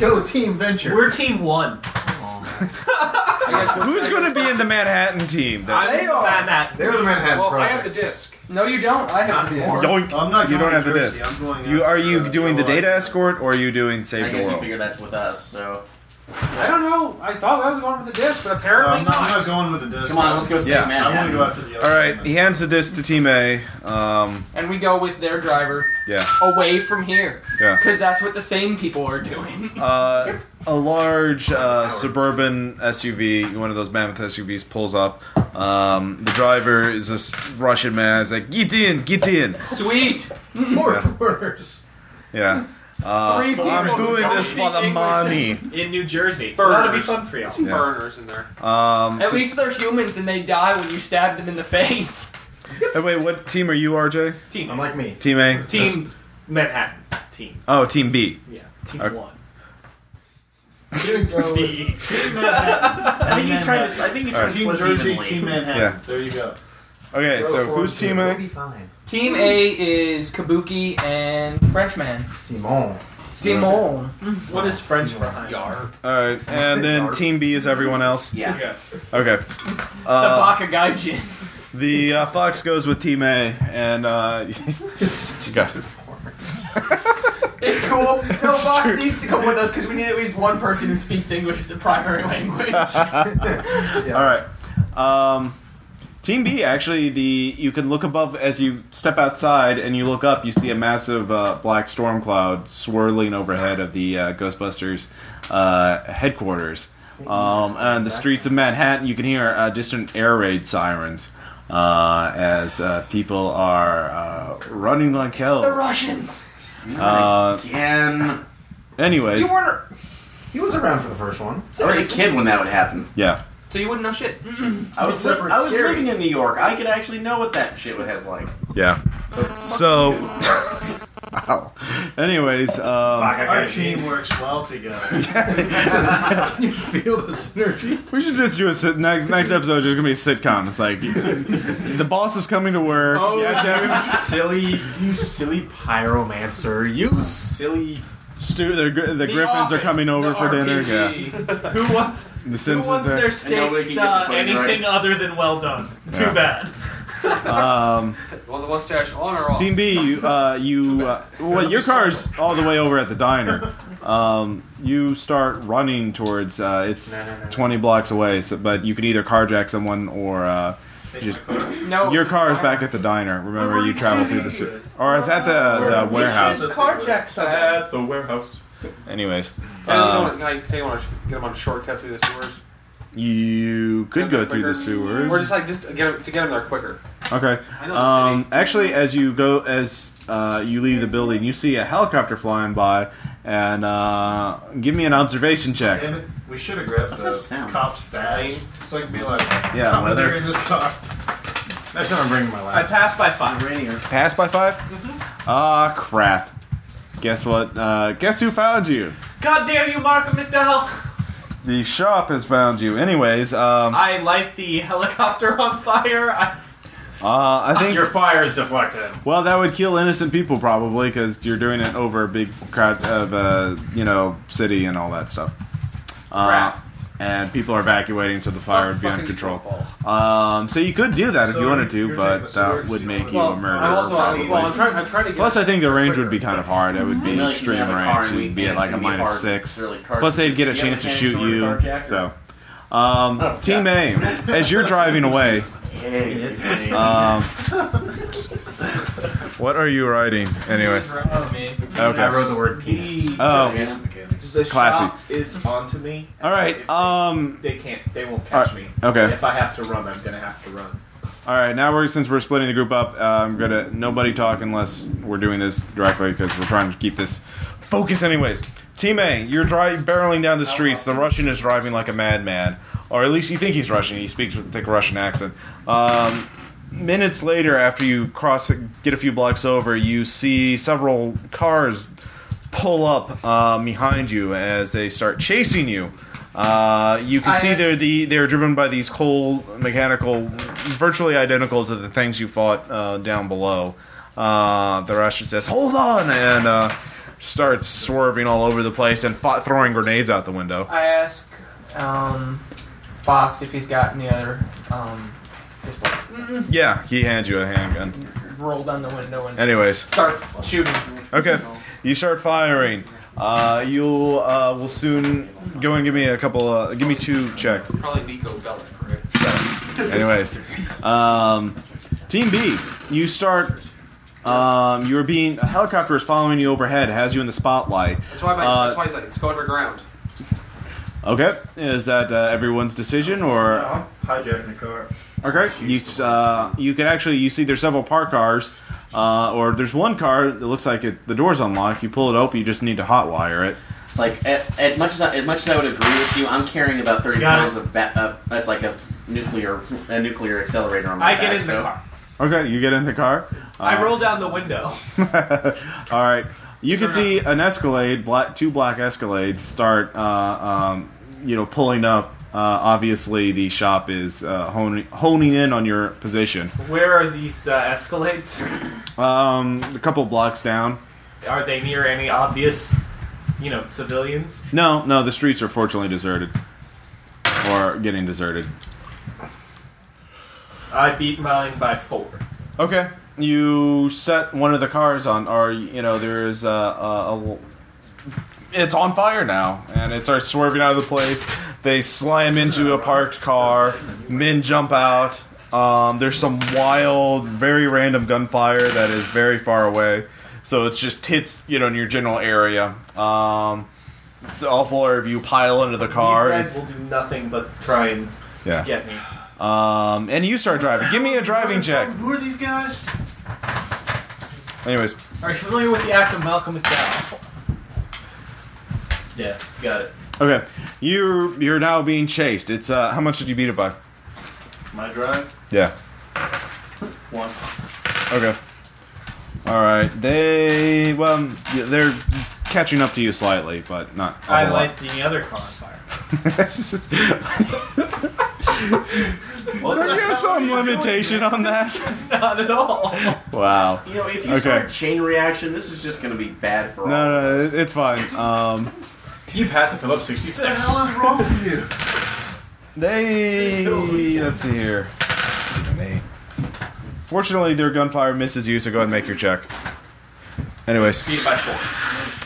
Go team venture. We're team one. I guess we're- Who's going to be in the Manhattan team? That- They are. Manhattan. They're the Manhattan Well, I Project. have the disc. No, you don't. I have to be. Yoink. I'm not. You don't going have to the Jersey. disc. I'm going You out are to, you uh, doing the Delaware. data escort or are you doing save I the guess you world? figure that's with us. So I don't know. I thought I was going for the disc, but No, Um, apparently I'm, not, I'm not. not going with the disc. come on, let's go see Yeah. I'm going to Manhattan. go after the other. All right, one. he hands the disc to team A. Um, And we go with their driver yeah, away from here. yeah. Because that's what the same people are doing. Uh, a large uh, suburban SUV, one of those mammoth SUVs, pulls up. Um, the driver is this Russian man. He's like, "Get in, get in." Sweet! More Yeah. words. Yeah. Uh, Three people I'm who doing don't this for speak the English. money. In New Jersey. Furs. That'll be fun for you. Some burners in there. Um, At so- least they're humans and they die when you stab them in the face. hey, wait, what team are you, RJ? Team. I'm like me. Team A. team Manhattan. Team. Oh, Team B. Yeah. Team Okay. one. Here go. Team I think he's trying to. I think he's trying to split us Jersey, evenly. Team Manhattan. Yeah. There you go. Okay, Go so for who's it, Team We'll A? be fine. Team A is Kabuki and Frenchman. Simon. Simon. What is French for Simon. Yar? All right, and then Team B is everyone else. Yeah. Okay. The Uh, Bakugaijins. the uh, fox goes with Team A, and uh, you got it. It's cool. No, It's Fox true. needs to come with us because we need at least one person who speaks English as a primary language. All right. Um, Team B actually the you can look above as you step outside and you look up you see a massive uh, black storm cloud swirling overhead of the uh, Ghostbusters uh, headquarters. Um, and the streets of Manhattan you can hear uh, distant air raid sirens uh, as uh, people are uh, running like the hell. Russians. Uh, Again. anyways, You weren't. He was around for the first one. I was a kid when that would happen. yeah. So you wouldn't know shit. I was, Except for I was scary. living in New York. I could actually know what that shit would have like. Yeah. So, Ow. anyways, um, Our team works well together. Can you feel the synergy? we should just do a sit- next, next episode. Just gonna be a sitcom. It's like the boss is coming to work. Oh, Yeah, you silly, you silly pyromancer, you silly. Stu, the, gr- the, Griffins are coming over for dinner. Yeah. Who wants? The Who Simpsons. wants are- their And nobody can get steaks the uh, pudding anything right. other than well done? Yeah. Too bad. um, Well, the mustache on or off? Team B, you, uh, you uh, well, your car's all the way over at the diner. Um, you start running towards. Uh, it's No, no, no, no. twenty blocks away, so, but you can either carjack someone or uh, Take Just- my car. No, Your car is back at the diner. Remember, you traveled through the sewer. Or it's at the, the We warehouse. should carjack someone. At the warehouse. Anyways, Can I, um, can I take one? Get him on a shortcut through the sewers. you could Get go him through the quicker? Or sewers. just like just to get him, to get him there quicker. Okay. I know the Um, city. actually, as you go, as uh, you leave the building, you see a helicopter flying by, and uh, give me an observation Damn check. it. We should have grabbed That's the not sound. cop's badge. So I could be like, Yeah, come in leather. there and just talk. That's what I'm bringing my I lap. passed by five. Pass by five. Ah, crap. Guess what? Uh, guess who found you? God damn you, Markham McDowell! The shop has found you. Anyways, um, uh, I light the helicopter on fire. I, uh, I think Your fire is deflected. Well, that would kill innocent people probably because you're doing it over a big crowd of uh, you know city and all that stuff. Uh, Crap. and people are evacuating, so the fire would be Fucking under control. balls. Um, so you could do that if So you wanted to, you're taking the but that sword, would you make know, you Well, a I'm murderer. also, uh, probably. well, I'm trying. I'm trying to get. Plus, I think the range would be kind of hard. It would be Mm-hmm. Really, if you extreme have a car range. and we- It'd be and at it's like a gonna be minus hard, six. really hard. Plus, they'd get a Do you have chance to chance shoot to order you. carjack? So, um, Oh, Team A, as you're driving away, Uh, um, what are you writing, anyways? Oh, me. Okay. I wrote the word the penis. Oh, the Classy. shop is onto me. all right. If Um, they, they can't. They won't all catch right, me. okay. If I have to run, I'm gonna have to run. All right. Now we're since we're splitting the group up. Uh, I'm gonna nobody talk unless we're doing this directly because we're trying to keep this focus. Anyways, Team A, you're driving barreling down the streets. The Russian is driving like a madman, or at least you think he's Russian. He speaks with a thick Russian accent. Um, minutes later, after you cross get a few blocks over, you see several cars pull up uh, behind you as they start chasing you. Uh, you can I- see they're the they're driven by these cold mechanical, virtually identical to the things you fought uh, down below. Uh, the Russian says, "Hold on!" and uh, starts swerving all over the place and fought, throwing grenades out the window. I ask um, Fox if he's got any other um, pistols. Yeah, he hands you a handgun. Roll down the window and Anyways, start shooting. Okay. You start firing. Uh, you uh, will soon go and give me a couple. Uh, give me two checks. Probably Nico Bellic, right? Anyways, um, Team B, you start. Um, you're being a helicopter is following you overhead, has you in the spotlight. That's why. My, Uh, that's why he's like, it's go underground. Okay, is that uh, everyone's decision or? No, I'm hijacking the car. Okay. You s- uh, you can actually you see there's several parked cars, uh, or there's one car that looks like it, the door's unlocked. You pull it open, you just need to hotwire it. It's like as, as much as I, as much as I would agree with you, I'm carrying about thirty Got pounds of ba- uh, that's like a nuclear a nuclear accelerator on my I back, get in the so- car. Okay, you get in the car. I Uh, roll down the window. All right. You can Turn see an Escalade, black, two black Escalades start, uh, um, you know, pulling up. Uh, obviously, the shop is uh, honing, honing in on your position. Where are these uh, Escalades? Um, a couple blocks down. Are they near any obvious, you know, civilians? No, no, the streets are fortunately deserted, or getting deserted. I beat mine by four. Okay. You set one of the cars on, or you know, there is a, a, a- It's on fire now, and it starts swerving out of the place. They slam into a parked car. Men jump out. Um, there's some wild, very random gunfire that is very far away, so it just hits you know in your general area. Um, the all four of you pile into the These car. guys will do nothing but try and Yeah. get me. Um, and you start driving. Give me a driving check. Who are these guys? Anyways, Are you familiar with the act of Malcolm McDowell? Yeah, got it. Okay, you're you're now being chased. It's uh, how much did you beat it by? My drive? Yeah. One. Okay. All right. They well, yeah, they're catching up to you slightly, but not. a I whole lot. light the other car on fire. Don't you have some limitation on that? Not at all. Wow. You know, if you Okay. start chain reaction, this is just going to be bad for No, all. of no, us. it- it's fine. Um, You pass the Phillips 66. What's wrong with you? they let's see here. Fortunately, their gunfire misses you, so go ahead and make your check. Anyways, Beat it by four.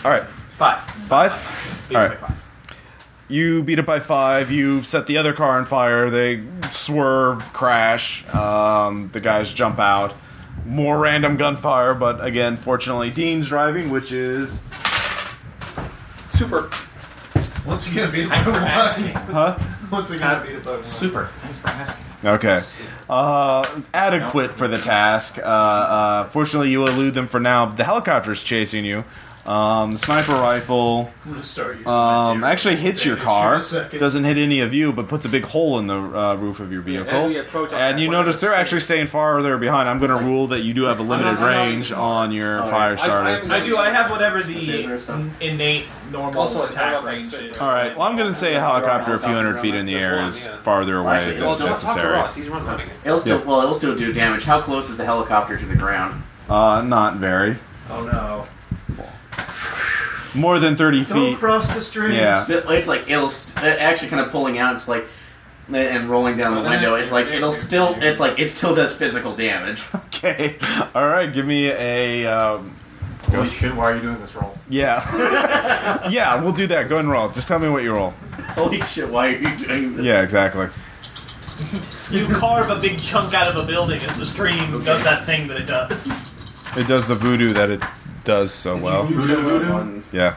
all right, Five. five. Beat All it right. by five. You beat it by five. You set the other car on fire. They swerve, crash. Um, the guys jump out. More random gunfire, but again, fortunately, Dean's driving, which is Super. Once again, beat it by Thanks for one. asking. huh? Once again, beat it by one. Super. Thanks for asking. Okay. Uh, adequate for the task. Uh, uh, fortunately, you elude them for now. The helicopter's chasing you. Um, the sniper rifle I'm gonna start using my um, deer actually hits your advantage car. in a second. Doesn't hit any of you, but puts a big hole in the uh, roof of your vehicle. and we have proton And you weapons. notice they're actually staying farther behind. I'm going to rule that you do have a not- limited I'm not range even- on your All fire I- I starter. haven't- I do. I have whatever Saber or the something. innate normal Also, like, I attack don't like range fit. is. All right. Well, I'm going to say a helicopter a few hundred feet in the air is farther away Actually, than Well, it's don't talk to necessary. Ross. He's Ross hunting it. It'll still, Yeah. Well, it'll still do damage. How close is the helicopter to the ground? Uh, not very. Oh no. More than 30 Don't feet. cross the streams. Yeah. Still- It's like it'll st- it actually kind of pulling out. It's like and rolling down the window. It's like it'll still. It's like it still does physical damage. Okay. All right. Give me a. Um, Holy Ghost. shit, why are you doing this roll? yeah. yeah, we'll do that. Go ahead and roll. Just tell me what you roll. Holy shit! Why are you doing this? Yeah, exactly. You carve a big chunk out of a building as the stream does that thing that it does. It does the voodoo that it does so well. Yeah.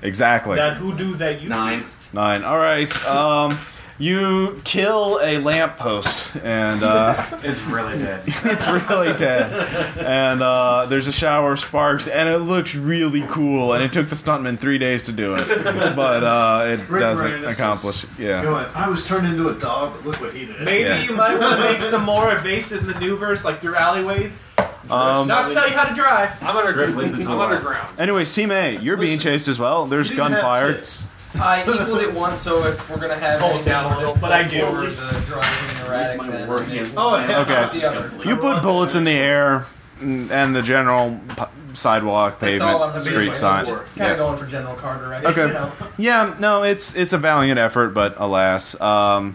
Exactly. That hoodoo that you Nine. Nine. All right. Um, you kill a lamppost, and uh, It's really dead. it's really dead. And uh, there's a shower of sparks, and it looks really cool. And it took the stuntman three days do. do it, but uh, it Rick doesn't Moranis is accomplish. Yeah. Going, I was turned into a dog, but look what he did. Maybe Yeah. you might want to make some more evasive maneuvers, like through alleyways. Um, Not to tell you how to drive. I'm underground. Drift leads I'm to the underground. Anyways, Team A, you're being Listen, chased as well. There's You didn't have gunfire. tits. I equaled it once, so if we're gonna have Hold any down a more little, but I do. forward, the driving and Where's erratic, my then work it makes hand? more Oh, yeah. damage. Okay. The other. You put bullets in the air mm, and the general p- sidewalk, That's all I'm pavement, doing. street I'm sign. Just kind Yeah. of going for General Carter, right? Okay. You know? Yeah, no, it's it's a valiant effort, but alas. Um,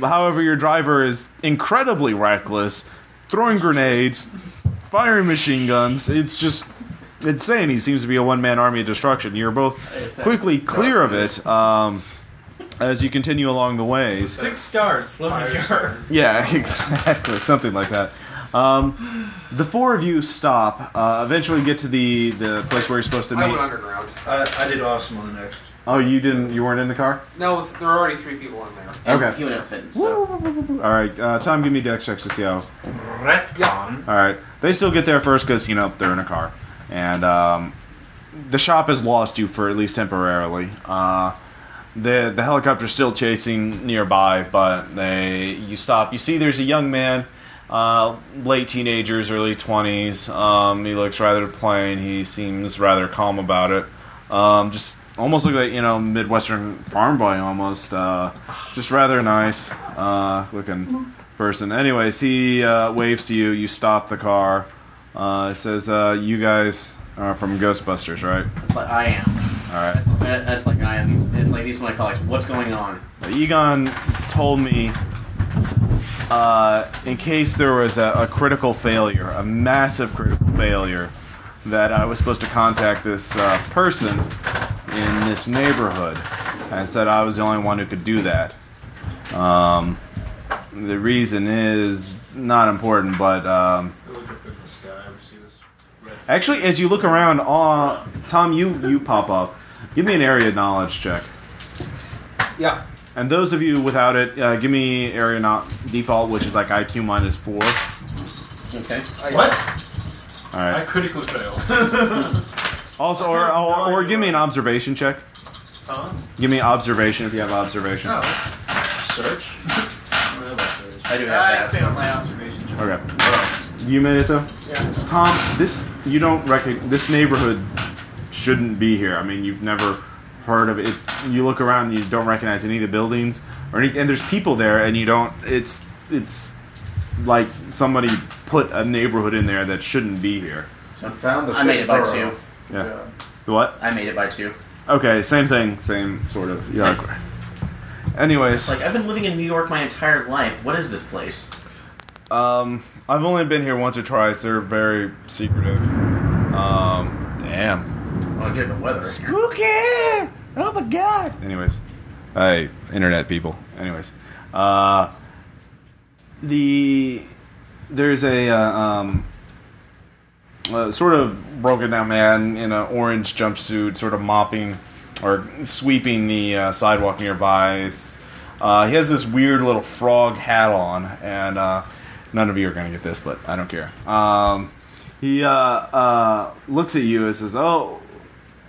however, your driver is incredibly reckless, throwing grenades, firing machine guns. It's just insane. He seems to be a one man army of destruction. You're both quickly clear of it um, as you continue along the ways. Six stars. Let me hear. Yeah, exactly. Something like that. Um, the four of you stop. Uh, eventually, get to the the place where you're supposed to I went meet. underground. I, I did awesome on the next. Oh, you didn't. You weren't in the car. No, there are already three people in there. Okay. You and it fit. So All right, uh, Tom, give me dex checks to see how. Retcon. All right, they still get there first because you know they're in a car, and um, the shop has lost you for at least temporarily. Uh, the the helicopter's still chasing nearby, but they you stop. You see, there's a young man, uh, late teenagers, early twenties. Um, he looks rather plain. He seems rather calm about it. Um, just almost look like you know midwestern farm boy almost. Uh, just rather nice uh, looking person. Anyways, he uh, waves to you. You stop the car. Uh, says, uh, "You guys are from Ghostbusters, right? it's like I am. All right." That's, that's like I am. It's like these are my colleagues. What's going on? Egon told me uh, in case there was a, a critical failure, a massive critical failure, that I was supposed to contact this uh, person in this neighborhood and said I was the only one who could do that. Um, the reason is not important, but. Um, Look up in the sky. We see this. Actually, as you look around, uh, Tom, you, you pop up. Give me an area knowledge check. Yeah. And those of you without it, uh, give me area not default, which is like IQ minus four. All Okay. What? I right. critically failed. Also, or, or, or give me an observation check. Tom? Give me observation if you have observation. Search? I do I have that. failed my observation. check. Okay. Uh, You made it though. Yeah. Tom, this you don't recognize. This neighborhood shouldn't be here. I mean, you've never heard of it. You look around, and you don't recognize any of the buildings or any, and there's people there, and you don't. It's it's like somebody put a neighborhood in there that shouldn't be here. I found the I made fifth it by burrow. two. Yeah. Yeah. The what? I made it by two. Okay, same thing, same sort of. Yeah. okay. Anyways, It's like I've been living in New York my entire life. What is this place? um, I've only been here once or twice. They're very secretive. Um, damn. Oh, I did the weather. Spooky! Oh my god. Anyways, I internet people. Anyways, uh, the there's a uh, um, uh, sort of broken down man in an orange jumpsuit, sort of mopping or sweeping the uh, sidewalk nearby. He's- Uh, he has this weird little frog hat on, and uh, none of you are going to get this, but I don't care. Um, he uh, uh, looks at you and says, "Oh,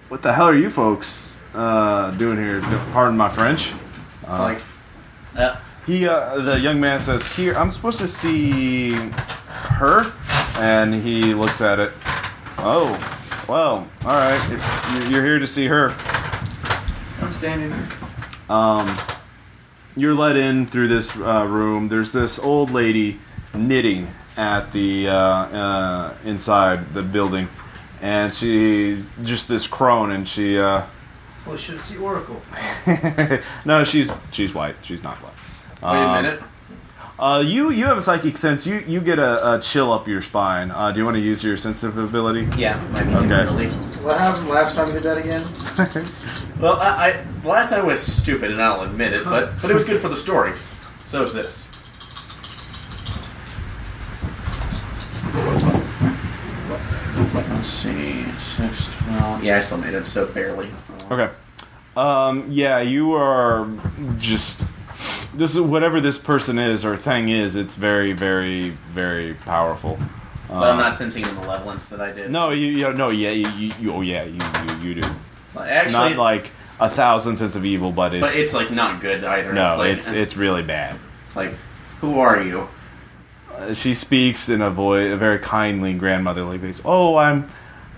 what the hell are you folks uh, doing here? Pardon my French." It's like, uh, He, uh, the young man says, "Here, I'm supposed to see her," and he looks at it. Oh, well, all right. If you- you're here to see her. I'm standing here. Um, you're let in through this uh, room. There's this old lady knitting at the uh, uh, inside the building, and she just this crone, and she. Uh, Well, shit, it's the Oracle. no, she's she's white. She's not black. Wait a Um, minute. Uh, you you have a psychic sense. You you get a, a chill up your spine. Uh, do you want to use your sensitive ability? yeah. I mean, Okay. really. What happened last time you did that again? Well, I, I last night was stupid, and I'll admit it, but but it was good for the story. So is this. Let's see. 6, 12. Yeah, I still made it, so barely. Okay. Um, yeah, you are just this is whatever this person is or thing is. It's very very very powerful. Um, But I'm not sensing the malevolence that I did. Uh, No, you, you no yeah you, you, you oh yeah you you, you do It's not- actually, not like a thousand sense of evil, but it's, but it's like not good either. no it's like it's it's really bad. it's like, who are you? Uh, she speaks in a voice, a very kindly grandmotherly voice. Oh, I'm,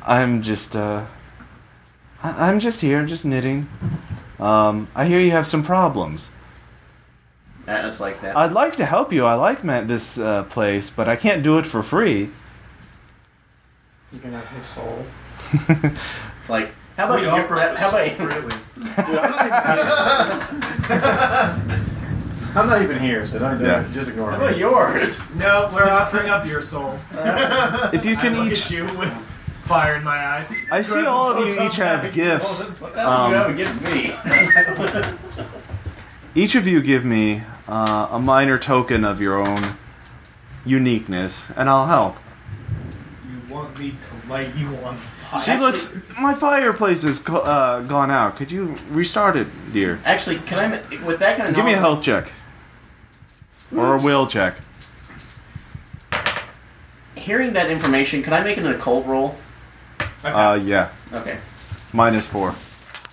I'm just, uh, I- I'm just here, just knitting. Um, I hear you have some problems. Uh, It's like that. I'd like to help you. I like ma- this uh, place, but I can't do it for free. You can have his soul. It's like, how about We you? give- offer up How a about soul freely. I'm not even here, so don't do Yeah. it. Just ignore How me. about yours? No, we're offering up your soul. If you I can look each, at you with fire in my eyes. I see all of you each have gifts. That's Um, no, it gets me. Each of you give me uh, a minor token of your own uniqueness, and I'll help. You want me to light you on fire? She looks. My fireplace is co- uh, gone out. Could you restart it, dear? Actually, can I ma- with that kind of Give me a health knowledge- check. Or a will check. Hearing that information, can I make an occult roll? I Uh, pass. yeah. Okay. Minus four.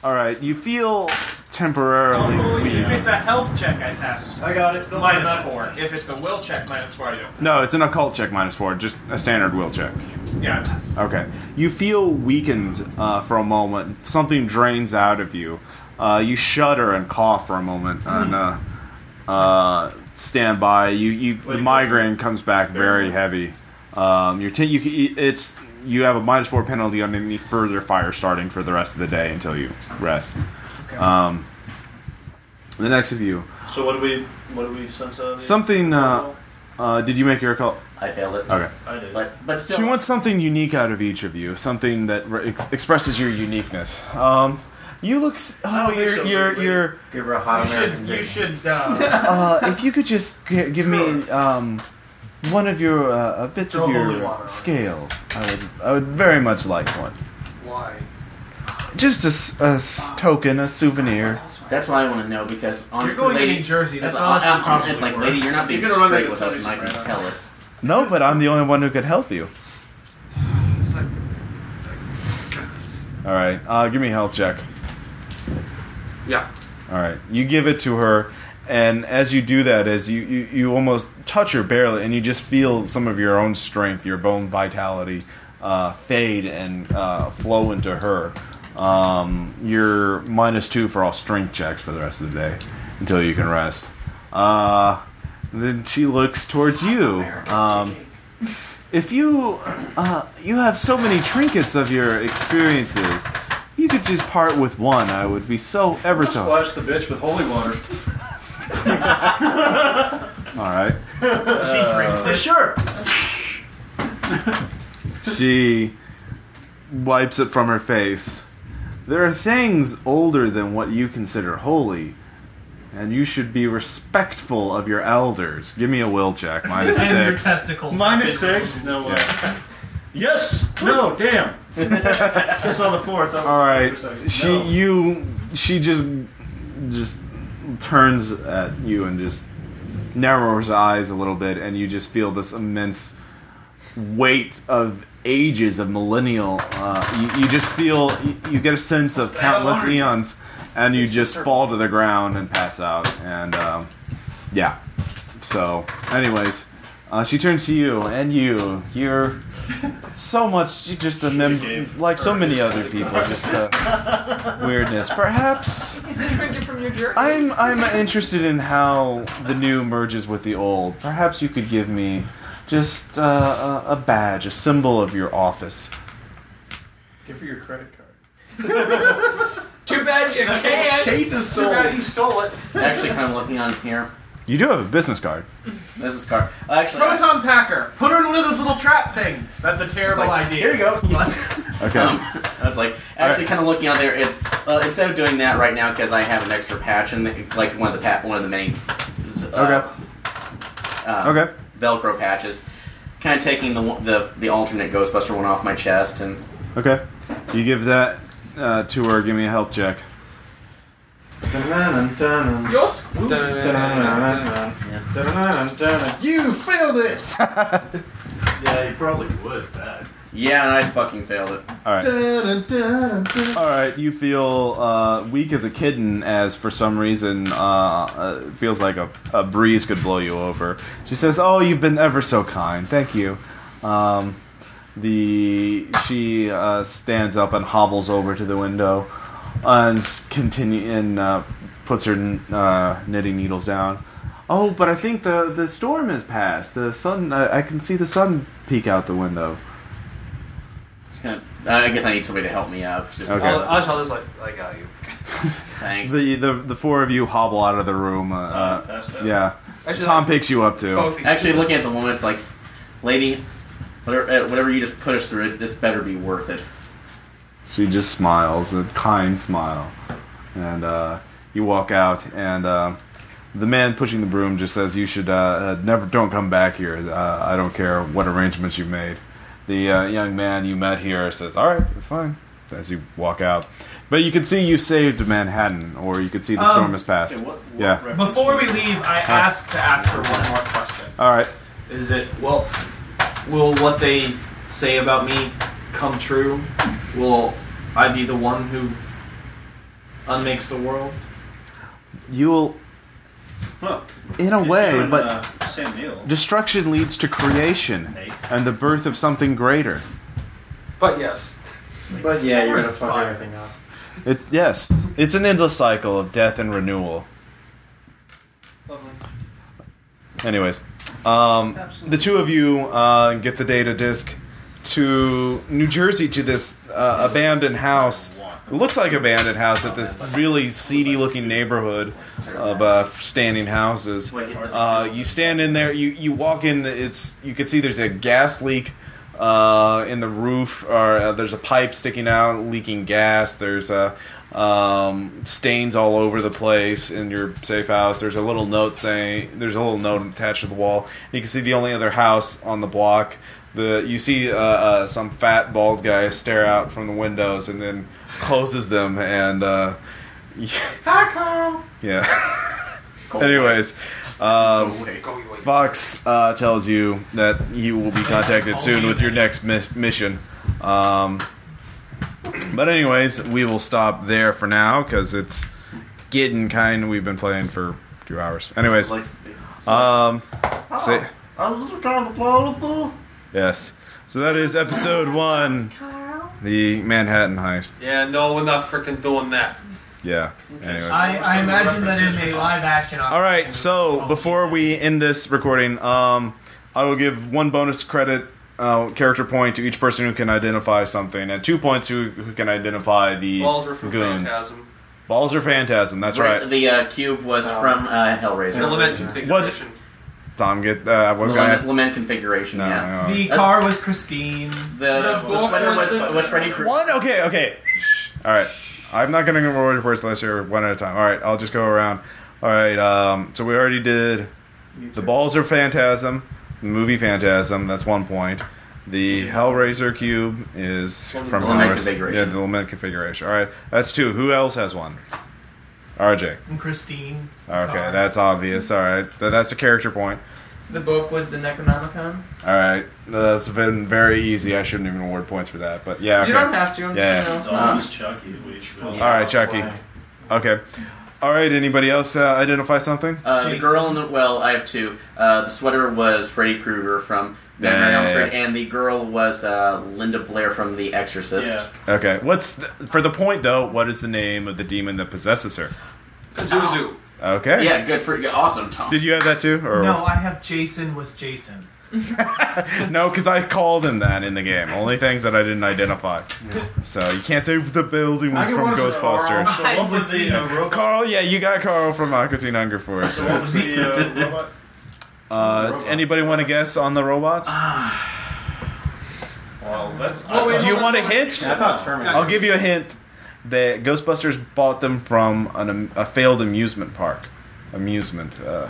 Alright, you feel temporarily Oh, if weak. it's a health check, I pass. I got it. Minus four. If it's a will check, minus four, I do. No, it's an occult check minus four, just a standard will check. Yeah, I pass. Okay. You feel weakened uh, for a moment. Something drains out of you. Uh, you shudder and cough for a moment and uh, uh, stand by. You, you the migraine comes back very heavy. Um, your t- you c- it's you have a minus four penalty on any further fire starting for the rest of the day until you rest. Um, the next of you, So what do we what do we sense of? something. Uh, uh, did you make your occult? I failed it. Okay. I did. But but still, She wants something unique out of each of you, something that re- ex- expresses your uniqueness. Um, you look. s- Oh, think you're, so. you're, Wait. you're. Give her a hot You American should, you dish. should, uh, Uh, if you could just g- give me um, one of your uh, a bit Throw of holy water on your it. scales, I would, I would very much like one. Why? Just a, s- a s- token, a souvenir. that's what I want to know because you're honestly, going to lady, New Jersey. That's it's, all I'm- I'm- probably it's like, worth. lady, you're not being gonna run straight into with us, and I Tony's can right tell it. No, but I'm the only one who could help you. All right, uh, give me a health check. Yeah. All right, you give it to her, and as you do that, as you, you, you almost touch her barely, and you just feel some of your own strength, your bone vitality, uh, fade and uh, flow into her. Um, you're minus two for all strength checks for the rest of the day until you can rest. Uh, then she looks towards you. Um, if you uh, you have so many trinkets of your experiences, you could just part with one. I would be so ever so. Splash the bitch with holy water. All right. Uh, She drinks it. Sure. She wipes it from her face. There are things older than what you consider holy and you should be respectful of your elders. Give me a will check. Minus And your six. testicles. Minus have been six? removed. No way. uh, Yeah. Yes. No. Damn. I saw the fourth. All right. She, you, she just, just turns at you and just narrows her eyes a little bit, and you just feel this immense weight of ages of millennial. Uh, you, you just feel, you, you get a sense of countless eons, and you just fall to the ground and pass out. And um, yeah. So, anyways, uh, she turns to you and you. You're so much. You're just a member, like so many other people. Just uh, weirdness. Perhaps It's a trinket from your jerk. I'm I'm interested in how the new merges with the old. Perhaps you could give me just uh, a, a badge, a symbol of your office. Give her your credit card. Too bad you can't. Chase is Too sold. bad you stole it. Actually, kind of looking on here. You do have a business card. This is car. Actually, Proton Packer. Put her in one of those little trap things. That's a it's terrible like, idea. Here you go. Okay. Um, that's like actually Alright. kind of looking on there. It, uh, instead of doing that right now because I have an extra patch and like one of the pat one of the many. Okay. Uh, Okay. Velcro patches. Kind of taking the one- the the alternate Ghostbuster one off my chest and Okay. You give that uh, to her. Give me a health check. You failed it. yeah, you probably would if that. yeah, and I fucking failed it. All right. Dun, dun, dun, dun. All right, you feel uh, weak as a kitten, as for some reason uh, uh, it feels like a, a breeze could blow you over. She says, "Oh, you've been ever so kind. Thank you." Um, the she uh, stands up and hobbles over to the window, and s- continue and uh, puts her kn- uh, knitting needles down. Oh, but I think the the storm has passed. The sun, uh, I, I can see the sun peek out the window. Just kinda- I guess I need somebody to help me up. Just- Okay. Uh, I'll, I'll tell this like I got you. Thanks. The, the the four of you hobble out of the room. Uh, uh, yeah, Actually, Tom like, picks you up too. both of you. Actually, looking at the woman, it's like, lady, whatever, uh, whatever you just put us through, this better be worth it. She just smiles a kind smile, and uh, you walk out. And uh, the man pushing the broom just says, "You should uh, uh, never don't come back here. Uh, I don't care what arrangements you made." The uh, young man you met here says, "All right, it's fine." As you walk out, but you can see you saved Manhattan, or you can see the Um, storm has passed. yeah. Before we leave, I uh, asked to ask her one more question. All right. Is it well? Will what they say about me come true? Will I be the one who unmakes the world? You'll, Huh. in a It's you way, and, but uh, Sam Neill. Destruction leads to creation and the birth of something greater. But yes, But yeah, you're Where's gonna fuck fire? everything up. It, yes, it's an endless cycle of death and renewal. Anyways, um, the two of you uh, get the data disk to New Jersey to this uh, abandoned house. It looks like abandoned house at this really seedy looking neighborhood of uh, standing houses. Uh, you stand in there. You you walk in. It's you can see there's a gas leak uh, in the roof, or uh, there's a pipe sticking out, leaking gas. There's uh, um, stains all over the place in your safe house. There's a little note saying there's a little note attached to the wall. You can see the only other house on the block. The you see uh, uh, some fat bald guy stare out from the windows and then closes them and. Uh, Hi, Carl. yeah. Anyways, um, go you wait. Fox uh, tells you that you will be contacted soon with your next mis- mission. Um, but anyways, we will stop there for now because it's getting kind. We've been playing for two hours. Anyways, Like, um, say, oh, A little contemplable. yes. So that is episode one, the Manhattan heist. Yeah, no, we're not freaking doing that. Yeah. Anyways. I, I imagine that in a live action. All right. So before we end this recording, um, I will give one bonus credit uh, character point to each person who can identify something, and two points who, who can identify the Balls were from goons. Phantasm. Balls or phantasm. That's right. The uh, cube was from uh, Hellraiser. Element configuration. Tom, get. Uh, I was The gonna. lament, lament configuration. No, yeah. no. The car was Christine. The, No, the sweater was, what- was Freddy Krueger. One. Okay. Okay. All right. I'm not gonna go over your first last year one at a time. All right. I'll just go around. All right. Um, so we already did. The balls are Phantasm, movie Phantasm. That's one point. The Hellraiser cube is Well, the from lament Hellraiser- configuration. Yeah, the lament configuration. All right, that's two. Who else has one? RJ. And Christine. Okay, that's obvious. All right, Th- that's a character point. The book was the Necronomicon. All right, that's been very easy. I shouldn't even award points for that, but yeah. You Okay. don't have to, I'm Yeah. just, you know. Uh, Dog is Chucky. all right, Chucky. Okay. All right. Anybody else uh, identify something? Uh, the girl in the well, I have two. Uh, the sweater was Freddy Krueger from Nightmare on Elm Yeah. Street, and the girl was uh, Linda Blair from The Exorcist. Okay. What's the, for the point though? What is the name of the demon that possesses her? Pazuzu. Okay. Yeah, good for yeah, awesome, Tom. Did you have that too? Or No, I have Jason was Jason. no, because I called him that in the game. Only things that I didn't identify. So you can't say the building was I get from one for Ghostbusters. Carl. So what was the, uh, robot? Carl, yeah, you got Carl from Aquatine Hunger Force. So what was the uh, robot? Uh, does anybody want to guess on the robots? Well, that's. I thought- Do you want a hint? I thought Terminator. I'll give you a hint. That Ghostbusters bought them from an, am- a failed amusement park. Amusement. Uh,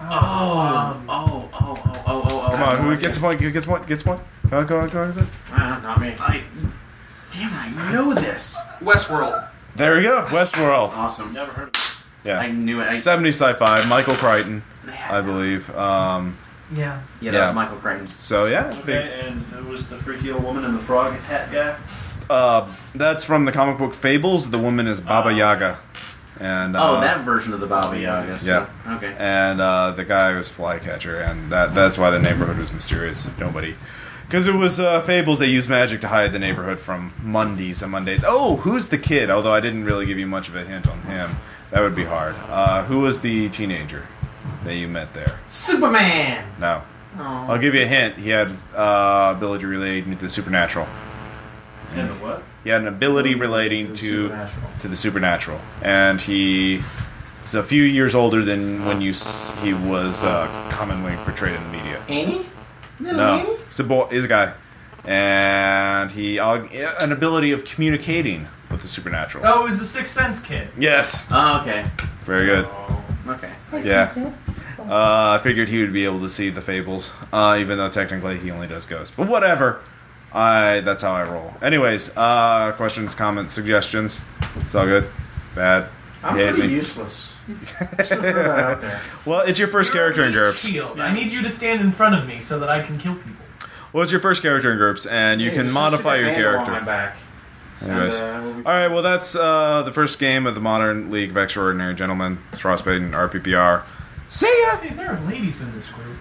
Oh, oh, oh, oh, oh, oh, oh. come on, who gets one? Who gets one? Gets one? Go on, go on, go on. go on. Ah, not me. I, damn, I know this. Westworld. There we go. Westworld. Awesome. Never heard of it. Yeah. I knew it. 70 sci-fi. Michael Crichton, I believe. Um, Yeah. Yeah, that was Michael Crichton. So yeah, big- Okay, and who was the freaky old woman and the frog hat guy? uh, that's from the comic book Fables. The woman is Baba Yaga, and Oh, uh, that version of the Baba Yaga. so- Yeah. Okay. And uh, the guy was Flycatcher, and that that's why the neighborhood was mysterious. Nobody. Because it was uh, Fables, they used magic to hide the neighborhood from Mondays and Mondays. Oh, who's the kid? Although I didn't really give you much of a hint on him. That would be hard. Uh, who was the teenager that you met there? Superman. No. Oh. I'll give you a hint. He had uh, ability relating to the supernatural. And the what? He had an ability relating to to the supernatural, and he is a few years older than when you s- he was uh, commonly portrayed in the media. Amy? Little No, he's a boy. He's a guy, and he uh, an ability of communicating with the supernatural. Oh, it was the Sixth Sense kid. Yes, Oh, okay. very good. Okay. Yeah. Uh, I figured he would be able to see the fables, uh, even though technically he only does ghosts. But whatever. I that's how I roll. Anyways, uh, questions, comments, suggestions. It's all good. Bad. I'm You hate pretty me. useless. Just throw that out there. Well, it's your first character in GURPS. Shield. I need you to stand in front of me so that I can kill people. Well, it's your first character in GURPS, and you Hey, can there's modify just a your bandana on character. my back. Anyways. And, uh, we'll be- All right, well, that's uh, the first game of the Modern League of Extraordinary Gentlemen, Strasbaden, RPPR. See ya! Hey, there are ladies in this group.